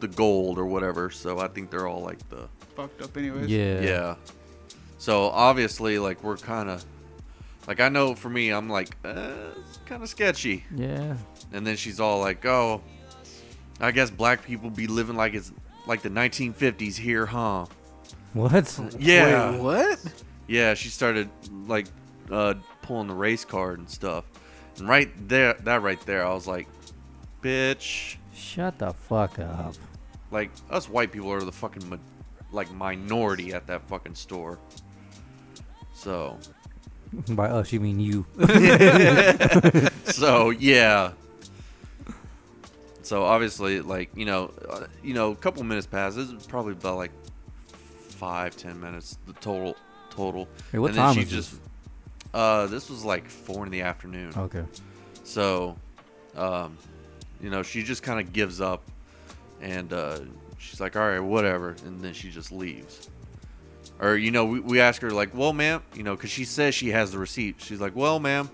Speaker 2: the gold or whatever. So I think they're all like the
Speaker 3: Fucked up, anyways.
Speaker 1: Yeah.
Speaker 2: yeah. So obviously, like we're kind of, like I know for me, I'm like, uh, it's kind of sketchy.
Speaker 1: Yeah.
Speaker 2: And then she's all like, oh, I guess black people be living like it's like the 1950s here, huh?
Speaker 1: What?
Speaker 2: Yeah.
Speaker 5: Wait, what?
Speaker 2: Yeah, she started like uh, pulling the race card and stuff. And right there, that right there, I was like, bitch,
Speaker 1: Shut the fuck up.
Speaker 2: like us white people are the fucking mi- like minority at that fucking store. So
Speaker 1: By us, you mean you.
Speaker 2: so yeah so obviously like you know uh, you know a couple minutes passes it's probably about like five ten minutes the total total
Speaker 1: Hey, what
Speaker 2: and then
Speaker 1: time
Speaker 2: she
Speaker 1: is
Speaker 2: just uh this was like four in the afternoon
Speaker 1: Okay.
Speaker 2: so um you know she just kind of gives up and uh she's like all right whatever and then she just leaves or you know we, we ask her like well ma'am you know because she says she has the receipt she's like well ma'am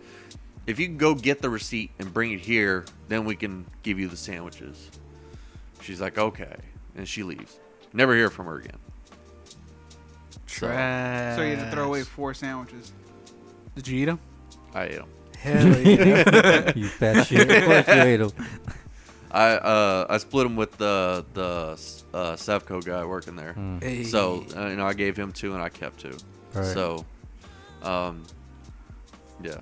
Speaker 2: if you can go get the receipt and bring it here, then we can give you the sandwiches. She's like, okay. And she leaves. Never hear from her again.
Speaker 5: Trash.
Speaker 3: So you had to throw away four sandwiches.
Speaker 5: Did you eat them?
Speaker 2: I um, ate them.
Speaker 5: Hell yeah.
Speaker 1: you fat shit. Of course you ate 'em.
Speaker 2: I uh, I split him with the the uh, Sevco guy working there.
Speaker 5: Hey.
Speaker 2: So uh, you know, I gave him two and I kept two.
Speaker 1: Right.
Speaker 2: So, um, yeah,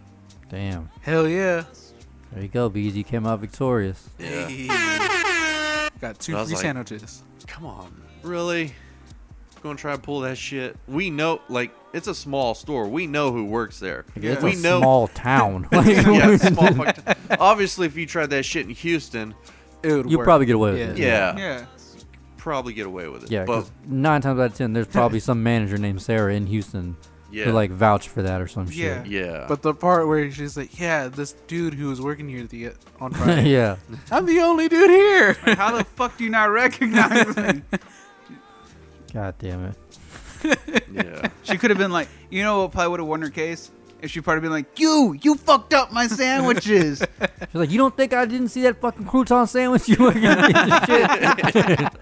Speaker 1: Damn.
Speaker 5: Hell yeah.
Speaker 1: There you go, BZ. You came out victorious.
Speaker 2: yeah.
Speaker 5: Hey. Got two
Speaker 2: I was
Speaker 5: free
Speaker 2: like-
Speaker 5: sandwiches.
Speaker 2: Come on, really? Gonna try and pull that shit. We know, like, it's a small store. We know who works there.
Speaker 1: It's
Speaker 2: we
Speaker 1: a
Speaker 2: know.
Speaker 1: small town.
Speaker 2: yeah, small fucking Obviously, if you tried that shit in Houston,
Speaker 5: It would
Speaker 1: You
Speaker 5: work.
Speaker 1: probably get away with it.
Speaker 2: yeah,
Speaker 3: Yeah.
Speaker 2: probably get away with it.
Speaker 1: Yeah,
Speaker 2: but
Speaker 1: because nine times out of ten, there's probably some manager named Sarah in Houston
Speaker 2: yeah,
Speaker 1: who like vouch for that or some
Speaker 3: Yeah.
Speaker 1: shit.
Speaker 2: yeah,
Speaker 5: But the part where she's like, "Yeah, this dude who was working here the on
Speaker 1: Yeah.
Speaker 5: Friday, I'm the only dude here."
Speaker 3: How the fuck do you not recognize me?
Speaker 1: God damn it.
Speaker 2: yeah.
Speaker 3: She could have been like, you know what probably would have won her case? If she probably been like, you, you fucked up my sandwiches.
Speaker 1: She's like, you don't think I didn't see that fucking crouton sandwich? You fucking piece of shit.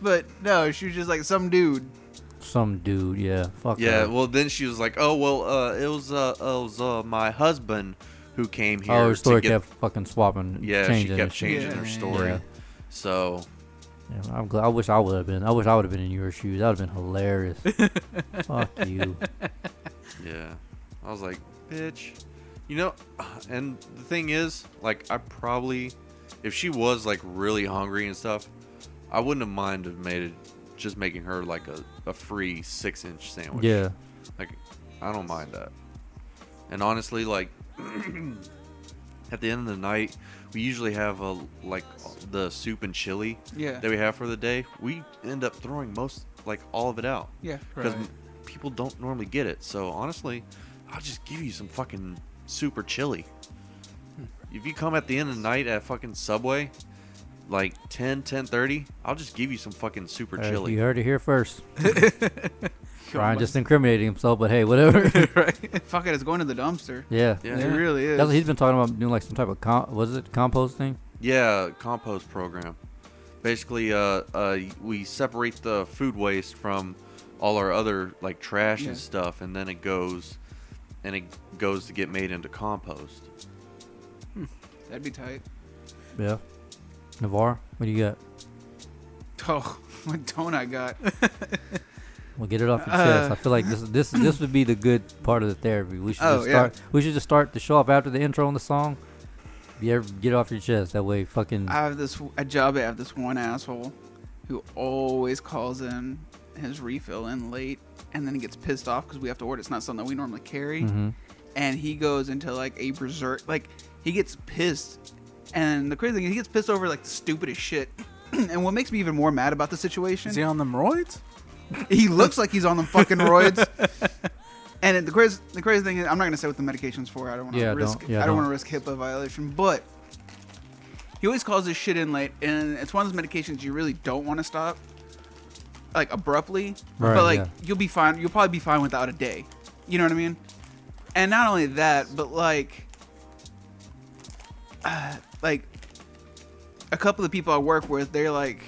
Speaker 3: but no, she was just like some dude.
Speaker 1: Some dude. Yeah. Fuck.
Speaker 2: Yeah,
Speaker 1: her.
Speaker 2: well then she was like, "Oh well, uh, it was uh, it was uh, my husband who came here."
Speaker 1: oh, her
Speaker 2: to
Speaker 1: story
Speaker 2: get-
Speaker 1: kept fucking swapping.
Speaker 2: yeah,
Speaker 1: changing
Speaker 2: she
Speaker 1: and
Speaker 2: kept
Speaker 1: shit.
Speaker 2: changing
Speaker 3: Yeah.
Speaker 2: her story.
Speaker 1: Yeah.
Speaker 2: So
Speaker 1: Yeah, I'm glad. I wish I would have been. I wish I would have been in your shoes. That would have been hilarious. Fuck you.
Speaker 2: yeah, I was like, "Bitch," you know. And the thing is, like, I probably, if she was like really hungry and stuff, I wouldn't have mind have made it just making her like a, a free six inch sandwich.
Speaker 1: Yeah.
Speaker 2: Like, I don't mind that. And honestly, like, at the end of the night, we usually have a like the soup and chili
Speaker 3: Yeah.
Speaker 2: that we have for the day. We end up throwing most, like, all of it out
Speaker 3: Yeah.
Speaker 2: because
Speaker 5: Right.
Speaker 2: people don't normally get it. So honestly, I'll just give you some fucking super chili. If you come at the end of the night at fucking Subway, like 10, 10.30, I'll just give you some fucking super
Speaker 1: Uh,
Speaker 2: chili.
Speaker 1: You heard it here first. Ryan just incriminating himself, but hey, whatever.
Speaker 3: Fuck it, it's going to the dumpster.
Speaker 1: yeah.
Speaker 2: Yeah.
Speaker 3: It really is.
Speaker 1: That's what he's been talking about doing like some type of com- was it compost thing?
Speaker 2: Yeah, compost program. Basically, uh, uh, we separate the food waste from all our other like trash
Speaker 3: Yeah.
Speaker 2: and stuff, and then it goes, and it goes to get made into compost.
Speaker 3: That'd be tight.
Speaker 1: Yeah. Navarre, what do you got?
Speaker 3: Oh, what don't I got?
Speaker 1: Well, get it off your
Speaker 3: Uh,
Speaker 1: chest. I feel like this this this would be the good part of the therapy. We should
Speaker 3: Oh,
Speaker 1: just
Speaker 3: yeah.
Speaker 1: start. We should just start the show off after the intro on the song. Yeah, get it off your chest. That way, fucking.
Speaker 3: I have this a job. I have this one asshole who always calls in his refill in late, and then he gets pissed off because we have to order. It's not something that we normally carry,
Speaker 1: Mhm.
Speaker 3: and he goes into like a berserk. Like he gets pissed, and the crazy thing is he gets pissed over like the stupidest shit. and what makes me even more mad about the situation
Speaker 5: Is he on them roids?
Speaker 3: he looks like he's on them fucking roids. And it, the crazy, the crazy thing is, I'm not gonna say what the medication's for. I don't want to
Speaker 1: Yeah, don't-
Speaker 3: risk.
Speaker 1: yeah,
Speaker 3: I don't want
Speaker 1: don't.
Speaker 3: to risk HIPAA violation. But he always calls this shit in late, and it's one of those medications you really don't want to stop, like abruptly.
Speaker 1: Right,
Speaker 3: but like
Speaker 1: yeah.
Speaker 3: you'll be fine. You'll probably be fine without a day. You know what I mean? And not only that, but like, uh, like a couple of people I work with, they're like,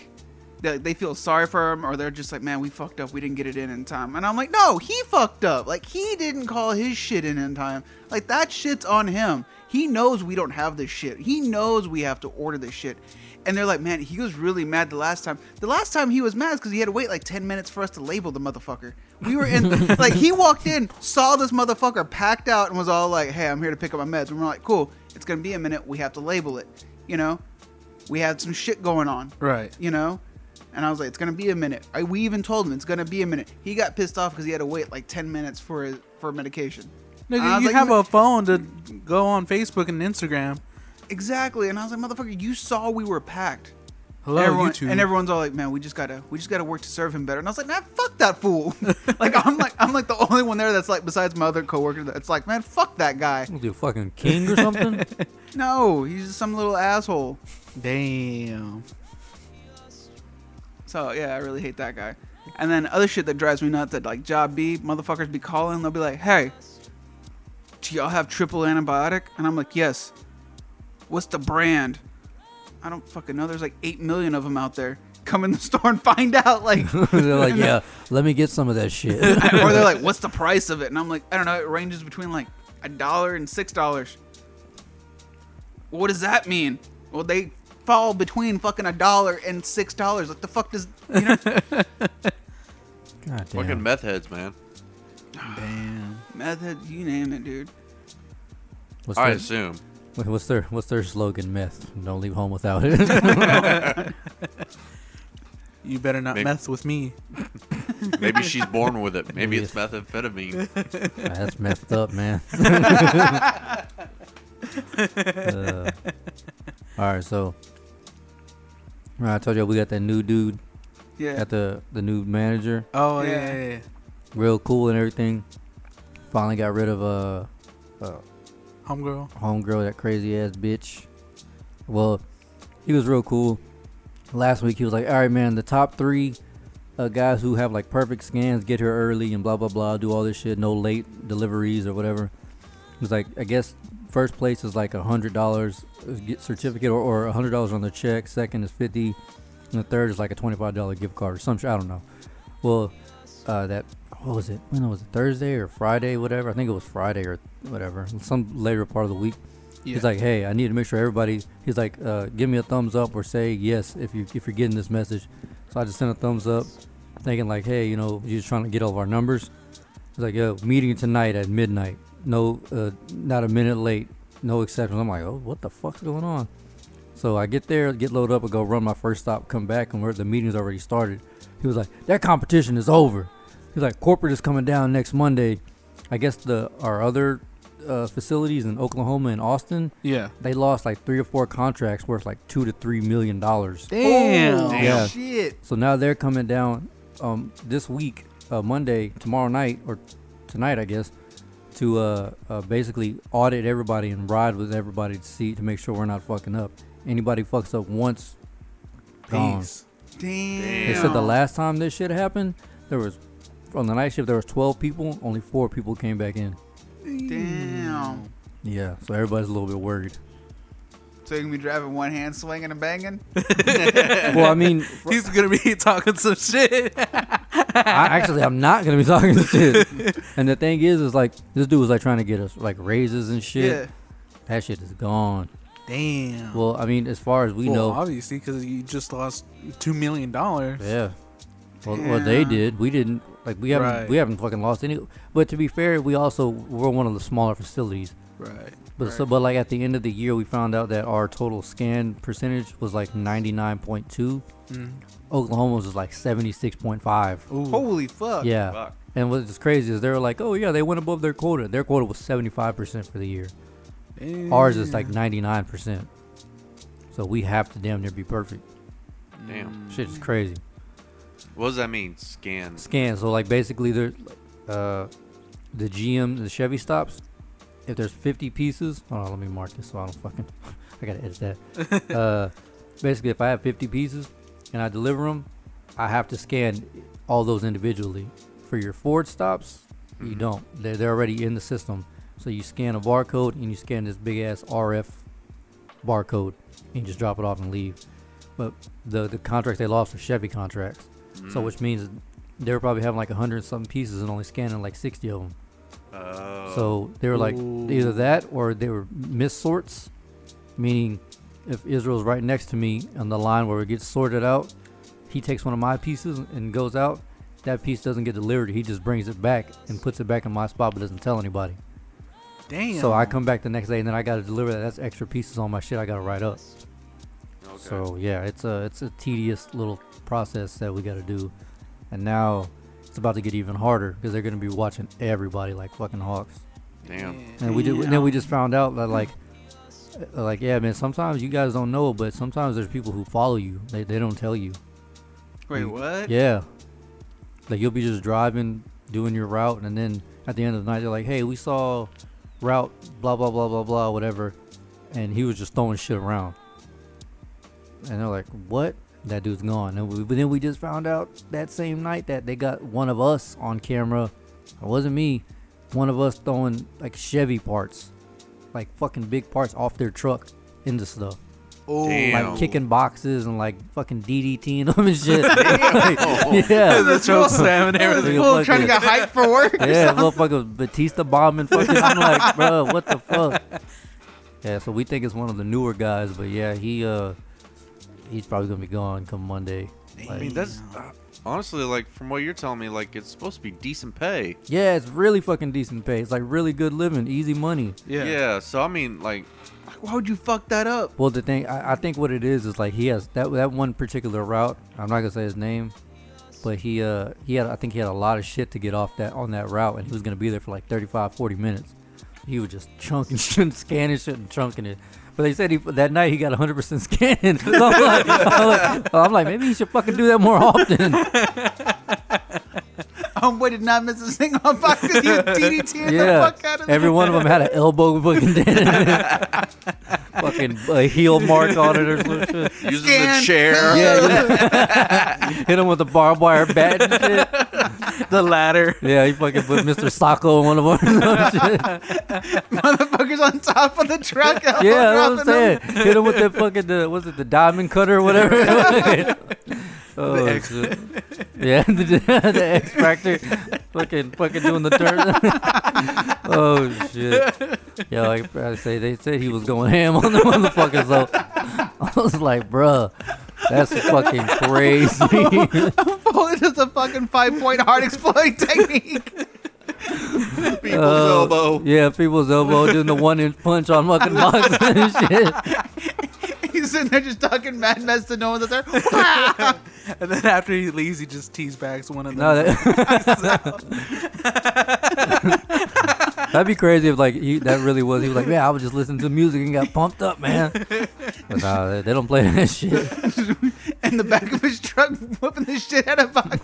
Speaker 3: they, they feel sorry for him, or they're just like, man, we fucked up. We didn't get it in in time. And I'm like, no, he fucked up. Like, he didn't call his shit in in time. Like, that shit's on him. He knows we don't have this shit. He knows we have to order this shit. And they're like, man, he was really mad the last time. The last time he was mad is because he had to wait like 10 minutes for us to label the motherfucker. We were in, like, he walked in, saw this motherfucker packed out, and was all like, hey, I'm here to pick up my meds. And we're like, cool, it's going to be a minute. We have to label it, you know? we had some shit going on.
Speaker 5: Right.
Speaker 3: You know? And I was like, it's gonna be a minute. I, we even told him it's gonna be a minute. He got pissed off because he had to wait like ten minutes for his, for medication. I
Speaker 5: Nigga,
Speaker 3: was
Speaker 5: you
Speaker 3: like,
Speaker 5: have
Speaker 3: "Ma-
Speaker 5: a phone to go on Facebook and Instagram.
Speaker 3: Exactly. And I was like, motherfucker, you saw we were packed.
Speaker 5: Hello,
Speaker 3: and, everyone-
Speaker 5: YouTube.
Speaker 3: and everyone's all like, man, we just gotta we just gotta work to serve him better. And I was like, nah, fuck that fool. like I'm like I'm like the only one there that's like besides my other coworker that's like, man, fuck that guy.
Speaker 1: What are you, fucking king or something?
Speaker 3: No, he's just some little asshole.
Speaker 5: Damn.
Speaker 3: So yeah, I really hate that guy. And then other shit that drives me nuts that like job B motherfuckers be calling, they'll be like, Hey, do y'all have triple antibiotic? And I'm like, Yes. What's the brand? I don't fucking know. There's like eight million of them out there. Come in the store and find out. Like
Speaker 1: They're like, yeah, let me get some of that shit.
Speaker 3: or they're like, What's the price of it? And I'm like, I don't know, it ranges between like I a dollar and six dollars. What does that mean? Well, they fall between fucking a dollar and six dollars. Like the fuck does you know?
Speaker 1: God
Speaker 2: Fucking
Speaker 1: damn.
Speaker 2: meth heads, man.
Speaker 5: Damn.
Speaker 3: method? You name it, dude.
Speaker 1: What's
Speaker 2: I
Speaker 1: their,
Speaker 2: assume.
Speaker 1: wait, what's their what's their slogan? Meth. Don't leave home without it.
Speaker 5: You better not
Speaker 2: Maybe-
Speaker 5: mess with me.
Speaker 2: Maybe she's born with it. Maybe it's
Speaker 1: Yes.
Speaker 2: methamphetamine.
Speaker 1: That's messed up, man. Uh, all right, so Remember I told you we got that new dude
Speaker 3: Yeah.
Speaker 1: at the the new manager,
Speaker 5: Oh yeah,
Speaker 3: Yeah.
Speaker 5: yeah, yeah.
Speaker 1: real cool and everything. Finally got rid of uh,
Speaker 5: homegirl.
Speaker 1: homegirl, that crazy ass bitch. Well, he was real cool. Last week he was like, "All right, man, the top three uh, guys who have like perfect scans get here early and blah blah blah, do all this shit, no late deliveries or whatever." He was like, "I guess first place is like a hundred dollars uh, get certificate or- or a hundred dollars on the check. Second is fifty, and the third is like a twenty-five dollar gift card or some shit. I don't know." Well, uh, that what was it? When was it? Thursday or Friday, whatever. I think it was Friday or whatever, some later part of the week.
Speaker 5: Yeah.
Speaker 1: He's like, hey, I need to make sure everybody. He's like, uh, give me a thumbs up or say yes if you if you're getting this message. So I just sent a thumbs up, thinking like, hey, you know, you're just trying to get all of our numbers. He's like, yo, meeting tonight at midnight. No, uh, not a minute late. No exceptions. I'm like, oh, what the fuck's going on? So I get there, get loaded up, and go run my first stop, come back, and we're, the meeting's already started. He was like, that competition is over. He's like, corporate is coming down next Monday. I guess the our other uh, facilities in Oklahoma and Austin,
Speaker 5: yeah.
Speaker 1: they lost like three or four contracts worth like two to three million dollars.
Speaker 3: Damn.
Speaker 5: Oh,
Speaker 1: Yeah.
Speaker 3: Shit.
Speaker 1: So now they're coming down um, this week, uh, Monday, tomorrow night, or tonight, I guess, to uh, uh, basically audit everybody and ride with everybody to see to make sure we're not fucking up. Anybody fucks up once, gone.
Speaker 5: Peace.
Speaker 3: Damn.
Speaker 1: They said the last time this shit happened, there was on the night shift there was 12 people, only four people came back in.
Speaker 3: Damn.
Speaker 1: Yeah, so everybody's a little bit worried.
Speaker 3: So you can be driving one hand swinging and banging.
Speaker 1: well, I mean,
Speaker 5: He's gonna be talking some shit.
Speaker 1: I actually I'm not gonna be talking this shit. And the thing is, is like this dude was like trying to get us like raises and shit.
Speaker 3: Yeah.
Speaker 1: That shit is gone.
Speaker 5: Damn.
Speaker 1: Well, I mean, as far as we
Speaker 5: Well,
Speaker 1: know,
Speaker 5: obviously, because you just lost two million dollars.
Speaker 1: yeah. Well, well, they
Speaker 3: Damn.
Speaker 1: did. We didn't. Like we haven't.
Speaker 5: Right.
Speaker 1: We haven't fucking lost any. But to be fair, we also were one of the smaller facilities.
Speaker 5: Right.
Speaker 1: But so, but like at the end of the year, we found out that our total scan percentage was like ninety nine point two.
Speaker 3: Mm-hmm.
Speaker 1: Oklahoma was like seventy six point five.
Speaker 3: Holy fuck.
Speaker 1: Yeah.
Speaker 2: Fuck.
Speaker 1: And what's crazy is they were like, oh yeah, they went above their quota. Their quota was seventy five percent for the year. Ours is like ninety nine percent. So we have to damn near be perfect.
Speaker 2: Damn.
Speaker 1: Shit is crazy.
Speaker 2: What does that mean? Scan.
Speaker 1: Scan. So like basically, there's uh, the GM, the Chevy stops. If there's 50 pieces, hold on, let me mark this so I don't fucking. I gotta edit that. uh, basically, if I have 50 pieces and I deliver them, I have to scan all those individually. For your Ford stops, you don't. They're, they're already in the system. So you scan a barcode and you scan this big ass RF barcode and just drop it off and leave. But the the contracts they lost were Chevy contracts. So which means they were probably having like 100 and something pieces and only scanning like 60 of them.
Speaker 2: Oh.
Speaker 1: So they were like either that or they were missorts, meaning if Israel's right next to me on the line where it gets sorted out, he takes one of my pieces and goes out. That piece doesn't get delivered. He just brings it back and puts it back in my spot, but doesn't tell anybody.
Speaker 5: Damn.
Speaker 1: So I come back the next day and then I got to deliver that. That's extra pieces on my shit. I got to write up.
Speaker 2: okay.
Speaker 1: So yeah, it's a it's a tedious little process that we got to do, and now it's about to get even harder because they're gonna be watching everybody like fucking hawks.
Speaker 2: Damn.
Speaker 1: And we did, and then we just found out that like, uh, like yeah, man. Sometimes you guys don't know, but sometimes there's people who follow you. They they don't tell you.
Speaker 3: Wait, what?
Speaker 1: Yeah, like you'll be just driving, doing your route, and then at the end of the night they're like, hey, we saw route blah blah blah blah blah whatever, and he was just throwing shit around. And they're like, what? That dude's gone. And we, but then we just found out that same night that they got one of us on camera. It wasn't me. One of us throwing like Chevy parts, like fucking big parts off their truck into stuff.
Speaker 5: Oh,
Speaker 2: Damn.
Speaker 1: like kicking boxes and like fucking DDTing them and shit.
Speaker 2: Oh,
Speaker 1: Like, yeah.
Speaker 5: the choke slam and everything.
Speaker 1: Fucking
Speaker 3: People trying to
Speaker 1: fucking-
Speaker 3: get hyped for work.
Speaker 1: yeah, motherfucker Batista bombing fucking. I'm like, bro, what the fuck? Yeah, so we think it's one of the newer guys, but yeah, he uh, he's probably gonna be gone come Monday.
Speaker 2: I mean,
Speaker 1: Like,
Speaker 2: that's uh, honestly like from what you're telling me, like it's supposed to be decent pay.
Speaker 1: yeah, it's really fucking decent pay. It's like really good living, easy money.
Speaker 2: Yeah. so I mean, like,
Speaker 3: Why would you fuck that up?
Speaker 1: Well, the thing I, I think what it is is like he has that that one particular route. I'm not gonna say his name, but he uh he had I think he had a lot of shit to get off that on that route, and he was gonna be there for like 35, 40 minutes. He was just chunking shit, scanning shit, and chunking it. But they said he, that night he got 100% scanning. So I'm like, I'm like, I'm like, maybe he should fucking do that more often.
Speaker 3: Homeboy did not miss a single fuck because you DDT the
Speaker 1: Yeah,
Speaker 3: fuck out of
Speaker 1: every one of them had an elbow fucking fucking uh, heel mark on it or some shit.
Speaker 2: using
Speaker 3: Scan.
Speaker 2: the chair.
Speaker 1: Yeah, yeah. hit him with a barbed wire bat and shit.
Speaker 5: the ladder.
Speaker 1: Yeah, he fucking put Mr. Sacco in one of them. shit.
Speaker 3: motherfuckers on top of the truck. elbow
Speaker 1: Yeah, that's what I'm
Speaker 3: dropping them.
Speaker 1: saying. Hit him with that fucking, the, was it the diamond cutter or whatever? oh,
Speaker 5: The X-
Speaker 1: shit. Yeah, the, the X Factor. fucking, fucking doing the turn. oh, shit. Yeah, like I say, they said he was going ham on the motherfucker, so I was like, bruh, that's fucking crazy.
Speaker 3: Oh, it is a fucking five point hard exploit technique.
Speaker 2: People's
Speaker 1: Oh,
Speaker 2: elbow.
Speaker 1: Yeah, people's elbow doing the one inch punch on fucking boxing and shit. Uh.
Speaker 3: He's sitting there just talking mad mess to no one that's there.
Speaker 5: And then after he leaves, he just tees bags one of them.
Speaker 1: No, that, would be crazy if like he, that really was. He was like, yeah, I was just listening to music and got pumped up, man. But nah, they, they don't play that shit.
Speaker 3: In the back of his truck, whooping the shit out of box.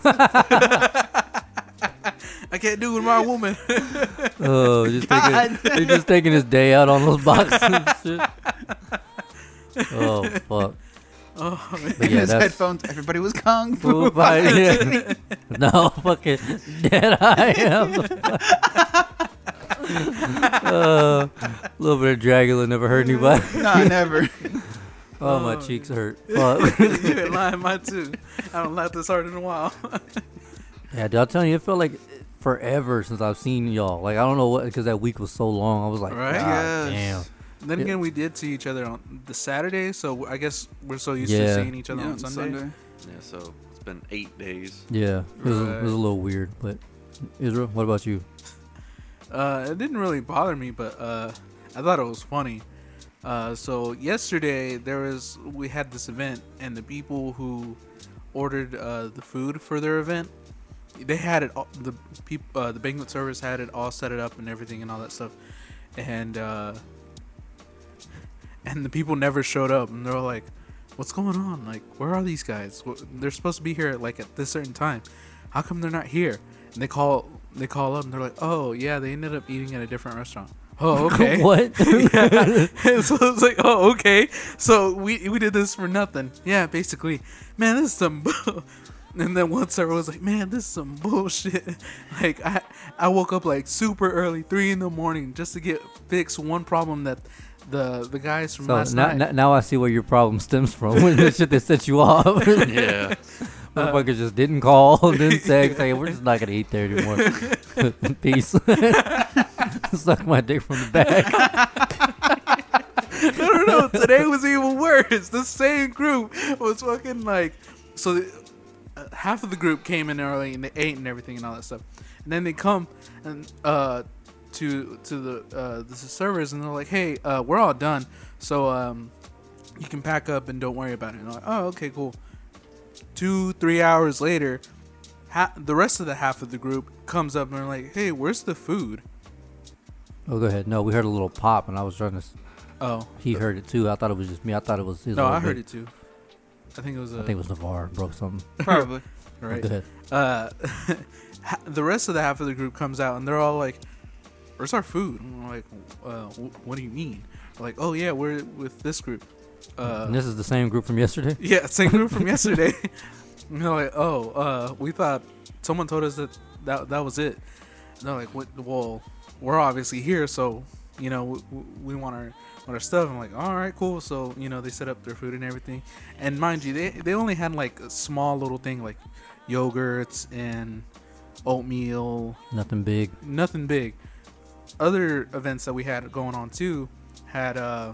Speaker 5: I can't do it with my woman.
Speaker 1: Oh, just
Speaker 3: God.
Speaker 1: taking, he's just taking his day out on those boxes. and shit. Oh fuck.
Speaker 5: oh, man.
Speaker 1: But
Speaker 3: in
Speaker 1: yeah,
Speaker 3: his
Speaker 1: that's
Speaker 3: headphones. Everybody was kung fu.
Speaker 1: Ooh, but, yeah. No, fucking dead I am. A Uh, little bit of Dragula never hurt anybody.
Speaker 3: nah, never.
Speaker 1: Oh, my cheeks hurt. Fuck.
Speaker 5: you ain't lying, mine too. I don't laugh this hard in a while.
Speaker 1: Yeah, dude, I'm telling you, it felt like forever since I've seen y'all. Like, I don't know what, because that week was so long. I was like,
Speaker 5: Right?
Speaker 1: God,
Speaker 3: Yes.
Speaker 5: then
Speaker 1: Yeah.
Speaker 5: again, we did see each other on the Saturday, so I guess we're so used to
Speaker 1: Yeah.
Speaker 5: seeing each other on Sunday.
Speaker 2: Yeah, so it's been eight days.
Speaker 1: damn. Yeah, it was, it
Speaker 5: Right.
Speaker 1: was a little weird, but Israel, what about you?
Speaker 5: Uh, it didn't really bother me, but uh, I thought it was funny. Uh, so yesterday there was we had this event, and the people who ordered uh, the food for their event, they had it. All, the peop, uh, the banquet service had it all set it up and everything and all that stuff, and uh, and the people never showed up, and they were like, "What's going on? Like, where are these guys? Wh- They're supposed to be here like at this certain time. How come they're not here?" And they call they call up, and they're like, "Oh yeah, they ended up eating at a different restaurant." Oh okay.
Speaker 1: what?
Speaker 5: yeah. And so it's like, oh, okay. So we we did this for nothing. Yeah, basically. Man, this is some. bull- and then one server was like, man, this is some bullshit. Like I I woke up like super early, three in the morning, just to get fix one problem that the the guys from
Speaker 1: so
Speaker 5: last
Speaker 1: now,
Speaker 5: night.
Speaker 1: now, now I see where your problem stems from. when the shit that set you off.
Speaker 2: Yeah,
Speaker 5: Uh,
Speaker 1: Motherfuckers just didn't call, didn't text. Hey, we're just not going to eat there anymore. Peace. Suck my dick from the back.
Speaker 5: no, no, no. Today was even worse. The same group was fucking like, so the, uh, half of the group came in early and they ate and everything and all that stuff, and then they come and uh to to the uh the servers and they're like, hey, uh, we're all done, so um you can pack up and don't worry about it. And I'm like, oh, okay, cool. Two, three hours later, ha- the rest of the half of the group comes up and they're like, hey, where's the food?
Speaker 1: Oh, go ahead. No, we heard a little pop, and I was trying to. s-
Speaker 5: Oh,
Speaker 1: He heard it too. I thought it was just me. I thought it was his.
Speaker 5: no,
Speaker 1: little
Speaker 5: I heard
Speaker 1: bit.
Speaker 5: it too. I think it was. Uh,
Speaker 1: I think it was Navarre broke something.
Speaker 3: Probably.
Speaker 5: right.
Speaker 1: Go ahead.
Speaker 5: uh, ha- the rest of the half of the group comes out and they're all like, "Where's our food?" And we're like, uh, wh- "What do you mean?" They're like, "Oh yeah, we're with this group."
Speaker 1: And
Speaker 5: Uh,
Speaker 1: this is the same group from yesterday.
Speaker 5: yeah, same group from yesterday. and they're like, "Oh, uh, we thought someone told us that that, that was it." And they're like, "What? Well, we're obviously here, so you know, we, we want our want our stuff. I'm like, all right, cool. So you know, they set up their food and everything. And mind you, they they only had like a small little thing like yogurts and oatmeal,
Speaker 1: Nothing big.
Speaker 5: nothing big. Other events that we had going on too had uh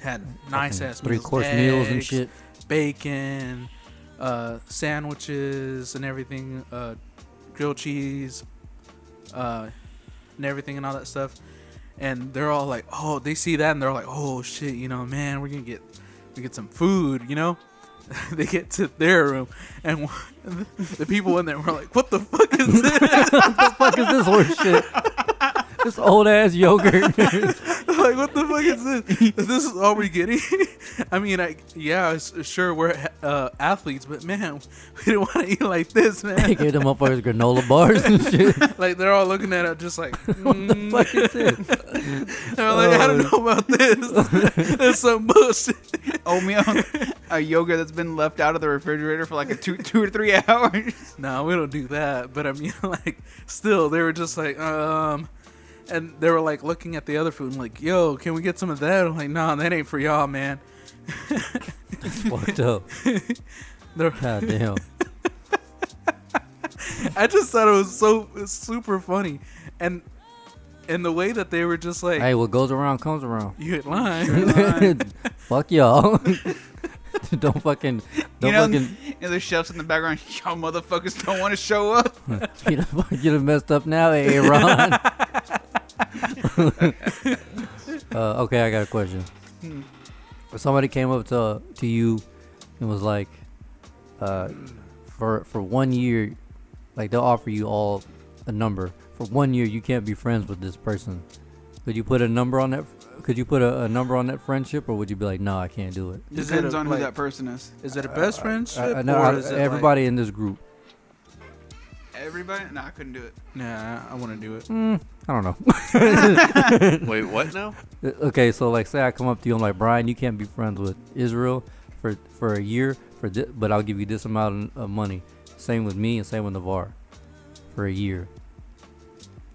Speaker 5: had nice ass
Speaker 1: Three
Speaker 5: meals,
Speaker 1: course meals and
Speaker 5: eggs,
Speaker 1: shit.
Speaker 5: bacon, uh, sandwiches and everything, uh, grilled cheese, uh, and everything and all that stuff. And they're all like, oh, they see that and they're like, oh shit, you know, man, we're gonna get, we get some food, you know. they get to their room and the people in there were like, what the fuck is this?
Speaker 1: fuck is this horse shit? This old ass yogurt.
Speaker 5: like, what the fuck is this? this is all we're getting. I mean, I yeah, s- sure we're uh, athletes, but man, we didn't want to eat like this,
Speaker 1: they
Speaker 5: man.
Speaker 1: gave them up for his granola bars and shit.
Speaker 5: like they're all looking at it, just like, mm.
Speaker 1: Fuck is this? Oh.
Speaker 5: they're like, I don't know about this. That's some bullshit.
Speaker 3: Oatmeal, a yogurt that's been left out of the refrigerator for like a two, two or three hours.
Speaker 5: no, we don't do that. But I mean, like, still, they were just like, um, and they were like looking at the other food and like, yo, can we get some of that? I'm like, nah, that ain't for y'all, man.
Speaker 1: Fucked up.
Speaker 5: They're-
Speaker 1: God damn.
Speaker 5: I just thought it was so super funny, and and the way that they were just like,
Speaker 1: Hey, what goes around comes around.
Speaker 5: "You ain't lying."
Speaker 1: Fuck y'all. don't fucking. Don't
Speaker 3: you know,
Speaker 1: fucking.
Speaker 3: and the chefs in the background, y'all motherfuckers don't want to show up.
Speaker 1: You done, you done messed up now, eh, Aaron. uh, okay, I got a question.
Speaker 3: Hmm.
Speaker 1: If somebody came up to to you and was like, uh, for for one year, like they'll offer you all a number for one year. You can't be friends with this person. Could you put a number on that? Could you put a, a number on that friendship, or would you be like, no, I can't do it?
Speaker 5: Is it
Speaker 3: Depends
Speaker 5: a-
Speaker 3: on
Speaker 5: like-
Speaker 3: who that person is.
Speaker 5: Is it a best friendship?
Speaker 1: I, I know
Speaker 5: or
Speaker 1: Uh, I-
Speaker 5: is it
Speaker 1: everybody in this group.
Speaker 3: Everybody? Nah, I couldn't do it.
Speaker 5: Like, nah, I want to do
Speaker 1: Mm.
Speaker 5: it.
Speaker 1: I don't know.
Speaker 2: Wait, what now?
Speaker 1: Uh, Okay, so like, say I come up to you, I'm like, Brian, you can't be friends with Israel for for a year, for thi- but I'll give you this amount of of money. Same with me and same with Navar, for a year.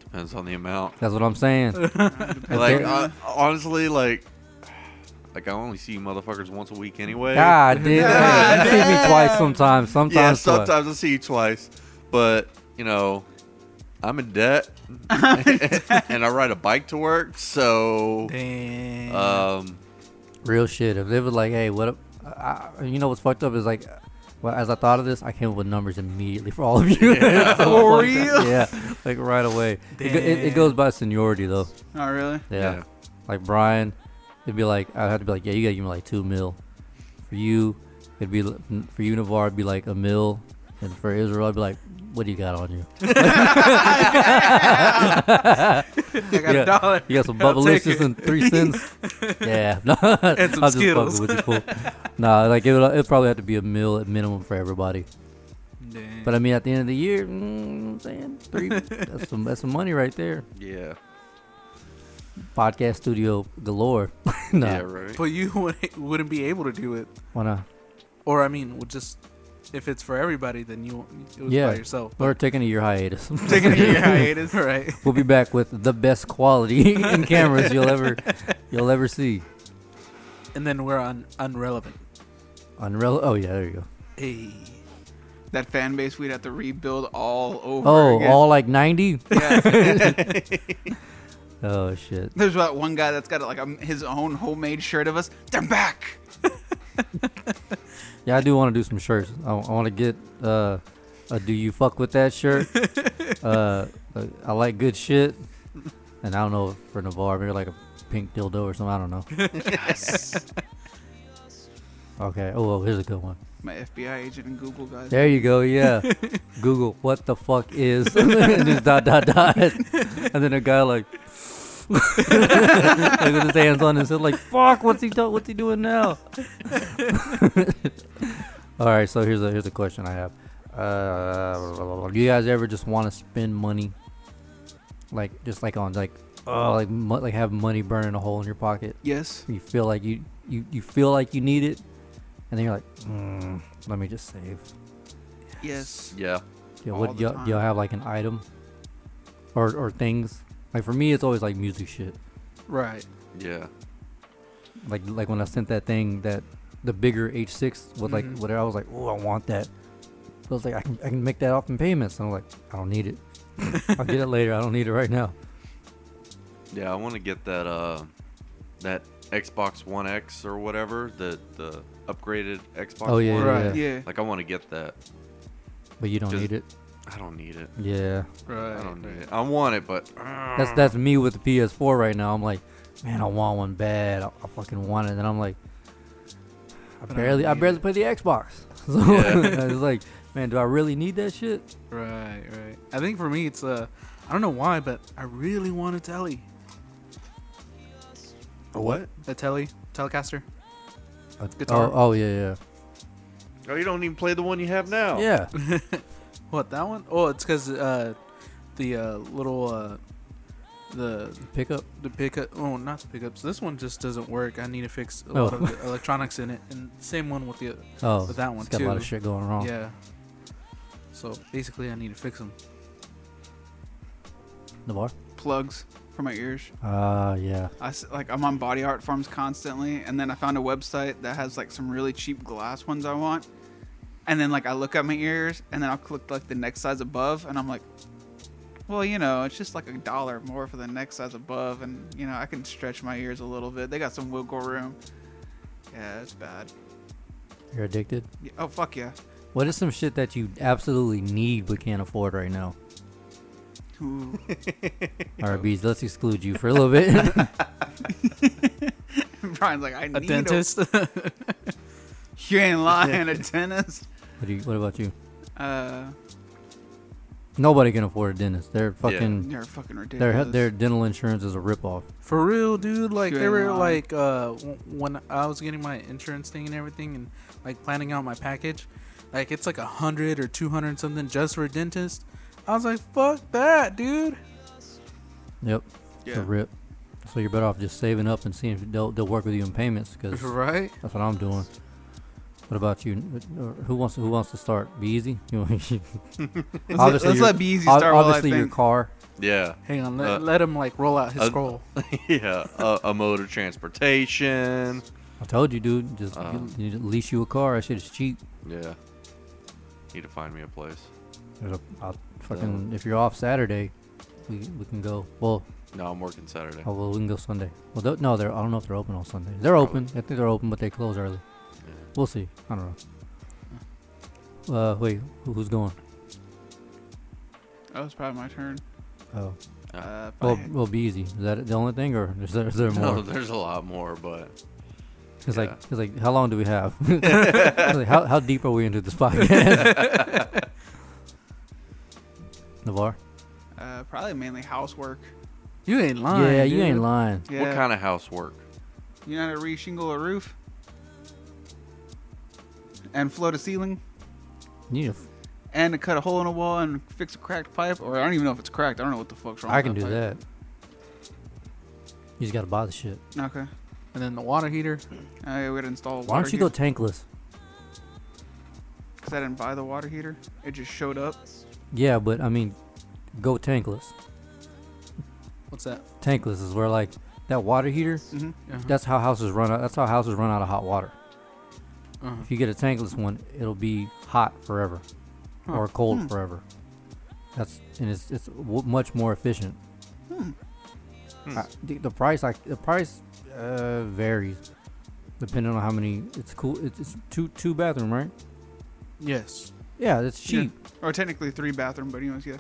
Speaker 2: Depends on the amount.
Speaker 1: That's what I'm saying.
Speaker 2: Like
Speaker 1: Okay.
Speaker 2: uh, honestly, like, like I only see you motherfuckers once a week anyway.
Speaker 1: God damn, you see me twice sometimes. Sometimes,
Speaker 2: yeah,
Speaker 1: twice.
Speaker 2: sometimes I see you twice, but you know, I'm in debt, and I ride a bike to work, so
Speaker 5: Damn.
Speaker 1: Uh,
Speaker 2: um,
Speaker 1: real shit. If they was like, hey, what? Up? I, I- you know what's fucked up is like, well, as I thought of this, I came up with numbers immediately for all of you.
Speaker 2: Yeah.
Speaker 1: So
Speaker 3: For
Speaker 1: fucked up.
Speaker 3: real?
Speaker 1: Yeah, like right away. It, go- it, it
Speaker 5: Damn.
Speaker 1: goes by seniority though.
Speaker 3: Oh, really?
Speaker 1: Yeah.
Speaker 2: Yeah.
Speaker 1: Like Brian, it'd be like I'd have to be like, yeah, you gotta give me like two mil. For you, it'd be l- n- for you Navar, it'd be like a mil, and for Israel, I'd be like, what do you got on you?
Speaker 5: I got
Speaker 1: yeah.
Speaker 5: a dollar.
Speaker 1: You got some
Speaker 5: I'll take
Speaker 1: bubblicious
Speaker 5: it.
Speaker 1: and three cents. yeah, no, and
Speaker 5: some
Speaker 1: I'm just
Speaker 5: Skittles.
Speaker 1: fucking with you, fool. Nah, like it would, it'd probably have to be a mil at minimum for everybody.
Speaker 5: Damn.
Speaker 1: But I mean, at the end of the year, mm, I'm saying three. that's some that's some money right there.
Speaker 2: yeah,
Speaker 1: Podcast studio galore. nah,
Speaker 2: yeah, right.
Speaker 5: But you wouldn't, wouldn't be able to do it,
Speaker 1: why not?
Speaker 5: or I mean, would just if it's for everybody, then you it was
Speaker 1: Yeah.
Speaker 5: by yourself.
Speaker 1: We're taking a year hiatus.
Speaker 5: Taking a year hiatus, right?
Speaker 1: We'll be back with the best quality in cameras you'll ever you'll ever see.
Speaker 5: And then we're on unrelevant.
Speaker 1: Unreal. Oh yeah, there you go.
Speaker 5: Hey,
Speaker 3: That fan base we'd have to rebuild all over.
Speaker 1: Oh,
Speaker 3: again.
Speaker 1: all like ninety.
Speaker 3: Yeah.
Speaker 1: Oh shit.
Speaker 3: There's that one guy that's got like um his own homemade shirt of us. They're back.
Speaker 1: Yeah, I do want to do some shirts. I, want to get uh, a "Do you fuck with that?" shirt. uh, uh, I like good shit, and I don't know for Navarre, maybe like a pink dildo or something. I don't know. okay. Oh, oh, here's a good one.
Speaker 3: My FBI agent and Google guys.
Speaker 1: There you go. Yeah. Google what the fuck is and just dot dot dot, and then a guy like. like with his hands on his head, like fuck. What's he do- What's he doing now? All right. So here's a here's a question I have. Uh, do you guys ever just want to spend money, like just like on like oh like mo- like have money burning a hole in your pocket?
Speaker 3: Yes.
Speaker 1: you feel like you, you you feel like you need it and then you're like mm, let me just save
Speaker 3: Yes.
Speaker 2: Yeah,
Speaker 1: yeah
Speaker 3: All
Speaker 1: what
Speaker 3: the
Speaker 1: y'all, y'all have like an item or or things like for me it's always like music shit
Speaker 5: Right.
Speaker 2: Yeah.
Speaker 1: Like like when I sent that thing that the bigger H6 with like
Speaker 5: Mhm.
Speaker 1: whatever, I was like, oh, I want that. I was like, I can I can make that off in payments. And I'm like, I don't need it. I'll get it later. I don't need it right now.
Speaker 2: Yeah, I want to get that uh that Xbox One X or whatever, the the upgraded Xbox
Speaker 1: Oh, yeah,
Speaker 2: One.
Speaker 5: Right.
Speaker 1: yeah, yeah.
Speaker 3: Yeah.
Speaker 2: Like I want to get that.
Speaker 1: But you don't
Speaker 2: Just-
Speaker 1: need it.
Speaker 2: I don't need it.
Speaker 1: Yeah.
Speaker 5: Right.
Speaker 2: I don't need
Speaker 5: right.
Speaker 2: it. I want it, but uh, Mm.
Speaker 1: That's that's me with the PS4 right now. I'm like, man, I want one bad. I, I fucking want it. And I'm like, I
Speaker 5: But I
Speaker 1: barely, I
Speaker 5: need
Speaker 1: barely
Speaker 5: it.
Speaker 1: play the Xbox. So
Speaker 2: Yeah.
Speaker 1: it's like, man, do I really need that shit?
Speaker 5: Right. Right. I think for me, it's uh, I don't know why, but I really want a telly.
Speaker 2: a what?
Speaker 5: A telly. Telecaster.
Speaker 1: Uh,
Speaker 5: Guitar.
Speaker 1: Oh, oh yeah,
Speaker 2: Oh, you don't even play the one you have
Speaker 1: yeah,
Speaker 2: now.
Speaker 5: Oh.
Speaker 1: yeah.
Speaker 5: What that one? Oh, it's because uh, the uh, little uh, the
Speaker 1: Pick up.
Speaker 5: the pickup. Oh, not the pickups. This one just doesn't work. I need to fix a
Speaker 1: Oh.
Speaker 5: lot of the electronics in it, and same one with the
Speaker 1: Oh,
Speaker 5: But that one
Speaker 1: it's got a lot of
Speaker 5: too.
Speaker 1: shit going wrong.
Speaker 5: yeah. So basically, I need to fix them.
Speaker 1: The bar.
Speaker 3: plugs for my ears.
Speaker 1: Ah, yeah.
Speaker 3: I s- like I'm on body art forms constantly, and then I found a website that has like some really cheap glass ones I want. And then like I look at my ears, and then I'll click like the next size above, and I'm like, well, you know, it's just like a dollar more for the next size above, and you know I can stretch my ears a little bit. They got some wiggle room. Yeah, it's bad.
Speaker 1: You're addicted.
Speaker 3: Yeah, oh fuck yeah.
Speaker 1: What is some shit that you absolutely need but can't afford right now?
Speaker 3: Ooh.
Speaker 1: All right, bees. Let's exclude you for a little bit.
Speaker 3: Brian's like I need
Speaker 5: A dentist.
Speaker 3: You ain't lying, a dentist.
Speaker 1: what, do you, what about you?
Speaker 3: Uh,
Speaker 1: Nobody can afford a dentist. They're fucking.
Speaker 3: you're fucking ridiculous.
Speaker 1: Their he- their dental insurance is a ripoff.
Speaker 5: For real, dude. Like
Speaker 3: You
Speaker 5: they
Speaker 3: ain't
Speaker 5: were
Speaker 3: lying.
Speaker 5: like uh, w- when I was getting my insurance thing and everything, and like planning out my package, like it's like a hundred or two hundred something just for a dentist. I was like, fuck that, dude.
Speaker 1: Yep. It's a
Speaker 3: Yeah.
Speaker 1: rip. So you're better off just saving up and seeing if they'll, they'll work with you in payments because
Speaker 5: Right?
Speaker 1: that's what I'm doing. What about you? Or Who wants who wants to start? Be easy. You want-
Speaker 3: Let's,
Speaker 1: Obviously
Speaker 3: let, us
Speaker 1: your-
Speaker 3: let Beezy
Speaker 1: ob-
Speaker 3: start while I
Speaker 1: Obviously, your
Speaker 3: think.
Speaker 1: car.
Speaker 2: Yeah.
Speaker 5: Hang on, let,
Speaker 2: Uh,
Speaker 5: let him like roll out his
Speaker 2: uh,
Speaker 5: scroll.
Speaker 2: yeah. A, a mode of transportation.
Speaker 1: I told you, dude. Just
Speaker 3: Uh-huh.
Speaker 2: Uh.
Speaker 1: you, you lease you a car. That shit is cheap.
Speaker 2: Yeah. Need to find me a place.
Speaker 1: There's a I'll fucking. If you're off Saturday, we we can go. Well,
Speaker 2: No, I'm working Saturday.
Speaker 1: oh, well we can go Sunday. Well, th- no, they're. I don't know if they're open on Sunday. They're open. I think they're open, but they close early.
Speaker 2: Yeah.
Speaker 1: We'll see. I don't know. Uh, wait, who, who's going?
Speaker 3: Oh, it's probably my turn.
Speaker 1: Oh,
Speaker 3: Uh, if I
Speaker 1: well,
Speaker 3: had-
Speaker 1: well, be easy. Is that the only thing, or is there, is there more?
Speaker 2: No, there's a lot more, but
Speaker 1: It's like
Speaker 2: Yeah.
Speaker 1: it's like how long do we have? It's like, how how deep are we into this podcast? Navar.
Speaker 3: Uh, probably mainly housework.
Speaker 5: You ain't lying.
Speaker 1: yeah, you
Speaker 5: dude.
Speaker 1: ain't lying.
Speaker 3: Yeah.
Speaker 2: what kind of housework?
Speaker 3: You know how to reshingle a roof and float a ceiling
Speaker 1: You need a f-
Speaker 3: and to cut a hole in a wall and fix a cracked pipe. Or I don't even know if it's cracked. I don't know what the fuck's wrong.
Speaker 1: I
Speaker 3: with
Speaker 1: can do
Speaker 3: pipe.
Speaker 1: that. You just gotta buy the shit.
Speaker 3: Okay.
Speaker 5: And then the water heater.
Speaker 3: Uh, yeah, we gotta install. A
Speaker 1: Why don't you go tankless?
Speaker 3: Because I didn't buy the water heater. It just showed up.
Speaker 1: Yeah, but I mean, go tankless.
Speaker 5: What's that?
Speaker 1: Tankless is where like that water heater.
Speaker 3: Mhm.
Speaker 5: Uh-huh.
Speaker 1: That's how houses run out. That's how houses run out of hot water.
Speaker 5: Uh-huh.
Speaker 1: If you get a tankless one, it'll be hot forever,
Speaker 5: Huh.
Speaker 1: or cold forever. That's and it's it's w- much more efficient. Hmm. I, the, the price like the price uh, varies depending on how many. It's cool. It's, it's two two bathroom, right?
Speaker 5: Yes.
Speaker 1: Yeah, it's
Speaker 3: Yeah.
Speaker 1: cheap.
Speaker 3: Or technically three bathroom, but anyways, yeah.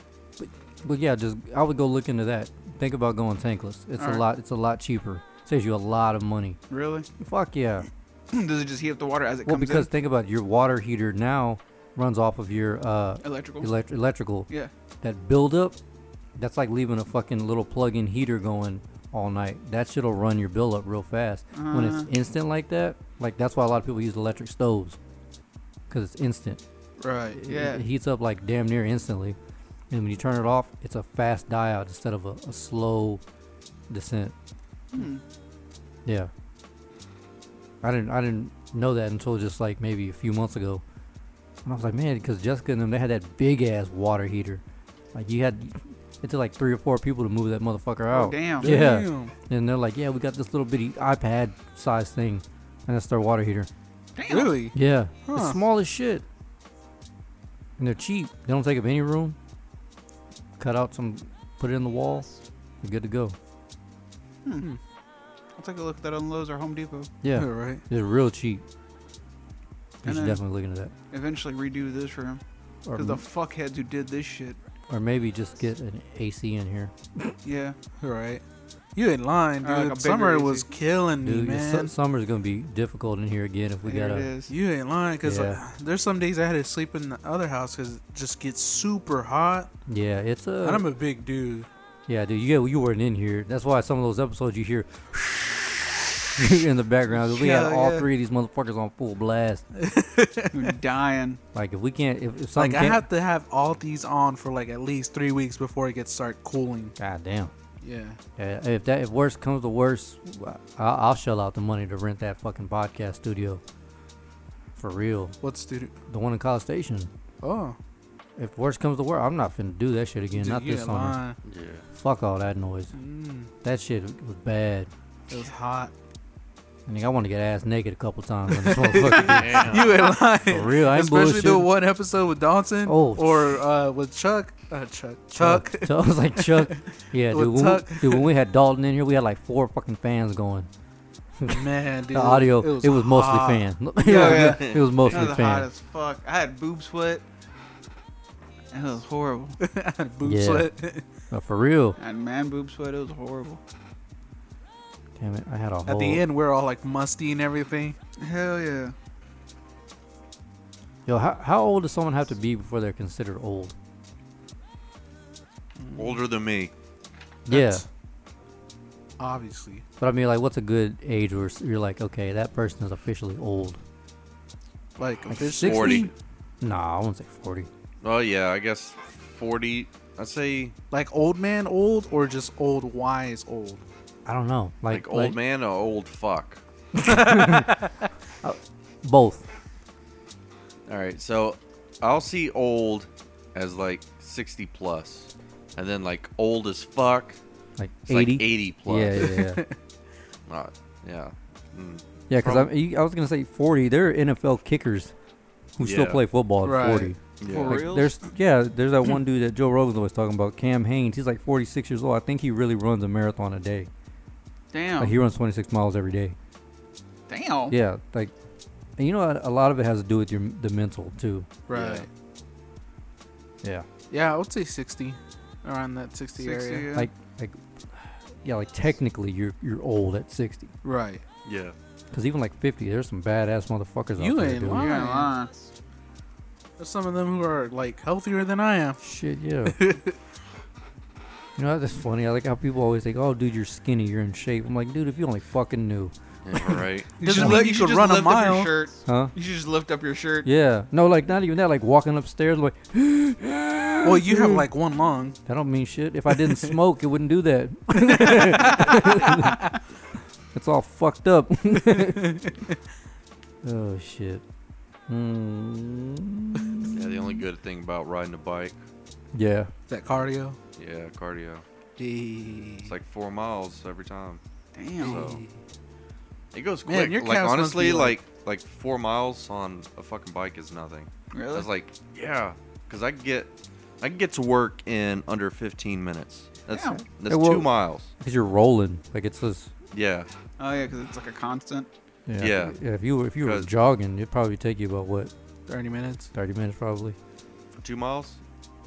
Speaker 1: But yeah, just I would go look into that. Think about going tankless. It's a
Speaker 3: Alright.
Speaker 1: lot. It's a lot cheaper. Saves you a lot of money.
Speaker 3: Really?
Speaker 1: Fuck yeah.
Speaker 3: Does it just heat up the water as it
Speaker 1: Well,
Speaker 3: comes
Speaker 1: because think about it, your water heater now runs off of your uh,
Speaker 3: in? Electrical.
Speaker 1: elect- electrical.
Speaker 3: yeah.
Speaker 1: That buildup, that's like leaving a fucking little plug-in heater going all night. That shit'll run your bill up real fast. when
Speaker 3: Uh.
Speaker 1: it's instant like that, like that's why a lot of people use electric stoves, because it's instant.
Speaker 5: Right.
Speaker 1: It-
Speaker 3: Yeah.
Speaker 1: It, heats up like damn near instantly, and when you turn it off, it's a fast die out instead of a, a slow descent.
Speaker 3: Hmm.
Speaker 1: Yeah. I didn't I didn't know that until just like maybe a few months ago. And I was like, man, because Jessica and them they had that big ass water heater. Like you had it took like three or four people to move that motherfucker
Speaker 3: Oh,
Speaker 1: out.
Speaker 3: damn.
Speaker 1: Yeah.
Speaker 5: Damn.
Speaker 1: And they're like, yeah, we got this little bitty iPad size thing, and that's their water heater.
Speaker 3: Damn.
Speaker 5: Really?
Speaker 1: Yeah, it's
Speaker 5: Huh.
Speaker 1: small as shit, and they're cheap. They don't take up any room. Cut out some, put it in the wall. You're good to go.
Speaker 3: I'll take a look at that on Lowe's or Home Depot.
Speaker 1: Yeah,
Speaker 5: right.
Speaker 1: they're real cheap. You
Speaker 3: And
Speaker 1: should
Speaker 3: then-
Speaker 1: definitely look into that,
Speaker 3: Eventually redo this room.
Speaker 1: or,
Speaker 3: Because the
Speaker 1: m-
Speaker 3: fuckheads who did this shit.
Speaker 1: or maybe just get an AC in here.
Speaker 3: Yeah.
Speaker 5: Right. You in line, dude.
Speaker 3: Or like a bigger
Speaker 5: Summer
Speaker 3: AC.
Speaker 5: was killing me,
Speaker 1: Dude, your su-
Speaker 5: man.
Speaker 1: summer's gonna be difficult in here again if we
Speaker 3: there it
Speaker 1: gotta.
Speaker 3: is.
Speaker 5: You ain't lying, cause uh,
Speaker 1: Yeah.
Speaker 5: there's some days I had to sleep in the other house, cause it just gets super hot.
Speaker 1: Yeah, it's a.
Speaker 5: and I'm a big dude.
Speaker 1: Yeah, dude, you get you weren't in here. That's why some of those episodes you hear in the background. 'cause We had
Speaker 5: Yeah,
Speaker 1: all
Speaker 5: yeah.
Speaker 1: three of these motherfuckers on full blast.
Speaker 3: You're dying.
Speaker 1: Like if we can't, if, if
Speaker 5: Like
Speaker 1: something
Speaker 5: I
Speaker 1: can't,
Speaker 5: have to have all these on for like at least three weeks before it gets start cooling.
Speaker 1: God damn.
Speaker 5: Yeah.
Speaker 1: Yeah, if that if worse comes to worse, I, I'll shell out the money to rent that fucking podcast studio. For real,
Speaker 5: What's dude?
Speaker 1: the one in College Station.
Speaker 5: Oh,
Speaker 1: If worse comes to worse, I'm not finna do that shit again.
Speaker 5: dude,
Speaker 1: not
Speaker 5: you
Speaker 1: this
Speaker 5: ain't
Speaker 1: summer.
Speaker 5: lying.
Speaker 2: Yeah.
Speaker 1: Fuck all that noise.
Speaker 5: Mm,
Speaker 1: That shit was bad.
Speaker 5: it was hot.
Speaker 1: I think I want to get ass naked a couple times on this motherfucker.
Speaker 5: you ain't lying.
Speaker 1: For real, I ain't
Speaker 5: Especially the
Speaker 1: bullshitting.
Speaker 5: one episode with Dalton
Speaker 1: Oh.
Speaker 5: or uh, with Chuck. Uh, Chuck. Chuck.
Speaker 1: Chuck. I was like Chuck. Yeah,
Speaker 5: With
Speaker 1: dude. When
Speaker 5: Tuck.
Speaker 1: we, dude, when we had Dalton in here, we had like four fucking fans going.
Speaker 5: Man, dude.
Speaker 1: the audio, it was, mostly
Speaker 5: hot.
Speaker 1: fan. it,
Speaker 3: Yeah,
Speaker 1: was, it was mostly
Speaker 3: That was hot
Speaker 1: fan.
Speaker 3: as fuck. I had boob sweat. It was horrible.
Speaker 5: Boob
Speaker 1: Yeah.
Speaker 5: sweat.
Speaker 1: But for real,
Speaker 3: I had man boob sweat. It was horrible.
Speaker 1: damn it, I had a whole.
Speaker 5: At the end, we're all like musty and everything.
Speaker 3: Hell yeah.
Speaker 1: yo, how, how old does someone have to be before they're considered old?
Speaker 2: Older than me.
Speaker 5: That's- Obviously.
Speaker 1: yeah, but I mean, like, what's a good age where s- you're like, okay, that person is officially old?
Speaker 5: Like,
Speaker 1: Like
Speaker 5: officially.
Speaker 1: 60?
Speaker 2: 40.
Speaker 1: Nah, I wouldn't say forty.
Speaker 2: Oh yeah, I guess forty. I'd say
Speaker 5: Like old man old or just old wise old?
Speaker 1: I don't know,
Speaker 2: like,
Speaker 1: like,
Speaker 2: old man or old fuck.
Speaker 1: both.
Speaker 2: All right, so I'll see old as like sixty plus, and then like old as fuck.
Speaker 1: Like
Speaker 2: It's
Speaker 1: eighty.
Speaker 2: like eighty plus.
Speaker 1: yeah, yeah, yeah.
Speaker 2: Uh, yeah. Mm.
Speaker 1: Yeah, because
Speaker 2: Prob-
Speaker 1: I, I was gonna say forty. They're NFL kickers who still
Speaker 2: Yeah.
Speaker 1: play football at
Speaker 5: Right.
Speaker 1: forty.
Speaker 2: Yeah.
Speaker 3: For
Speaker 1: Like,
Speaker 3: reals?
Speaker 1: there's yeah, there's that one dude that Joe Rogan's always talking about, Cam Haynes. He's like 46 years old. I think he really runs a marathon a day.
Speaker 3: Damn.
Speaker 1: Like he runs 26 miles every day.
Speaker 3: Damn.
Speaker 1: Yeah, like and you know what? a lot of it has to do with your the mental too.
Speaker 5: Right.
Speaker 2: Yeah.
Speaker 1: Yeah.
Speaker 5: Yeah, I would say 60. Around that 60,
Speaker 3: 60,
Speaker 5: area.
Speaker 3: yeah.
Speaker 1: Like like yeah, like technically you're you're old at 60.
Speaker 5: Right.
Speaker 2: Yeah.
Speaker 1: Cuz even like 50, there's some badass motherfuckers
Speaker 5: You
Speaker 1: out there.
Speaker 5: ain't
Speaker 1: dude.
Speaker 5: lying.
Speaker 3: You're in line.
Speaker 5: There's some of them who are like healthier than I am.
Speaker 1: Shit, yeah. you know that's funny. I like how people always think, "Oh, dude, you're skinny, you're in shape." I'm like, dude, if you only fucking knew,
Speaker 2: yeah right.
Speaker 3: You should,
Speaker 5: Doesn't
Speaker 3: li-
Speaker 5: mean
Speaker 3: you
Speaker 5: you
Speaker 3: should
Speaker 5: could
Speaker 3: just
Speaker 5: run a
Speaker 3: lift up your
Speaker 5: mile.
Speaker 3: shirt.
Speaker 1: huh?
Speaker 3: You should just lift up your shirt.
Speaker 1: Yeah. No, like not even that. Like walking upstairs, like
Speaker 5: Well, you
Speaker 1: Mm-hmm.
Speaker 5: have like one lung.
Speaker 1: that don't mean shit. If I didn't smoke, it wouldn't do that. it's all fucked up. oh shit. Mm.
Speaker 2: Yeah. The only good thing about riding a bike,
Speaker 1: Yeah.
Speaker 5: That cardio.
Speaker 2: yeah, cardio.
Speaker 5: Jeez.
Speaker 2: It's like four miles every time.
Speaker 3: Damn.
Speaker 2: So it goes
Speaker 5: Man,
Speaker 2: quick.
Speaker 5: your
Speaker 2: like
Speaker 5: calves must
Speaker 2: honestly,
Speaker 5: be,
Speaker 2: like,
Speaker 5: like-
Speaker 2: like four miles on a fucking bike is nothing. I
Speaker 3: really?
Speaker 2: was like, yeah, because I can get I can get to work in under 15 minutes. That's
Speaker 3: Yeah.
Speaker 2: that's
Speaker 1: Hey, well-
Speaker 2: two miles.
Speaker 1: Because you're rolling. Like it's just.
Speaker 2: Yeah,
Speaker 3: oh yeah, because it's like a constant.
Speaker 1: Yeah.
Speaker 2: Yeah.
Speaker 1: If you were if you were
Speaker 2: 'Cause-
Speaker 1: jogging, it'd probably take you about what
Speaker 5: 30 minutes.
Speaker 1: thirty minutes probably.
Speaker 2: for two miles.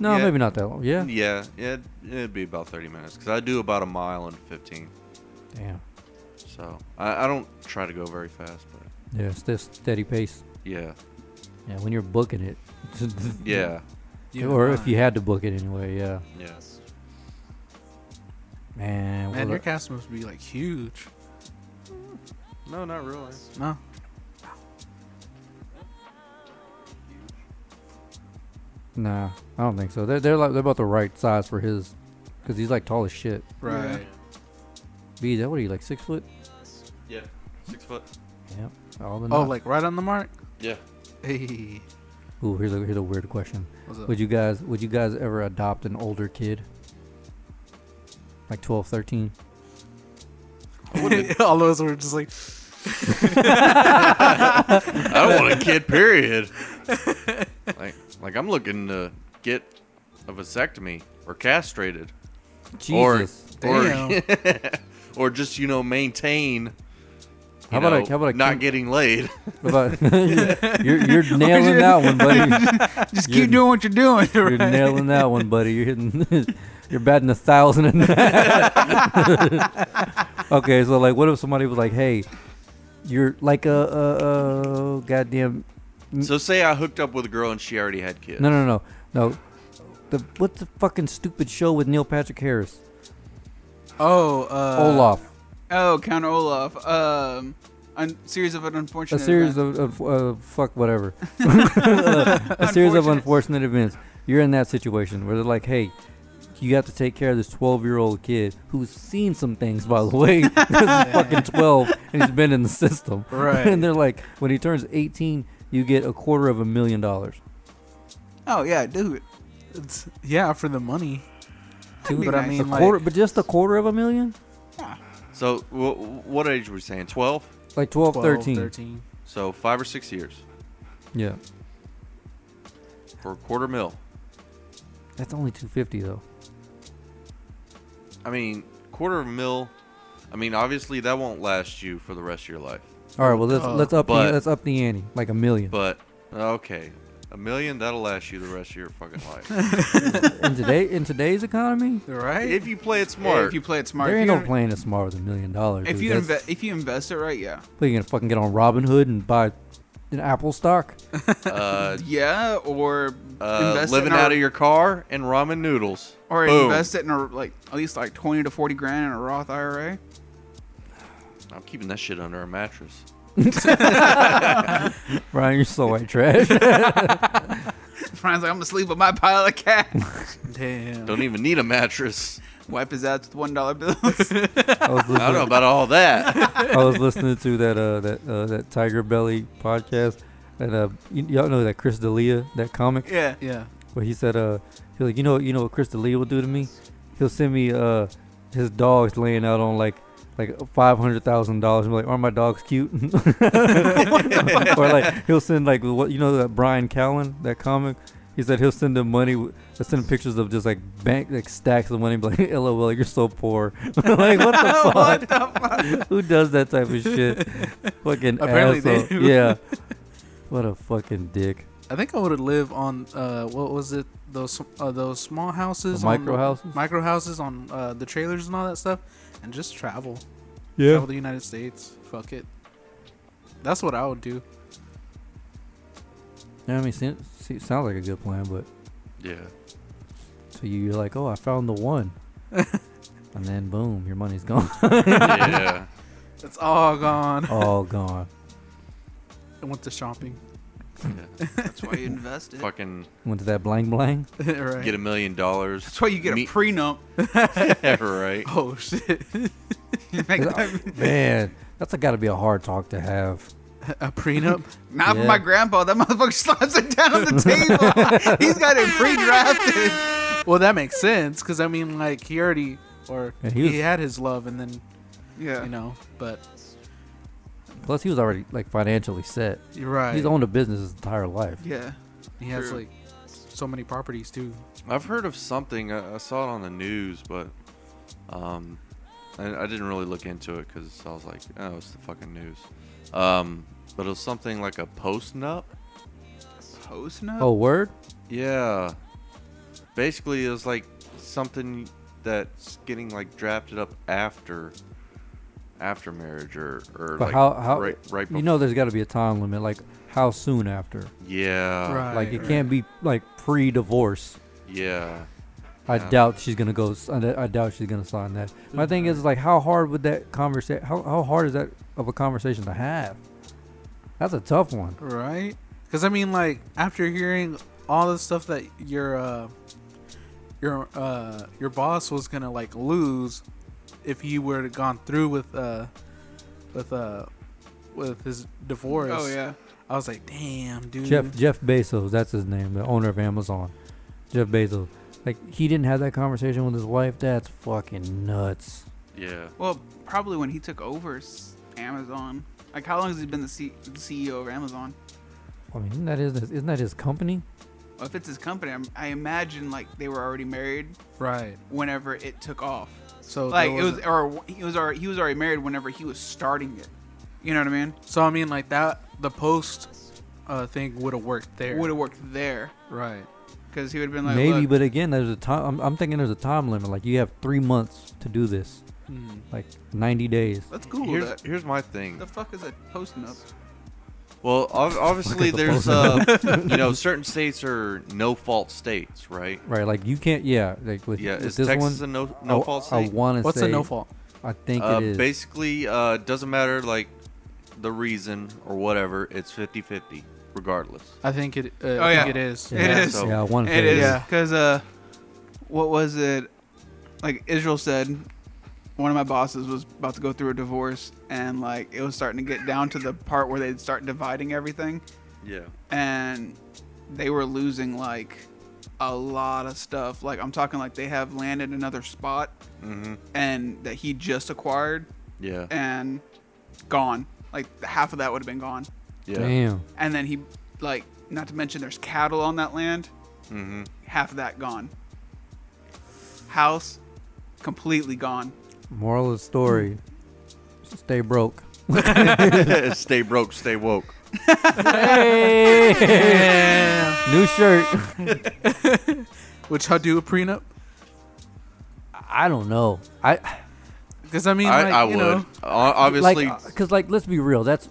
Speaker 1: No,
Speaker 2: Yeah.
Speaker 1: maybe not that long. Yeah.
Speaker 2: yeah, yeah it'd, it'd be about 30 minutes because I do about a mile in 15.
Speaker 1: Damn.
Speaker 2: So I, I don't try to go very fast, but
Speaker 1: Yeah. It's this steady pace.
Speaker 2: yeah,
Speaker 1: Yeah. When you're booking it.
Speaker 2: yeah,
Speaker 5: Mm-hmm. You
Speaker 1: or
Speaker 5: ain't
Speaker 1: if you
Speaker 5: lying.
Speaker 1: had to book it anyway. Yeah.
Speaker 2: yeah.
Speaker 1: Man.
Speaker 5: Man,
Speaker 1: what
Speaker 5: your
Speaker 1: a-
Speaker 5: cast must be like huge.
Speaker 2: No, not really.
Speaker 5: No.
Speaker 1: Nah, I don't think so. They're they're like they're about the right size for his, cause he's like tall as shit.
Speaker 5: Right.
Speaker 1: B, that what are you like six foot?
Speaker 2: Yeah, six foot.
Speaker 1: Yeah. All the
Speaker 5: Oh,
Speaker 1: knots.
Speaker 5: like right on the mark?
Speaker 2: Yeah.
Speaker 5: Hey.
Speaker 1: Ooh, here's a here's a weird question.
Speaker 5: What's up?
Speaker 1: Would you guys would you guys ever adopt an older kid? like 12, 13.
Speaker 5: All those were just like
Speaker 2: I don't want a kid. Period. like, like I'm looking to get a vasectomy or castrated,
Speaker 1: Jesus.
Speaker 2: or or, or just you know maintain. you
Speaker 1: How about a-
Speaker 2: know,
Speaker 1: how about a
Speaker 2: not
Speaker 1: king-
Speaker 2: getting laid?
Speaker 1: What about- you're, you're nailing that one, buddy.
Speaker 3: Just
Speaker 1: You're-
Speaker 3: keep doing what you're doing.
Speaker 1: You're
Speaker 3: right?
Speaker 1: nailing that one, buddy. You're hitting. you're batting a thousand in that. okay, so like, what if somebody was like, "Hey, you're like a, a, a goddamn
Speaker 2: so say I hooked up with a girl and she already had kids.
Speaker 1: no, no, no, no." The what's the fucking stupid show with Neil Patrick Harris?
Speaker 5: oh uh,
Speaker 1: Olaf,
Speaker 3: Oh, Count Olaf. Um, a series of an
Speaker 1: a
Speaker 3: unfortunate.
Speaker 1: series
Speaker 3: event.
Speaker 1: of, of uh, fuck whatever, a series of
Speaker 3: Unfortunate.
Speaker 1: unfortunate events. You're in that situation where they're like, "Hey." You have to take care of this 12 year old kid who's seen some things, by the way. 'cause he's fucking 12 and he's been in the system.
Speaker 5: Right.
Speaker 1: and they're like, when he turns 18, you get a quarter of a million dollars.
Speaker 3: Oh yeah, dude.
Speaker 5: It's- yeah, for the money.
Speaker 1: Dude,
Speaker 3: be
Speaker 5: but I
Speaker 3: nice.
Speaker 5: mean,
Speaker 1: A
Speaker 5: like,
Speaker 1: quarter, but just a quarter of a million?
Speaker 2: So wh- wh- what age were we saying? Twelve.
Speaker 1: Like 12,
Speaker 5: 12,
Speaker 1: 13.
Speaker 5: 13.
Speaker 2: So five or six years
Speaker 1: Yeah.
Speaker 2: for a quarter mil.
Speaker 1: That's only 250 though.
Speaker 2: I mean, quarter of a mil. I mean, obviously that won't last you for the rest of your life.
Speaker 1: All right, well let's
Speaker 3: Oh.
Speaker 5: Uh,
Speaker 1: let's up the,
Speaker 2: but-
Speaker 1: let's up the ante, like a million.
Speaker 2: But okay, a million that'll last you the rest of your fucking life
Speaker 1: in today in today's economy,
Speaker 5: Right?
Speaker 2: if you play it
Speaker 3: Yeah,
Speaker 2: smart.
Speaker 3: if you play it smart.
Speaker 1: there
Speaker 3: if
Speaker 1: ain't
Speaker 3: you
Speaker 1: no
Speaker 3: don't-
Speaker 1: plan that's smarter than a million dollars.
Speaker 3: If
Speaker 1: dude.
Speaker 3: you
Speaker 1: That's-
Speaker 3: invest, if you invest it right, yeah,
Speaker 1: what, you gonna fucking get on Robinhood and buy an Apple stock?
Speaker 2: uh,
Speaker 3: yeah, or
Speaker 2: uh,
Speaker 3: invest
Speaker 2: living
Speaker 3: it in a-
Speaker 2: out of your car and ramen noodles.
Speaker 3: or
Speaker 2: Boom.
Speaker 3: invest it in a like at least like twenty to forty grand in a Roth IRA.
Speaker 2: I'm keeping that shit under a mattress.
Speaker 1: Ryan, you're so white trash.
Speaker 3: Brian's like, I'm gonna sleep with my pile of cash.
Speaker 5: Damn.
Speaker 2: Don't even need a mattress.
Speaker 3: Wipe his ass with one dollar bills.
Speaker 1: I was
Speaker 2: I don't know
Speaker 1: listening,
Speaker 2: about all that.
Speaker 1: I was listening to that uh, that uh, that Tiger Belly podcast, and uh, y- y'all know that Chris D'Elia, that comic.
Speaker 3: yeah.
Speaker 5: Yeah.
Speaker 1: But he said, uh, he was like, you know, you know what Chris D'Elia will do to me? He'll send me uh his dogs laying out on like like five hundred thousand dollars. and be like, are my dogs cute? or like he'll send like what you know that Brian Callen, that comic. He said he'll send them money. w- He'll send pictures of just like bank like stacks of money. and be like, lol, you're so poor. like what the fuck? Who does that type of shit? fucking
Speaker 5: Apparently they
Speaker 1: asshole.
Speaker 5: do.
Speaker 1: Yeah. What a fucking dick.
Speaker 5: I think I would live on uh what was it those uh, those small houses,
Speaker 1: The
Speaker 5: on-
Speaker 1: micro houses?
Speaker 5: micro houses on uh, the trailers and all that stuff, and just travel, travel the United States. Fuck it, that's what I would do.
Speaker 1: Yeah, I mean, sen- se- sounds like a good plan, but
Speaker 2: Yeah.
Speaker 1: so you- you're like, oh, I found the one, and then boom, your money's gone,
Speaker 2: Yeah.
Speaker 5: It's all gone.
Speaker 1: all gone.
Speaker 5: I went to shopping.
Speaker 2: yeah.
Speaker 3: That's why you invest it.
Speaker 2: Fucking
Speaker 1: Went to that bling bling.
Speaker 5: right.
Speaker 2: get a million dollars.
Speaker 3: That's why you get a
Speaker 2: Me-
Speaker 3: prenup.
Speaker 2: Yeah, right.
Speaker 5: oh shit,
Speaker 1: uh, Man, that's got to be a hard talk to have.
Speaker 5: a prenup.
Speaker 3: Not
Speaker 1: Yeah.
Speaker 3: for my grandpa. That motherfucker slaps it down on the table. He's got it pre-drafted.
Speaker 5: well, that makes sense because I mean, like he already or
Speaker 1: Yeah, he
Speaker 5: he,
Speaker 1: was-
Speaker 5: had his love, and then
Speaker 3: Yeah.
Speaker 5: you know, but
Speaker 1: Plus, he was already like financially set.
Speaker 5: you're right.
Speaker 1: He's owned a business his entire life.
Speaker 3: Yeah.
Speaker 5: he has
Speaker 3: True.
Speaker 5: like so many properties too.
Speaker 2: I've heard of something. I, I saw it on the news, but um, I, I didn't really look into it because I was like, oh, it's the fucking news. Um, but it was something like a post nup.
Speaker 3: Post nut?
Speaker 1: Oh, word?
Speaker 2: Yeah. Basically, it was like something that's getting like drafted up after after marriage or or
Speaker 1: But
Speaker 2: like
Speaker 1: how how
Speaker 2: right right
Speaker 1: you know there's got to be a time limit, like how soon after?
Speaker 2: bef- yeah
Speaker 5: Right.
Speaker 1: Uh, like it can't be like pre-divorce.
Speaker 2: yeah
Speaker 1: I
Speaker 2: Yeah. Mm-hmm.
Speaker 1: doubt she's gonna go. s- I d- I doubt she's gonna sign that. My thing is like, how hard would that conversation? How, how hard is that of a conversation to have? That's a tough one.
Speaker 5: Right? Because I mean, like after hearing all the stuff that your uh, your uh, your boss was gonna like lose if he were to gone through with uh with uh with his divorce.
Speaker 3: Oh,
Speaker 5: I
Speaker 3: yeah.
Speaker 2: Mm-hmm.
Speaker 5: was like, damn, dude.
Speaker 1: Jeff Jeff Bezos, that's his name, the owner of Amazon. Jeff Bezos. Like he didn't have that conversation with his wife. That's fucking nuts.
Speaker 2: Yeah.
Speaker 3: Well, probably when he took over s- Amazon. Like, how long has he been the, C- the CEO of Amazon?
Speaker 1: I mean, isn't that his, isn't that his company?
Speaker 3: Well, if it's his company, I'm, I imagine like they were already married
Speaker 5: Right.
Speaker 3: whenever it took off.
Speaker 5: So
Speaker 3: Like
Speaker 5: Oh, there
Speaker 3: it was,
Speaker 5: wasn't-
Speaker 3: or he was already he was already married whenever he was starting it. You know what I mean?
Speaker 5: So I mean, like that, the post uh, thing would have worked there.
Speaker 3: Would have worked there
Speaker 5: Right.
Speaker 3: because he would have been like,
Speaker 1: Maybe,
Speaker 3: "Look,
Speaker 1: but again, there's a time. I'm, I'm thinking there's a time limit. Like you have three months to do this,
Speaker 5: Mm.
Speaker 1: like 90 days.
Speaker 3: let's Google
Speaker 2: here's
Speaker 3: that."
Speaker 2: here's my thing.
Speaker 3: The fuck is a post up?
Speaker 2: Well, ob- obviously
Speaker 1: the
Speaker 2: there's uh, you know, certain states are no fault states, right?
Speaker 1: Right? Like you can't. Yeah. Like with,
Speaker 2: Yeah,
Speaker 1: with
Speaker 2: is
Speaker 1: this
Speaker 2: Texas
Speaker 1: one,
Speaker 2: a no no
Speaker 1: I-
Speaker 2: fault
Speaker 1: I,
Speaker 2: state?
Speaker 1: want to
Speaker 5: What's
Speaker 1: say
Speaker 5: a no fault?
Speaker 1: I think
Speaker 2: uh,
Speaker 1: it is.
Speaker 2: basically uh, doesn't matter like the reason or whatever. It's 50-50 regardless.
Speaker 5: I think it. Uh,
Speaker 3: Oh,
Speaker 5: I think
Speaker 3: yeah.
Speaker 5: it is.
Speaker 1: yeah,
Speaker 3: it
Speaker 1: I-
Speaker 3: is.
Speaker 1: Yeah, I want to
Speaker 3: It
Speaker 1: say
Speaker 3: is
Speaker 5: Yeah.
Speaker 3: because uh, what was it? Like Israel said, one of my bosses was about to go through a divorce, and like it was starting to get down to the part where they'd start dividing everything,
Speaker 2: Yeah.
Speaker 3: and they were losing like a lot of stuff. Like I'm talking like they have land in another spot,
Speaker 2: Mm-hmm.
Speaker 3: and that he just acquired,
Speaker 2: Yeah.
Speaker 3: and gone. Like half of that would have been gone,
Speaker 2: Yeah.
Speaker 1: Damn.
Speaker 3: and then he like not to mention there's cattle on that land
Speaker 2: Mm-hmm.
Speaker 3: half of that gone. House, completely gone.
Speaker 1: Moral of the story: Stay broke.
Speaker 2: stay broke, stay woke.
Speaker 1: New shirt.
Speaker 5: Which I do a prenup?
Speaker 1: I don't know. I
Speaker 5: Because I mean,
Speaker 2: I,
Speaker 5: like,
Speaker 2: I
Speaker 5: you
Speaker 2: would.
Speaker 5: know,
Speaker 2: O- obviously,
Speaker 1: like uh, because like let's be real. That's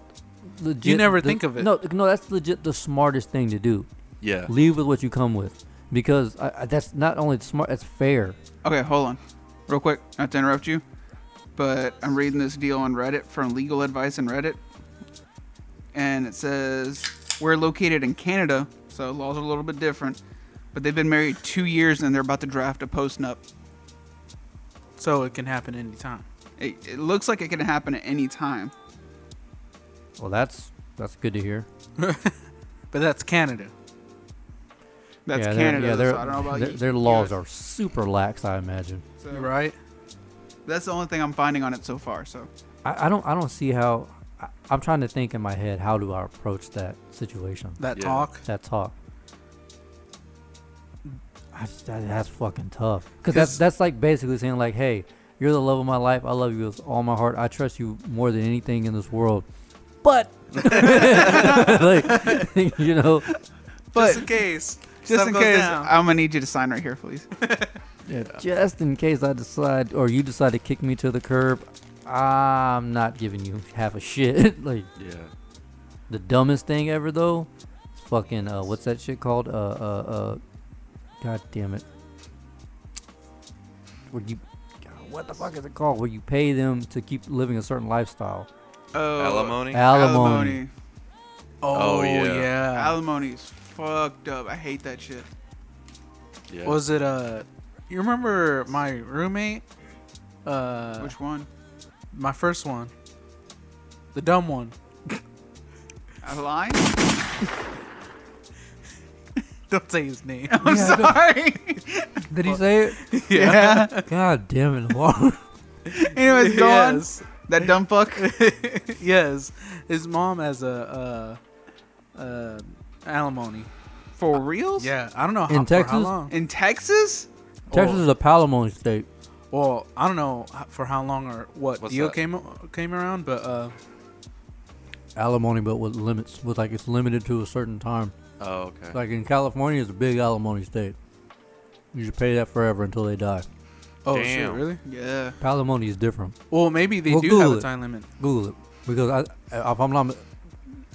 Speaker 1: legit.
Speaker 5: never
Speaker 1: the-
Speaker 5: think of it.
Speaker 1: No, no, that's legit the smartest thing to do.
Speaker 2: yeah.
Speaker 1: Leave with what you come with, because I, I, that's not only smart. That's fair.
Speaker 3: Okay, hold on. Real quick, not to interrupt you, but I'm reading this deal on Reddit from Legal Advice and Reddit. And it says, We're located in Canada, so laws are a little bit different. But they've been married two years and they're about to draft a post nup.
Speaker 5: so it can happen anytime.
Speaker 3: It, it looks like it can happen at any time.
Speaker 1: Well, that's that's good to hear.
Speaker 5: But that's Canada.
Speaker 3: That's
Speaker 1: yeah, they're-
Speaker 3: Canada.
Speaker 1: Yeah,
Speaker 3: though,
Speaker 1: their
Speaker 3: so I don't know about
Speaker 1: their,
Speaker 3: you-
Speaker 1: their laws
Speaker 3: US.
Speaker 1: are super lax. I imagine.
Speaker 3: So
Speaker 5: You're right.
Speaker 3: That's the only thing I'm finding on it so far. So
Speaker 1: I, I don't I don't see how. I, I'm trying to think in my head how do I approach that situation.
Speaker 5: That
Speaker 2: Yeah.
Speaker 5: talk.
Speaker 1: that talk. I just- that- that's fucking tough. Cause that's
Speaker 5: 'Cause-
Speaker 1: that's like basically saying like, hey, you're the love of my life. I love you with all my heart. I trust you more than anything in this world. But like, you know,
Speaker 3: But-
Speaker 5: just in case.
Speaker 3: just
Speaker 5: stuff
Speaker 3: in
Speaker 5: goes
Speaker 3: case,
Speaker 5: down.
Speaker 3: I'm going to need you to sign right here, please.
Speaker 1: just in case I decide or you decide to kick me to the curb, I'm not giving you half a shit. like
Speaker 2: Yeah.
Speaker 1: the dumbest thing ever though, is fucking uh, what's that shit called? Uh, uh, uh, god damn it. Where you, God, what the fuck is it called? Where you pay them to keep living a certain lifestyle? Uh,
Speaker 3: Oh,
Speaker 2: Alimony.
Speaker 1: Alimony.
Speaker 5: oh,
Speaker 2: Oh, yeah.
Speaker 5: yeah.
Speaker 3: Alimony is fucked up. I hate that shit.
Speaker 2: yeah.
Speaker 5: Was it uh? You remember my roommate? Uh,
Speaker 3: Which one?
Speaker 5: my first one. The dumb one.
Speaker 3: A line?
Speaker 5: Don't say his name.
Speaker 3: I'm
Speaker 1: Yeah, I
Speaker 3: sorry.
Speaker 1: Did he say it?
Speaker 3: yeah.
Speaker 1: God damn it, Lamar.
Speaker 3: Anyways, Dawn,
Speaker 5: yes.
Speaker 3: that dumb fuck.
Speaker 5: yes. His mom has a uh, uh, alimony.
Speaker 3: For reals?
Speaker 5: Yeah, I don't know how,
Speaker 1: In
Speaker 5: for how
Speaker 1: Texas?
Speaker 5: long.
Speaker 3: In Texas?
Speaker 1: Texas is a palimony state.
Speaker 5: Well, I don't know h- for how long or what
Speaker 2: What's
Speaker 5: deal
Speaker 2: that?
Speaker 5: came uh, came around, but uh,
Speaker 1: Alimony, but with limits, with like it's limited to a certain time.
Speaker 2: oh, okay.
Speaker 1: Like in California, it's a big alimony state. You should pay that forever until they die.
Speaker 5: oh shit,
Speaker 2: Damn.
Speaker 5: really?
Speaker 3: Yeah.
Speaker 1: Palimony is different.
Speaker 5: Well, maybe they
Speaker 1: Well,
Speaker 5: do
Speaker 1: Google
Speaker 5: have a
Speaker 1: it.
Speaker 5: time limit.
Speaker 1: Google it because I, if I'm not
Speaker 3: Let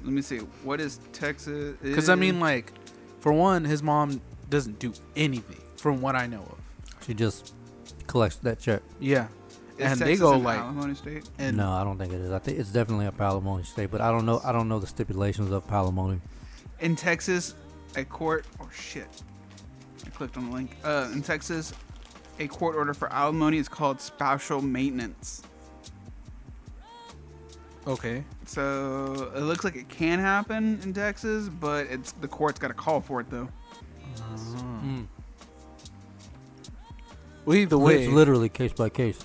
Speaker 3: me see. What is Texas?
Speaker 5: Because I mean, like, for one, his mom doesn't do anything, from what I know of.
Speaker 1: She just collects that check.
Speaker 5: Yeah,
Speaker 3: Is
Speaker 5: and they
Speaker 3: Texas
Speaker 5: go
Speaker 3: an
Speaker 5: like,
Speaker 3: alimony state.
Speaker 5: and
Speaker 1: no, I don't think it is. I think it's definitely a palimony state, but I don't know. I don't know the stipulations of palimony.
Speaker 3: In Texas, a court. Oh shit. I clicked on the link. Uh, in Texas, a court order for alimony is called spousal maintenance.
Speaker 5: okay,
Speaker 3: So it looks like it can happen in Texas, but it's the court's got a call for it though.
Speaker 5: Well, either
Speaker 1: It's
Speaker 5: way,
Speaker 1: literally case by case.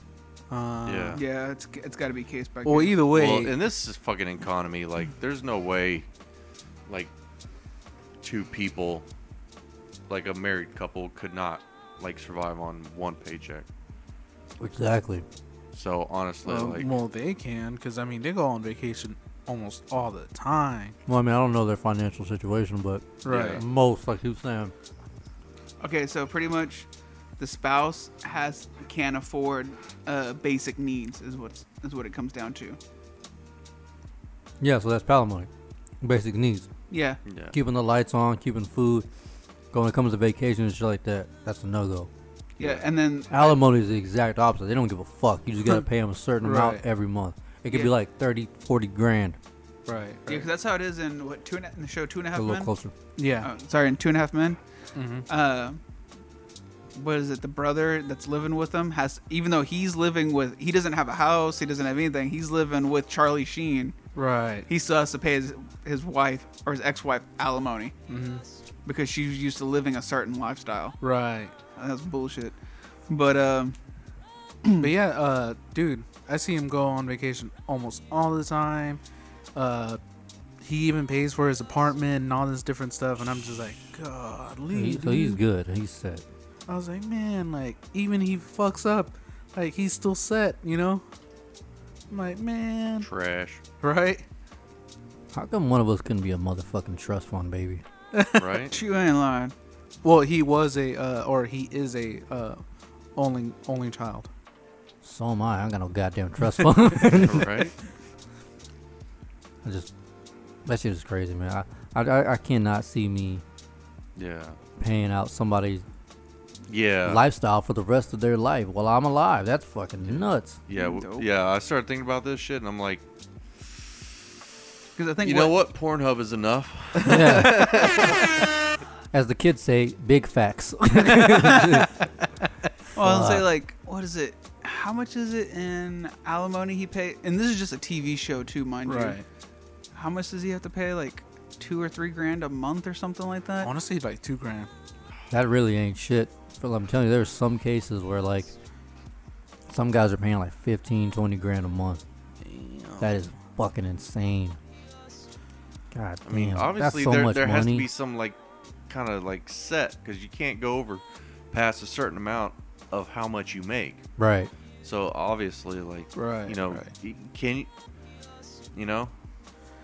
Speaker 5: uh,
Speaker 2: Yeah.
Speaker 3: Yeah, it's it's got to be case by case.
Speaker 5: Well, either way, uh,
Speaker 2: Well, and this is fucking economy. Like, there's no way, like, two people, like a married couple, could not like survive on one paycheck.
Speaker 1: Exactly.
Speaker 2: So honestly,
Speaker 5: uh,
Speaker 2: like,
Speaker 5: well, they can because I mean they go on vacation almost all the time.
Speaker 1: Well, I mean, I don't know their financial situation, but
Speaker 2: Right.
Speaker 1: most, like you saying,
Speaker 3: Okay, so pretty much, the spouse has can't afford uh, basic needs is what is what it comes down to.
Speaker 1: yeah. So that's palimony, basic needs,
Speaker 3: Yeah,
Speaker 2: yeah.
Speaker 1: keeping the lights on, keeping food. Going when it comes to vacation and shit like that, that's a no go.
Speaker 3: yeah, and then
Speaker 1: Alimony is the exact opposite. They don't give a fuck. You just gotta pay them a certain
Speaker 5: Right.
Speaker 1: amount every month. It could be
Speaker 3: Yeah.
Speaker 1: like 30, 40 grand.
Speaker 5: Right. right.
Speaker 3: yeah, 'cause that's how it is in what two and a, in the show Two and a Half
Speaker 1: a little
Speaker 3: Men.
Speaker 1: closer.
Speaker 5: Yeah.
Speaker 3: Oh, sorry, in Two and a Half Men.
Speaker 5: hmm
Speaker 3: uh, what is it? The brother that's living with him has, even though he's living with, he doesn't have a house, he doesn't have anything. He's living with Charlie Sheen.
Speaker 5: Right.
Speaker 3: He still has to pay his his wife or his ex wife alimony
Speaker 2: Mm-hmm.
Speaker 5: hmm
Speaker 3: because she's used to living a certain lifestyle.
Speaker 5: Right.
Speaker 3: That's bullshit. But um,
Speaker 5: But yeah, uh, dude, I see him go on vacation almost all the time. Uh, he even pays for his apartment and all this different stuff, and I'm just like, God,
Speaker 1: He- so he's good. He's set.
Speaker 5: I was like, man, like even he fucks up, like he's still set, you know. I'm like, man,
Speaker 2: trash,
Speaker 5: right?
Speaker 1: How come one of us couldn't be a motherfucking trust fund baby?
Speaker 2: right?
Speaker 3: you ain't lying.
Speaker 5: Well, he was a, uh, or he is a uh, only only child.
Speaker 1: So am I. I ain't got no goddamn trust fund.
Speaker 2: right?
Speaker 1: I just that shit is crazy, man. I, I- I I cannot see me
Speaker 2: Yeah.
Speaker 1: paying out somebody's
Speaker 2: Yeah.
Speaker 1: lifestyle for the rest of their life while I'm alive. That's fucking nuts.
Speaker 2: yeah. w-
Speaker 3: Nope.
Speaker 2: Yeah. I started thinking about this shit, and I'm like,
Speaker 3: Because I think
Speaker 2: you know what? Pornhub is enough.
Speaker 1: Yeah. As the kids say, big facts.
Speaker 3: Well, I'll say
Speaker 1: Fuck.
Speaker 3: like, what is it? How much is it in alimony he paid? And this is just a TV show too, mind you. How much does he have to pay? Like two or three grand a month or something like that.
Speaker 5: Honestly, like two grand.
Speaker 1: That really ain't shit. But I'm telling you, there's some cases where like some guys are paying like 15, 20 grand a month. That is fucking insane. God
Speaker 2: I
Speaker 1: damn.
Speaker 2: mean,
Speaker 1: that's
Speaker 2: obviously
Speaker 1: so
Speaker 2: there
Speaker 1: much
Speaker 2: there
Speaker 1: money.
Speaker 2: has to be some like kind of like set because you can't go over past a certain amount of how much you make.
Speaker 1: right.
Speaker 2: So obviously, like,
Speaker 5: Right,
Speaker 2: you know,
Speaker 5: right.
Speaker 2: y- can you, you know,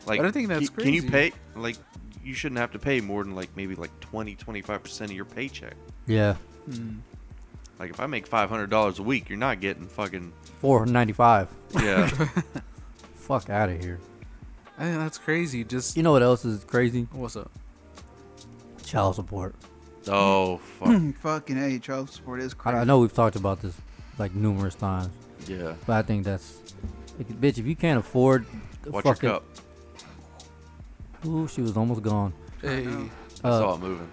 Speaker 2: like,
Speaker 5: I don't think that's
Speaker 2: can, can you
Speaker 5: crazy.
Speaker 2: pay like you shouldn't have to pay more than like maybe like 20 25 percent of your paycheck.
Speaker 1: Yeah.
Speaker 2: Like if I make five hundred dollars a week, you're not getting fucking
Speaker 1: 495.
Speaker 2: yeah.
Speaker 1: Fuck out of here.
Speaker 5: I think that's crazy. Just
Speaker 1: You know what else is crazy?
Speaker 5: what's up?
Speaker 1: Child support.
Speaker 2: oh fuck
Speaker 3: Fucking hey, child support is
Speaker 1: I,
Speaker 3: crazy.
Speaker 1: I know we've talked about this like numerous times,
Speaker 2: yeah.
Speaker 1: but I think that's like, bitch. If you can't afford, the
Speaker 2: Watch
Speaker 1: fucking,
Speaker 2: your cup.
Speaker 1: Ooh, she was almost gone.
Speaker 5: Hey,
Speaker 2: I
Speaker 1: Uh,
Speaker 2: saw it moving.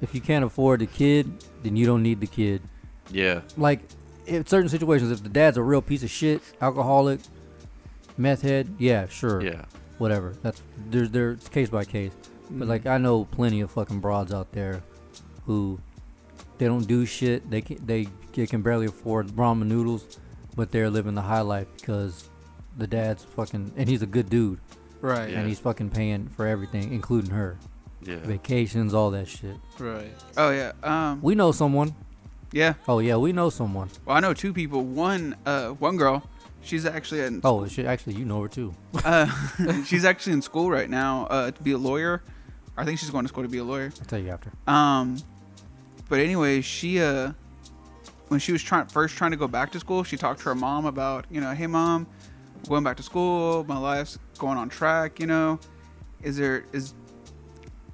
Speaker 1: If you can't afford the kid, then you don't need the kid.
Speaker 2: Yeah.
Speaker 1: like in certain situations, if the dad's a real piece of shit, alcoholic, meth head, yeah, sure,
Speaker 2: Yeah.
Speaker 1: whatever. That's there's there it's case by case.
Speaker 2: Mm-hmm.
Speaker 1: But like I know plenty of fucking broads out there who they don't do shit. They can they, they can barely afford ramen noodles, but they're living the high life because the dad's fucking and he's a good dude
Speaker 5: right,
Speaker 2: Yeah.
Speaker 1: and he's fucking paying for everything, including her
Speaker 2: Yeah.
Speaker 1: vacations, all that shit.
Speaker 5: right.
Speaker 3: Oh yeah. Um.
Speaker 1: We know someone.
Speaker 3: Yeah.
Speaker 1: Oh yeah, we know someone.
Speaker 3: Well, I know two people. One. Uh. One girl. She's actually in.
Speaker 1: Oh shit, actually you know her too.
Speaker 3: Uh, she's actually in school right now. Uh. To be a lawyer. I think she's going to school to be a lawyer.
Speaker 1: I'll tell you after.
Speaker 3: Um. But anyway, she uh. When she was trying first trying to go back to school, she talked to her mom about you know, hey mom, going back to school, my life's going on track. You know, is there is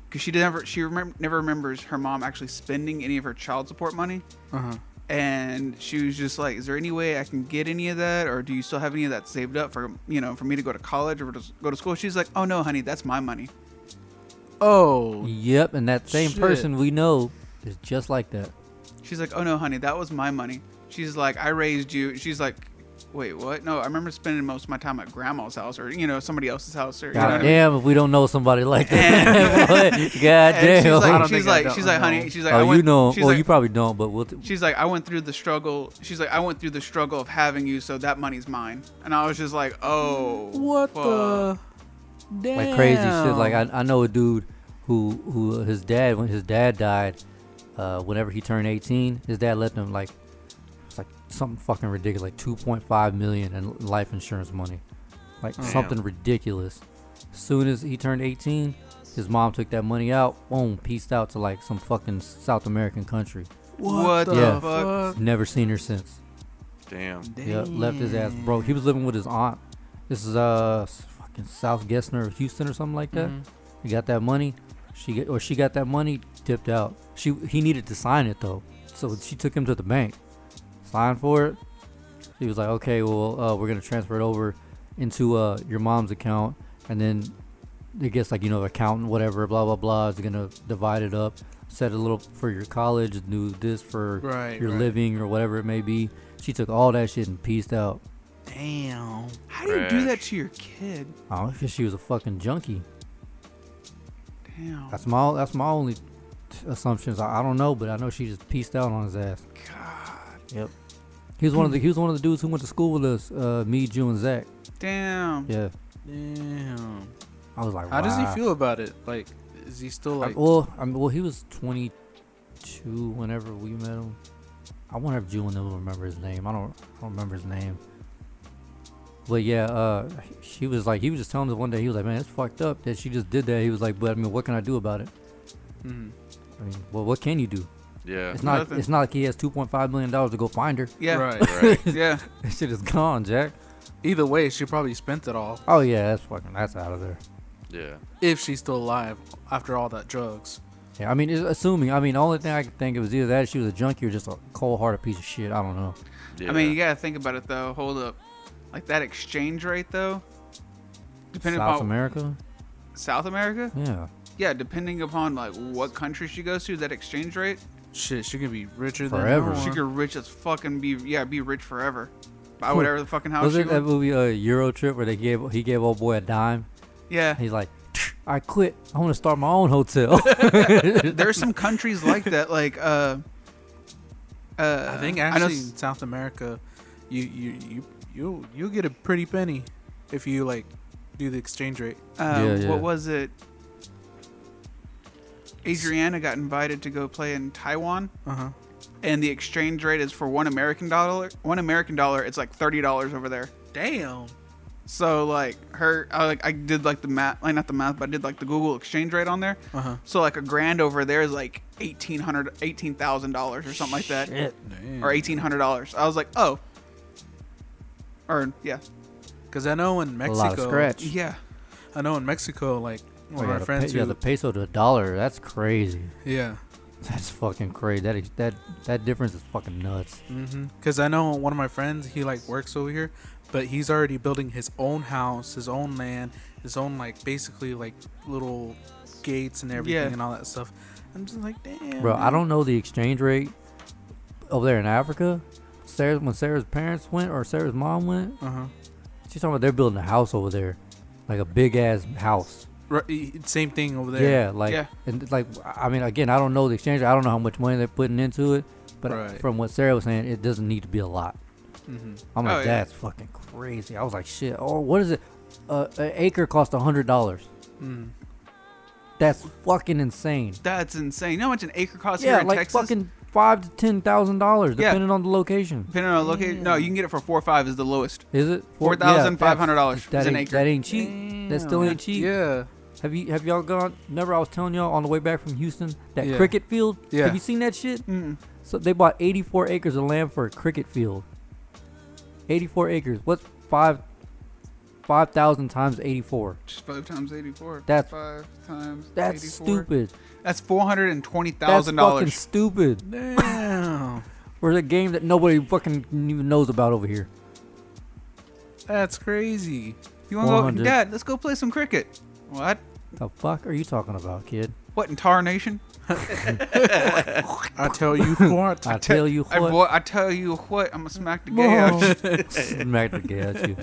Speaker 3: because she never she remem- never remembers her mom actually spending any of her child support money.
Speaker 5: Uh huh.
Speaker 3: and she was just like, "Is there any way I can get any of that, or do you still have any of that saved up for you know for me to go to college or to s- go to school?" She's like, "Oh no, honey, that's my money."
Speaker 5: Oh,
Speaker 1: Yep, and that same
Speaker 5: Shit.
Speaker 1: person we know is just like that.
Speaker 3: She's like, "Oh no, honey, that was my money." She's like, "I raised you." She's like, wait, what? No, I remember spending most of my time at grandma's house or, you know, somebody else's house. Or, you know what I
Speaker 1: God
Speaker 3: mean?
Speaker 1: damn, if we don't know somebody like that. Boy, God
Speaker 3: And she's
Speaker 1: damn.
Speaker 3: like,
Speaker 5: don't
Speaker 3: she's
Speaker 5: think I
Speaker 3: like,
Speaker 5: don't
Speaker 3: she's like,
Speaker 5: know.
Speaker 3: honey, she's like, I
Speaker 1: oh,
Speaker 3: went,
Speaker 1: you know.
Speaker 3: she's
Speaker 1: Well,
Speaker 3: like,
Speaker 1: you probably don't, but we'll. T-
Speaker 3: She's like, I went through the struggle. She's like, I went through the struggle of having you, so that money's mine. And I was just like, oh,
Speaker 5: What
Speaker 3: fuck.
Speaker 5: the? Damn.
Speaker 1: like crazy shit. Like I, I know a dude who who his dad when his dad died, uh, whenever he turned 18, his dad left him like it's like something fucking ridiculous, like 2.5 million in life insurance money, like something ridiculous. Soon as he turned 18, his mom took that money out, boom, pieced out to like some fucking South American country.
Speaker 3: What, the
Speaker 1: Yeah.
Speaker 3: fuck?
Speaker 1: Never seen her since.
Speaker 2: Damn.
Speaker 1: Yeah, left his
Speaker 3: Mm-hmm.
Speaker 1: ass broke. He was living with his aunt. This is uh s- fucking South Gessner, Houston or something like that.
Speaker 5: Mm-hmm.
Speaker 1: He got that money. She get, or she got that money dipped out. She he needed to sign it though, so she took him to the bank, signed for it. He was like, okay, well uh, we're gonna transfer it over into uh your mom's account, and then it gets like you know accountant whatever blah blah blah is gonna divide it up, set a little for your college, do this for
Speaker 5: Right,
Speaker 1: your
Speaker 5: right.
Speaker 1: living or whatever it may be. She took all that shit and pieced out.
Speaker 5: Damn.
Speaker 3: How do you do that
Speaker 2: Trash.
Speaker 3: to your kid?
Speaker 1: I don't think she was a fucking junkie.
Speaker 3: Damn.
Speaker 1: That's my that's my only t- assumptions. I, I don't know, but I know she just pieced out on his ass. God. Yep. He was one of the he was one of the dudes who went to school with us. Uh, me, Jew, and Zach.
Speaker 3: Damn.
Speaker 1: Yeah.
Speaker 5: Damn.
Speaker 1: I was like,
Speaker 5: How does he
Speaker 1: wow.
Speaker 5: feel about it? Like, is he still
Speaker 1: I-
Speaker 5: like?
Speaker 1: well, I mean, well, he was 22 whenever we met him. I wonder if Jew and them remember his name. I don't, I don't remember his name. But yeah, uh, she was like, he was just telling us one day, he was like, man, it's fucked up that she just did that. He was like, but I mean, what can I do about it?
Speaker 5: Mhm.
Speaker 1: I mean, well, what can you do?
Speaker 2: Yeah.
Speaker 1: It's not,
Speaker 3: nothing.
Speaker 1: it's not like he has 2.5 million dollars to go find her.
Speaker 3: Yeah.
Speaker 5: Right.
Speaker 2: right.
Speaker 3: Yeah.
Speaker 1: That shit is gone, Jack.
Speaker 5: Either way, she probably spent it all
Speaker 1: Oh yeah, that's fucking, that's out of there.
Speaker 2: Yeah.
Speaker 5: if she's still alive after all that drugs.
Speaker 1: Yeah, I mean, it's assuming. I mean, the only thing I could think of is either that she was a junkie or just a cold-hearted piece of shit. I don't know.
Speaker 2: Yeah.
Speaker 3: I mean, you gotta think about it though. Hold up, like that exchange rate though. Depending
Speaker 1: South
Speaker 3: upon
Speaker 1: America.
Speaker 3: South America,
Speaker 1: Yeah.
Speaker 3: yeah. Depending upon like what country she goes to, that exchange rate,
Speaker 5: Shit, she could be richer
Speaker 1: Forever.
Speaker 5: than
Speaker 3: she
Speaker 5: ever.
Speaker 3: could rich as fucking be. Yeah, be rich forever. Buy whatever the fucking house
Speaker 1: Was
Speaker 3: she
Speaker 1: it that
Speaker 3: wants.
Speaker 1: movie uh, Euro Trip where they gave he gave old boy a dime?
Speaker 3: Yeah.
Speaker 1: He's like, I quit. I want to start my own hotel.
Speaker 3: There's some countries like that, like uh. Uh,
Speaker 5: I think
Speaker 3: know
Speaker 5: actually
Speaker 3: s-
Speaker 5: in South America, you you you you you get a pretty penny if you like do the exchange rate.
Speaker 3: um,
Speaker 1: Yeah, yeah.
Speaker 3: what was it? Adriana got invited to go play in Taiwan,
Speaker 5: Uh huh.
Speaker 3: and the exchange rate is for one American dollar. One American dollar, it's like thirty dollars over there.
Speaker 5: Damn.
Speaker 3: So like her, I like I did like the math, like not the math, but I did like the Google exchange rate on there.
Speaker 5: Uh huh.
Speaker 3: So like a grand over there is like eighteen hundred, eighteen thousand dollars or something like that, or eighteen hundred dollars. I was like, oh, or yeah,
Speaker 5: Because I know in
Speaker 1: a
Speaker 5: Mexico,
Speaker 1: lot of scratch. Oh,
Speaker 3: yeah.
Speaker 5: I know in Mexico, like one of
Speaker 1: yeah,
Speaker 5: our
Speaker 1: the
Speaker 5: friends
Speaker 1: pe- yeah,
Speaker 5: who,
Speaker 1: the peso to a dollar. That's crazy.
Speaker 5: yeah,
Speaker 1: That's fucking crazy. That ex- that that difference is fucking nuts.
Speaker 3: Mm-hmm.
Speaker 5: because I know one of my friends, he like works over here, but he's already building his own house, his own land, his own like basically like little gates and everything
Speaker 3: Yeah.
Speaker 5: and all that stuff. I'm just like, damn,
Speaker 1: Bro, I
Speaker 3: Mm-hmm.
Speaker 5: dude.
Speaker 1: don't know the exchange rate over there in Africa. Sarah, when Sarah's parents went or Sarah's mom went,
Speaker 5: Uh-huh.
Speaker 1: she's talking about they're building a house over there, like a big ass house.
Speaker 5: Right, e- same thing over there.
Speaker 1: Yeah, like
Speaker 3: Yeah.
Speaker 1: and it's like I mean, again, I don't know the exchange. I don't know how much money they're putting into it, but
Speaker 5: Right.
Speaker 1: from what Sarah was saying, it doesn't need to be a lot.
Speaker 5: Mm-hmm.
Speaker 1: I'm
Speaker 3: Oh,
Speaker 1: like,
Speaker 3: yeah.
Speaker 1: that's fucking crazy. I was like, shit. Oh, what is it? Uh, an acre costs a hundred dollars.
Speaker 3: Mm.
Speaker 1: That's fucking insane.
Speaker 3: That's insane. You know how much an acre costs
Speaker 1: yeah,
Speaker 3: here in
Speaker 1: like
Speaker 3: Texas?
Speaker 1: fucking five to ten thousand dollars,
Speaker 3: Yeah.
Speaker 1: depending on the location.
Speaker 3: Depending on the location. No, you can get it for four or five is the lowest.
Speaker 1: Is it Four- yeah, that's-
Speaker 3: $4,500
Speaker 1: That
Speaker 3: is an
Speaker 1: ain't-
Speaker 3: acre.
Speaker 1: That ain't cheap. That still
Speaker 5: Damn.
Speaker 1: ain't cheap.
Speaker 5: Yeah.
Speaker 1: Have you have y'all gone? Never. I was telling y'all on the way back from Houston that
Speaker 5: Yeah.
Speaker 1: cricket field.
Speaker 5: Yeah.
Speaker 1: Have you seen that shit?
Speaker 3: Mm.
Speaker 1: So they bought 84 acres of land for a cricket field. 84 acres. What's five? Five thousand times 84.
Speaker 3: Just five times eighty-four.
Speaker 1: That's-
Speaker 3: five times.
Speaker 1: That's
Speaker 3: 84.
Speaker 1: stupid.
Speaker 3: That's four hundred and twenty
Speaker 1: That's
Speaker 3: thousand
Speaker 1: fucking
Speaker 3: dollars.
Speaker 1: stupid.
Speaker 5: Damn.
Speaker 1: For a game that nobody fucking even knows about over here.
Speaker 5: That's crazy.
Speaker 3: You want to go,
Speaker 1: 400.
Speaker 3: Dad? Let's go play some cricket. What?
Speaker 1: The fuck are you talking about, kid?
Speaker 3: What in Tar Nation?
Speaker 5: I tell you what.
Speaker 1: I tell you
Speaker 3: I,
Speaker 1: what,
Speaker 3: boy, I tell you what, I'm gonna smack the gay out. you.
Speaker 1: smack the gay at you.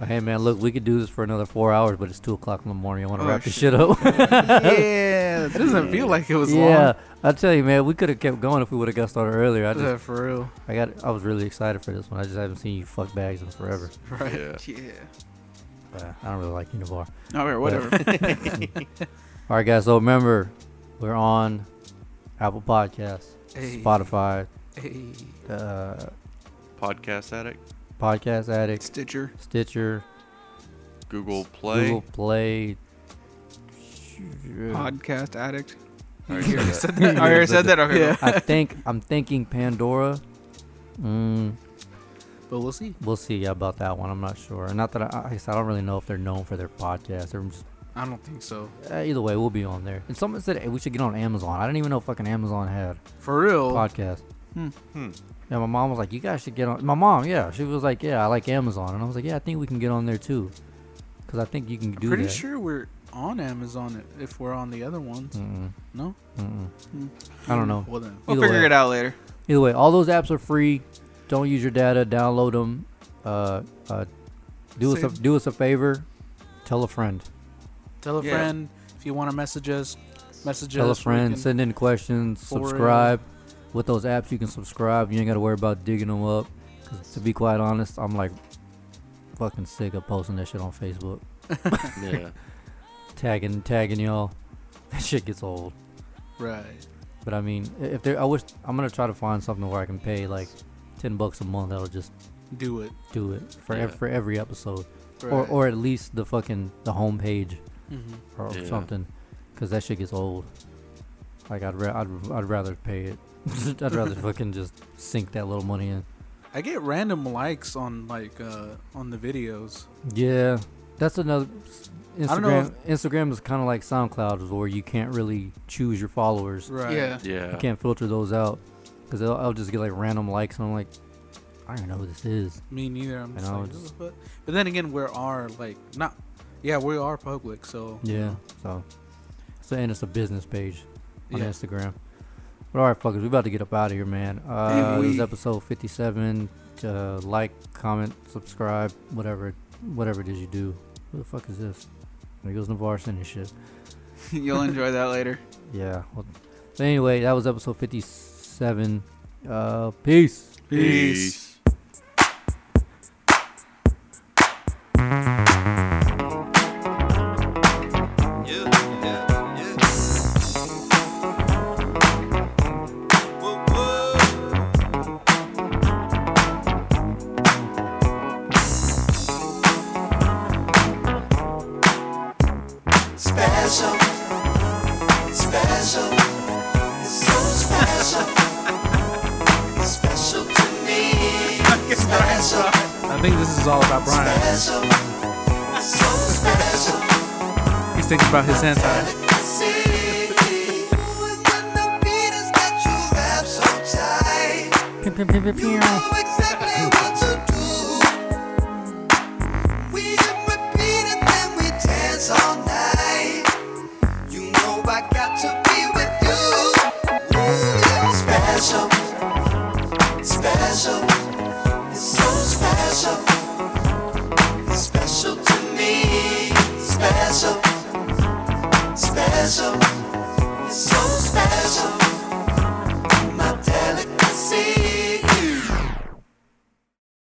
Speaker 1: But Hey man, look, we could do this for another four hours, but it's two o'clock in the morning. I want to
Speaker 3: Oh,
Speaker 1: wrap this
Speaker 3: shit.
Speaker 1: shit up.
Speaker 5: yeah, it doesn't feel like it was
Speaker 1: yeah, I tell you, man, we could have kept going if we would have got started earlier. I
Speaker 5: long.
Speaker 1: just,
Speaker 5: Yeah, for real.
Speaker 1: I got, I was really excited for this one. I just haven't seen you fuck bags in forever.
Speaker 5: Right.
Speaker 2: Yeah.
Speaker 3: Yeah.
Speaker 1: Uh, I don't really like Univar.
Speaker 3: All right, whatever.
Speaker 1: All right, guys. So remember, we're on Apple Podcasts,
Speaker 5: Hey.
Speaker 1: Spotify,
Speaker 5: Hey.
Speaker 1: uh,
Speaker 2: Podcast Addict,
Speaker 1: Podcast Addict,
Speaker 3: Stitcher.
Speaker 1: Stitcher,
Speaker 2: Google Play.
Speaker 1: Google Play,
Speaker 3: Podcast addict.
Speaker 2: I already said that.
Speaker 3: I already said that. Okay.
Speaker 5: Yeah.
Speaker 3: cool.
Speaker 1: I think I'm thinking Pandora. Mm,
Speaker 5: But we'll see.
Speaker 1: we'll see about that one. I'm not sure. Not that I, I, guess I don't really know if they're known for their podcast. They're just,
Speaker 5: I don't think so.
Speaker 1: uh, either way, we'll be on there. And someone said hey, we should get on Amazon. I didn't even know fucking Amazon had
Speaker 5: For real.
Speaker 1: podcast.
Speaker 2: Hmm.
Speaker 1: Yeah, my mom was like, "You guys should get on." My mom, yeah, she was like, "Yeah, I like Amazon," and I was like, "Yeah, I think we can get on there too, because I think you can do
Speaker 5: Pretty
Speaker 1: that."
Speaker 5: sure we're on Amazon if we're on the other ones.
Speaker 1: Mm-mm,
Speaker 5: No?
Speaker 1: mm-mm.
Speaker 5: Mm.
Speaker 3: Hmm.
Speaker 1: I don't know.
Speaker 5: Well then.
Speaker 3: We'll
Speaker 1: Either
Speaker 3: figure
Speaker 1: way.
Speaker 3: it out later.
Speaker 1: Either way, all those apps are free. Don't use your data. Download them. Uh, uh, do us a,
Speaker 5: Save.
Speaker 1: do us a favor. Tell a friend.
Speaker 5: Tell a
Speaker 3: Yeah.
Speaker 5: friend if you want to message us. Message
Speaker 1: Tell a
Speaker 5: us. we
Speaker 1: friend.
Speaker 5: can-
Speaker 1: Send in questions.
Speaker 5: For real.
Speaker 1: Subscribe. With those apps, you can subscribe. You ain't got to worry about digging them up. 'Cause to be quite honest, I'm like fucking sick of posting that shit on Facebook.
Speaker 2: Yeah.
Speaker 1: tagging tagging y'all. That shit gets old.
Speaker 5: Right.
Speaker 1: But I mean, i- if there, I wish I'm gonna try to find something where I can pay like ten bucks a month. That'll just
Speaker 5: Do it.
Speaker 1: do it for ev-
Speaker 2: Yeah.
Speaker 1: for every episode,
Speaker 5: Right.
Speaker 1: or or at least the fucking the homepage
Speaker 5: Mhm.
Speaker 1: or
Speaker 2: Yeah.
Speaker 1: something, because that shit gets old. Like I'd ra- I'd, I'd rather pay it. I'd rather fucking just sink that little money in.
Speaker 5: I get random likes on like uh on the videos.
Speaker 1: Yeah, that's another. Instagram
Speaker 5: don't know
Speaker 1: Instagram is kind of like SoundCloud, is where you can't really choose your followers.
Speaker 5: Right.
Speaker 3: Yeah.
Speaker 1: I
Speaker 2: Yeah.
Speaker 1: can't filter those out because I'll, I'll just get like random likes and I'm like, I don't know who this is.
Speaker 5: Me neither. I'm just
Speaker 1: know,
Speaker 5: like,
Speaker 1: it's-
Speaker 5: "Ugh," but, but then again, we are like not. Yeah, we are public, so you
Speaker 1: Yeah.
Speaker 5: know.
Speaker 1: So, so and it's a business page on
Speaker 5: Yeah.
Speaker 1: Instagram. But all right, fuckers, we about to get up out of here, man. Uh, this is
Speaker 3: we-
Speaker 1: episode 57. Uh, like, comment, subscribe, whatever, whatever it is you do. Who the fuck is this? There goes Navarre sending shit.
Speaker 3: You'll enjoy that later.
Speaker 1: Yeah. Well, but anyway, that was episode 57. Uh, peace.
Speaker 2: Peace.
Speaker 4: Yeah, yeah, yeah. Whoa, whoa. Special, special, so special, special to me. Special,
Speaker 5: I think this is all about Brian.
Speaker 4: special, so special.
Speaker 5: He's thinking about his hand time.
Speaker 4: Pim, pim, pim, pim, pim.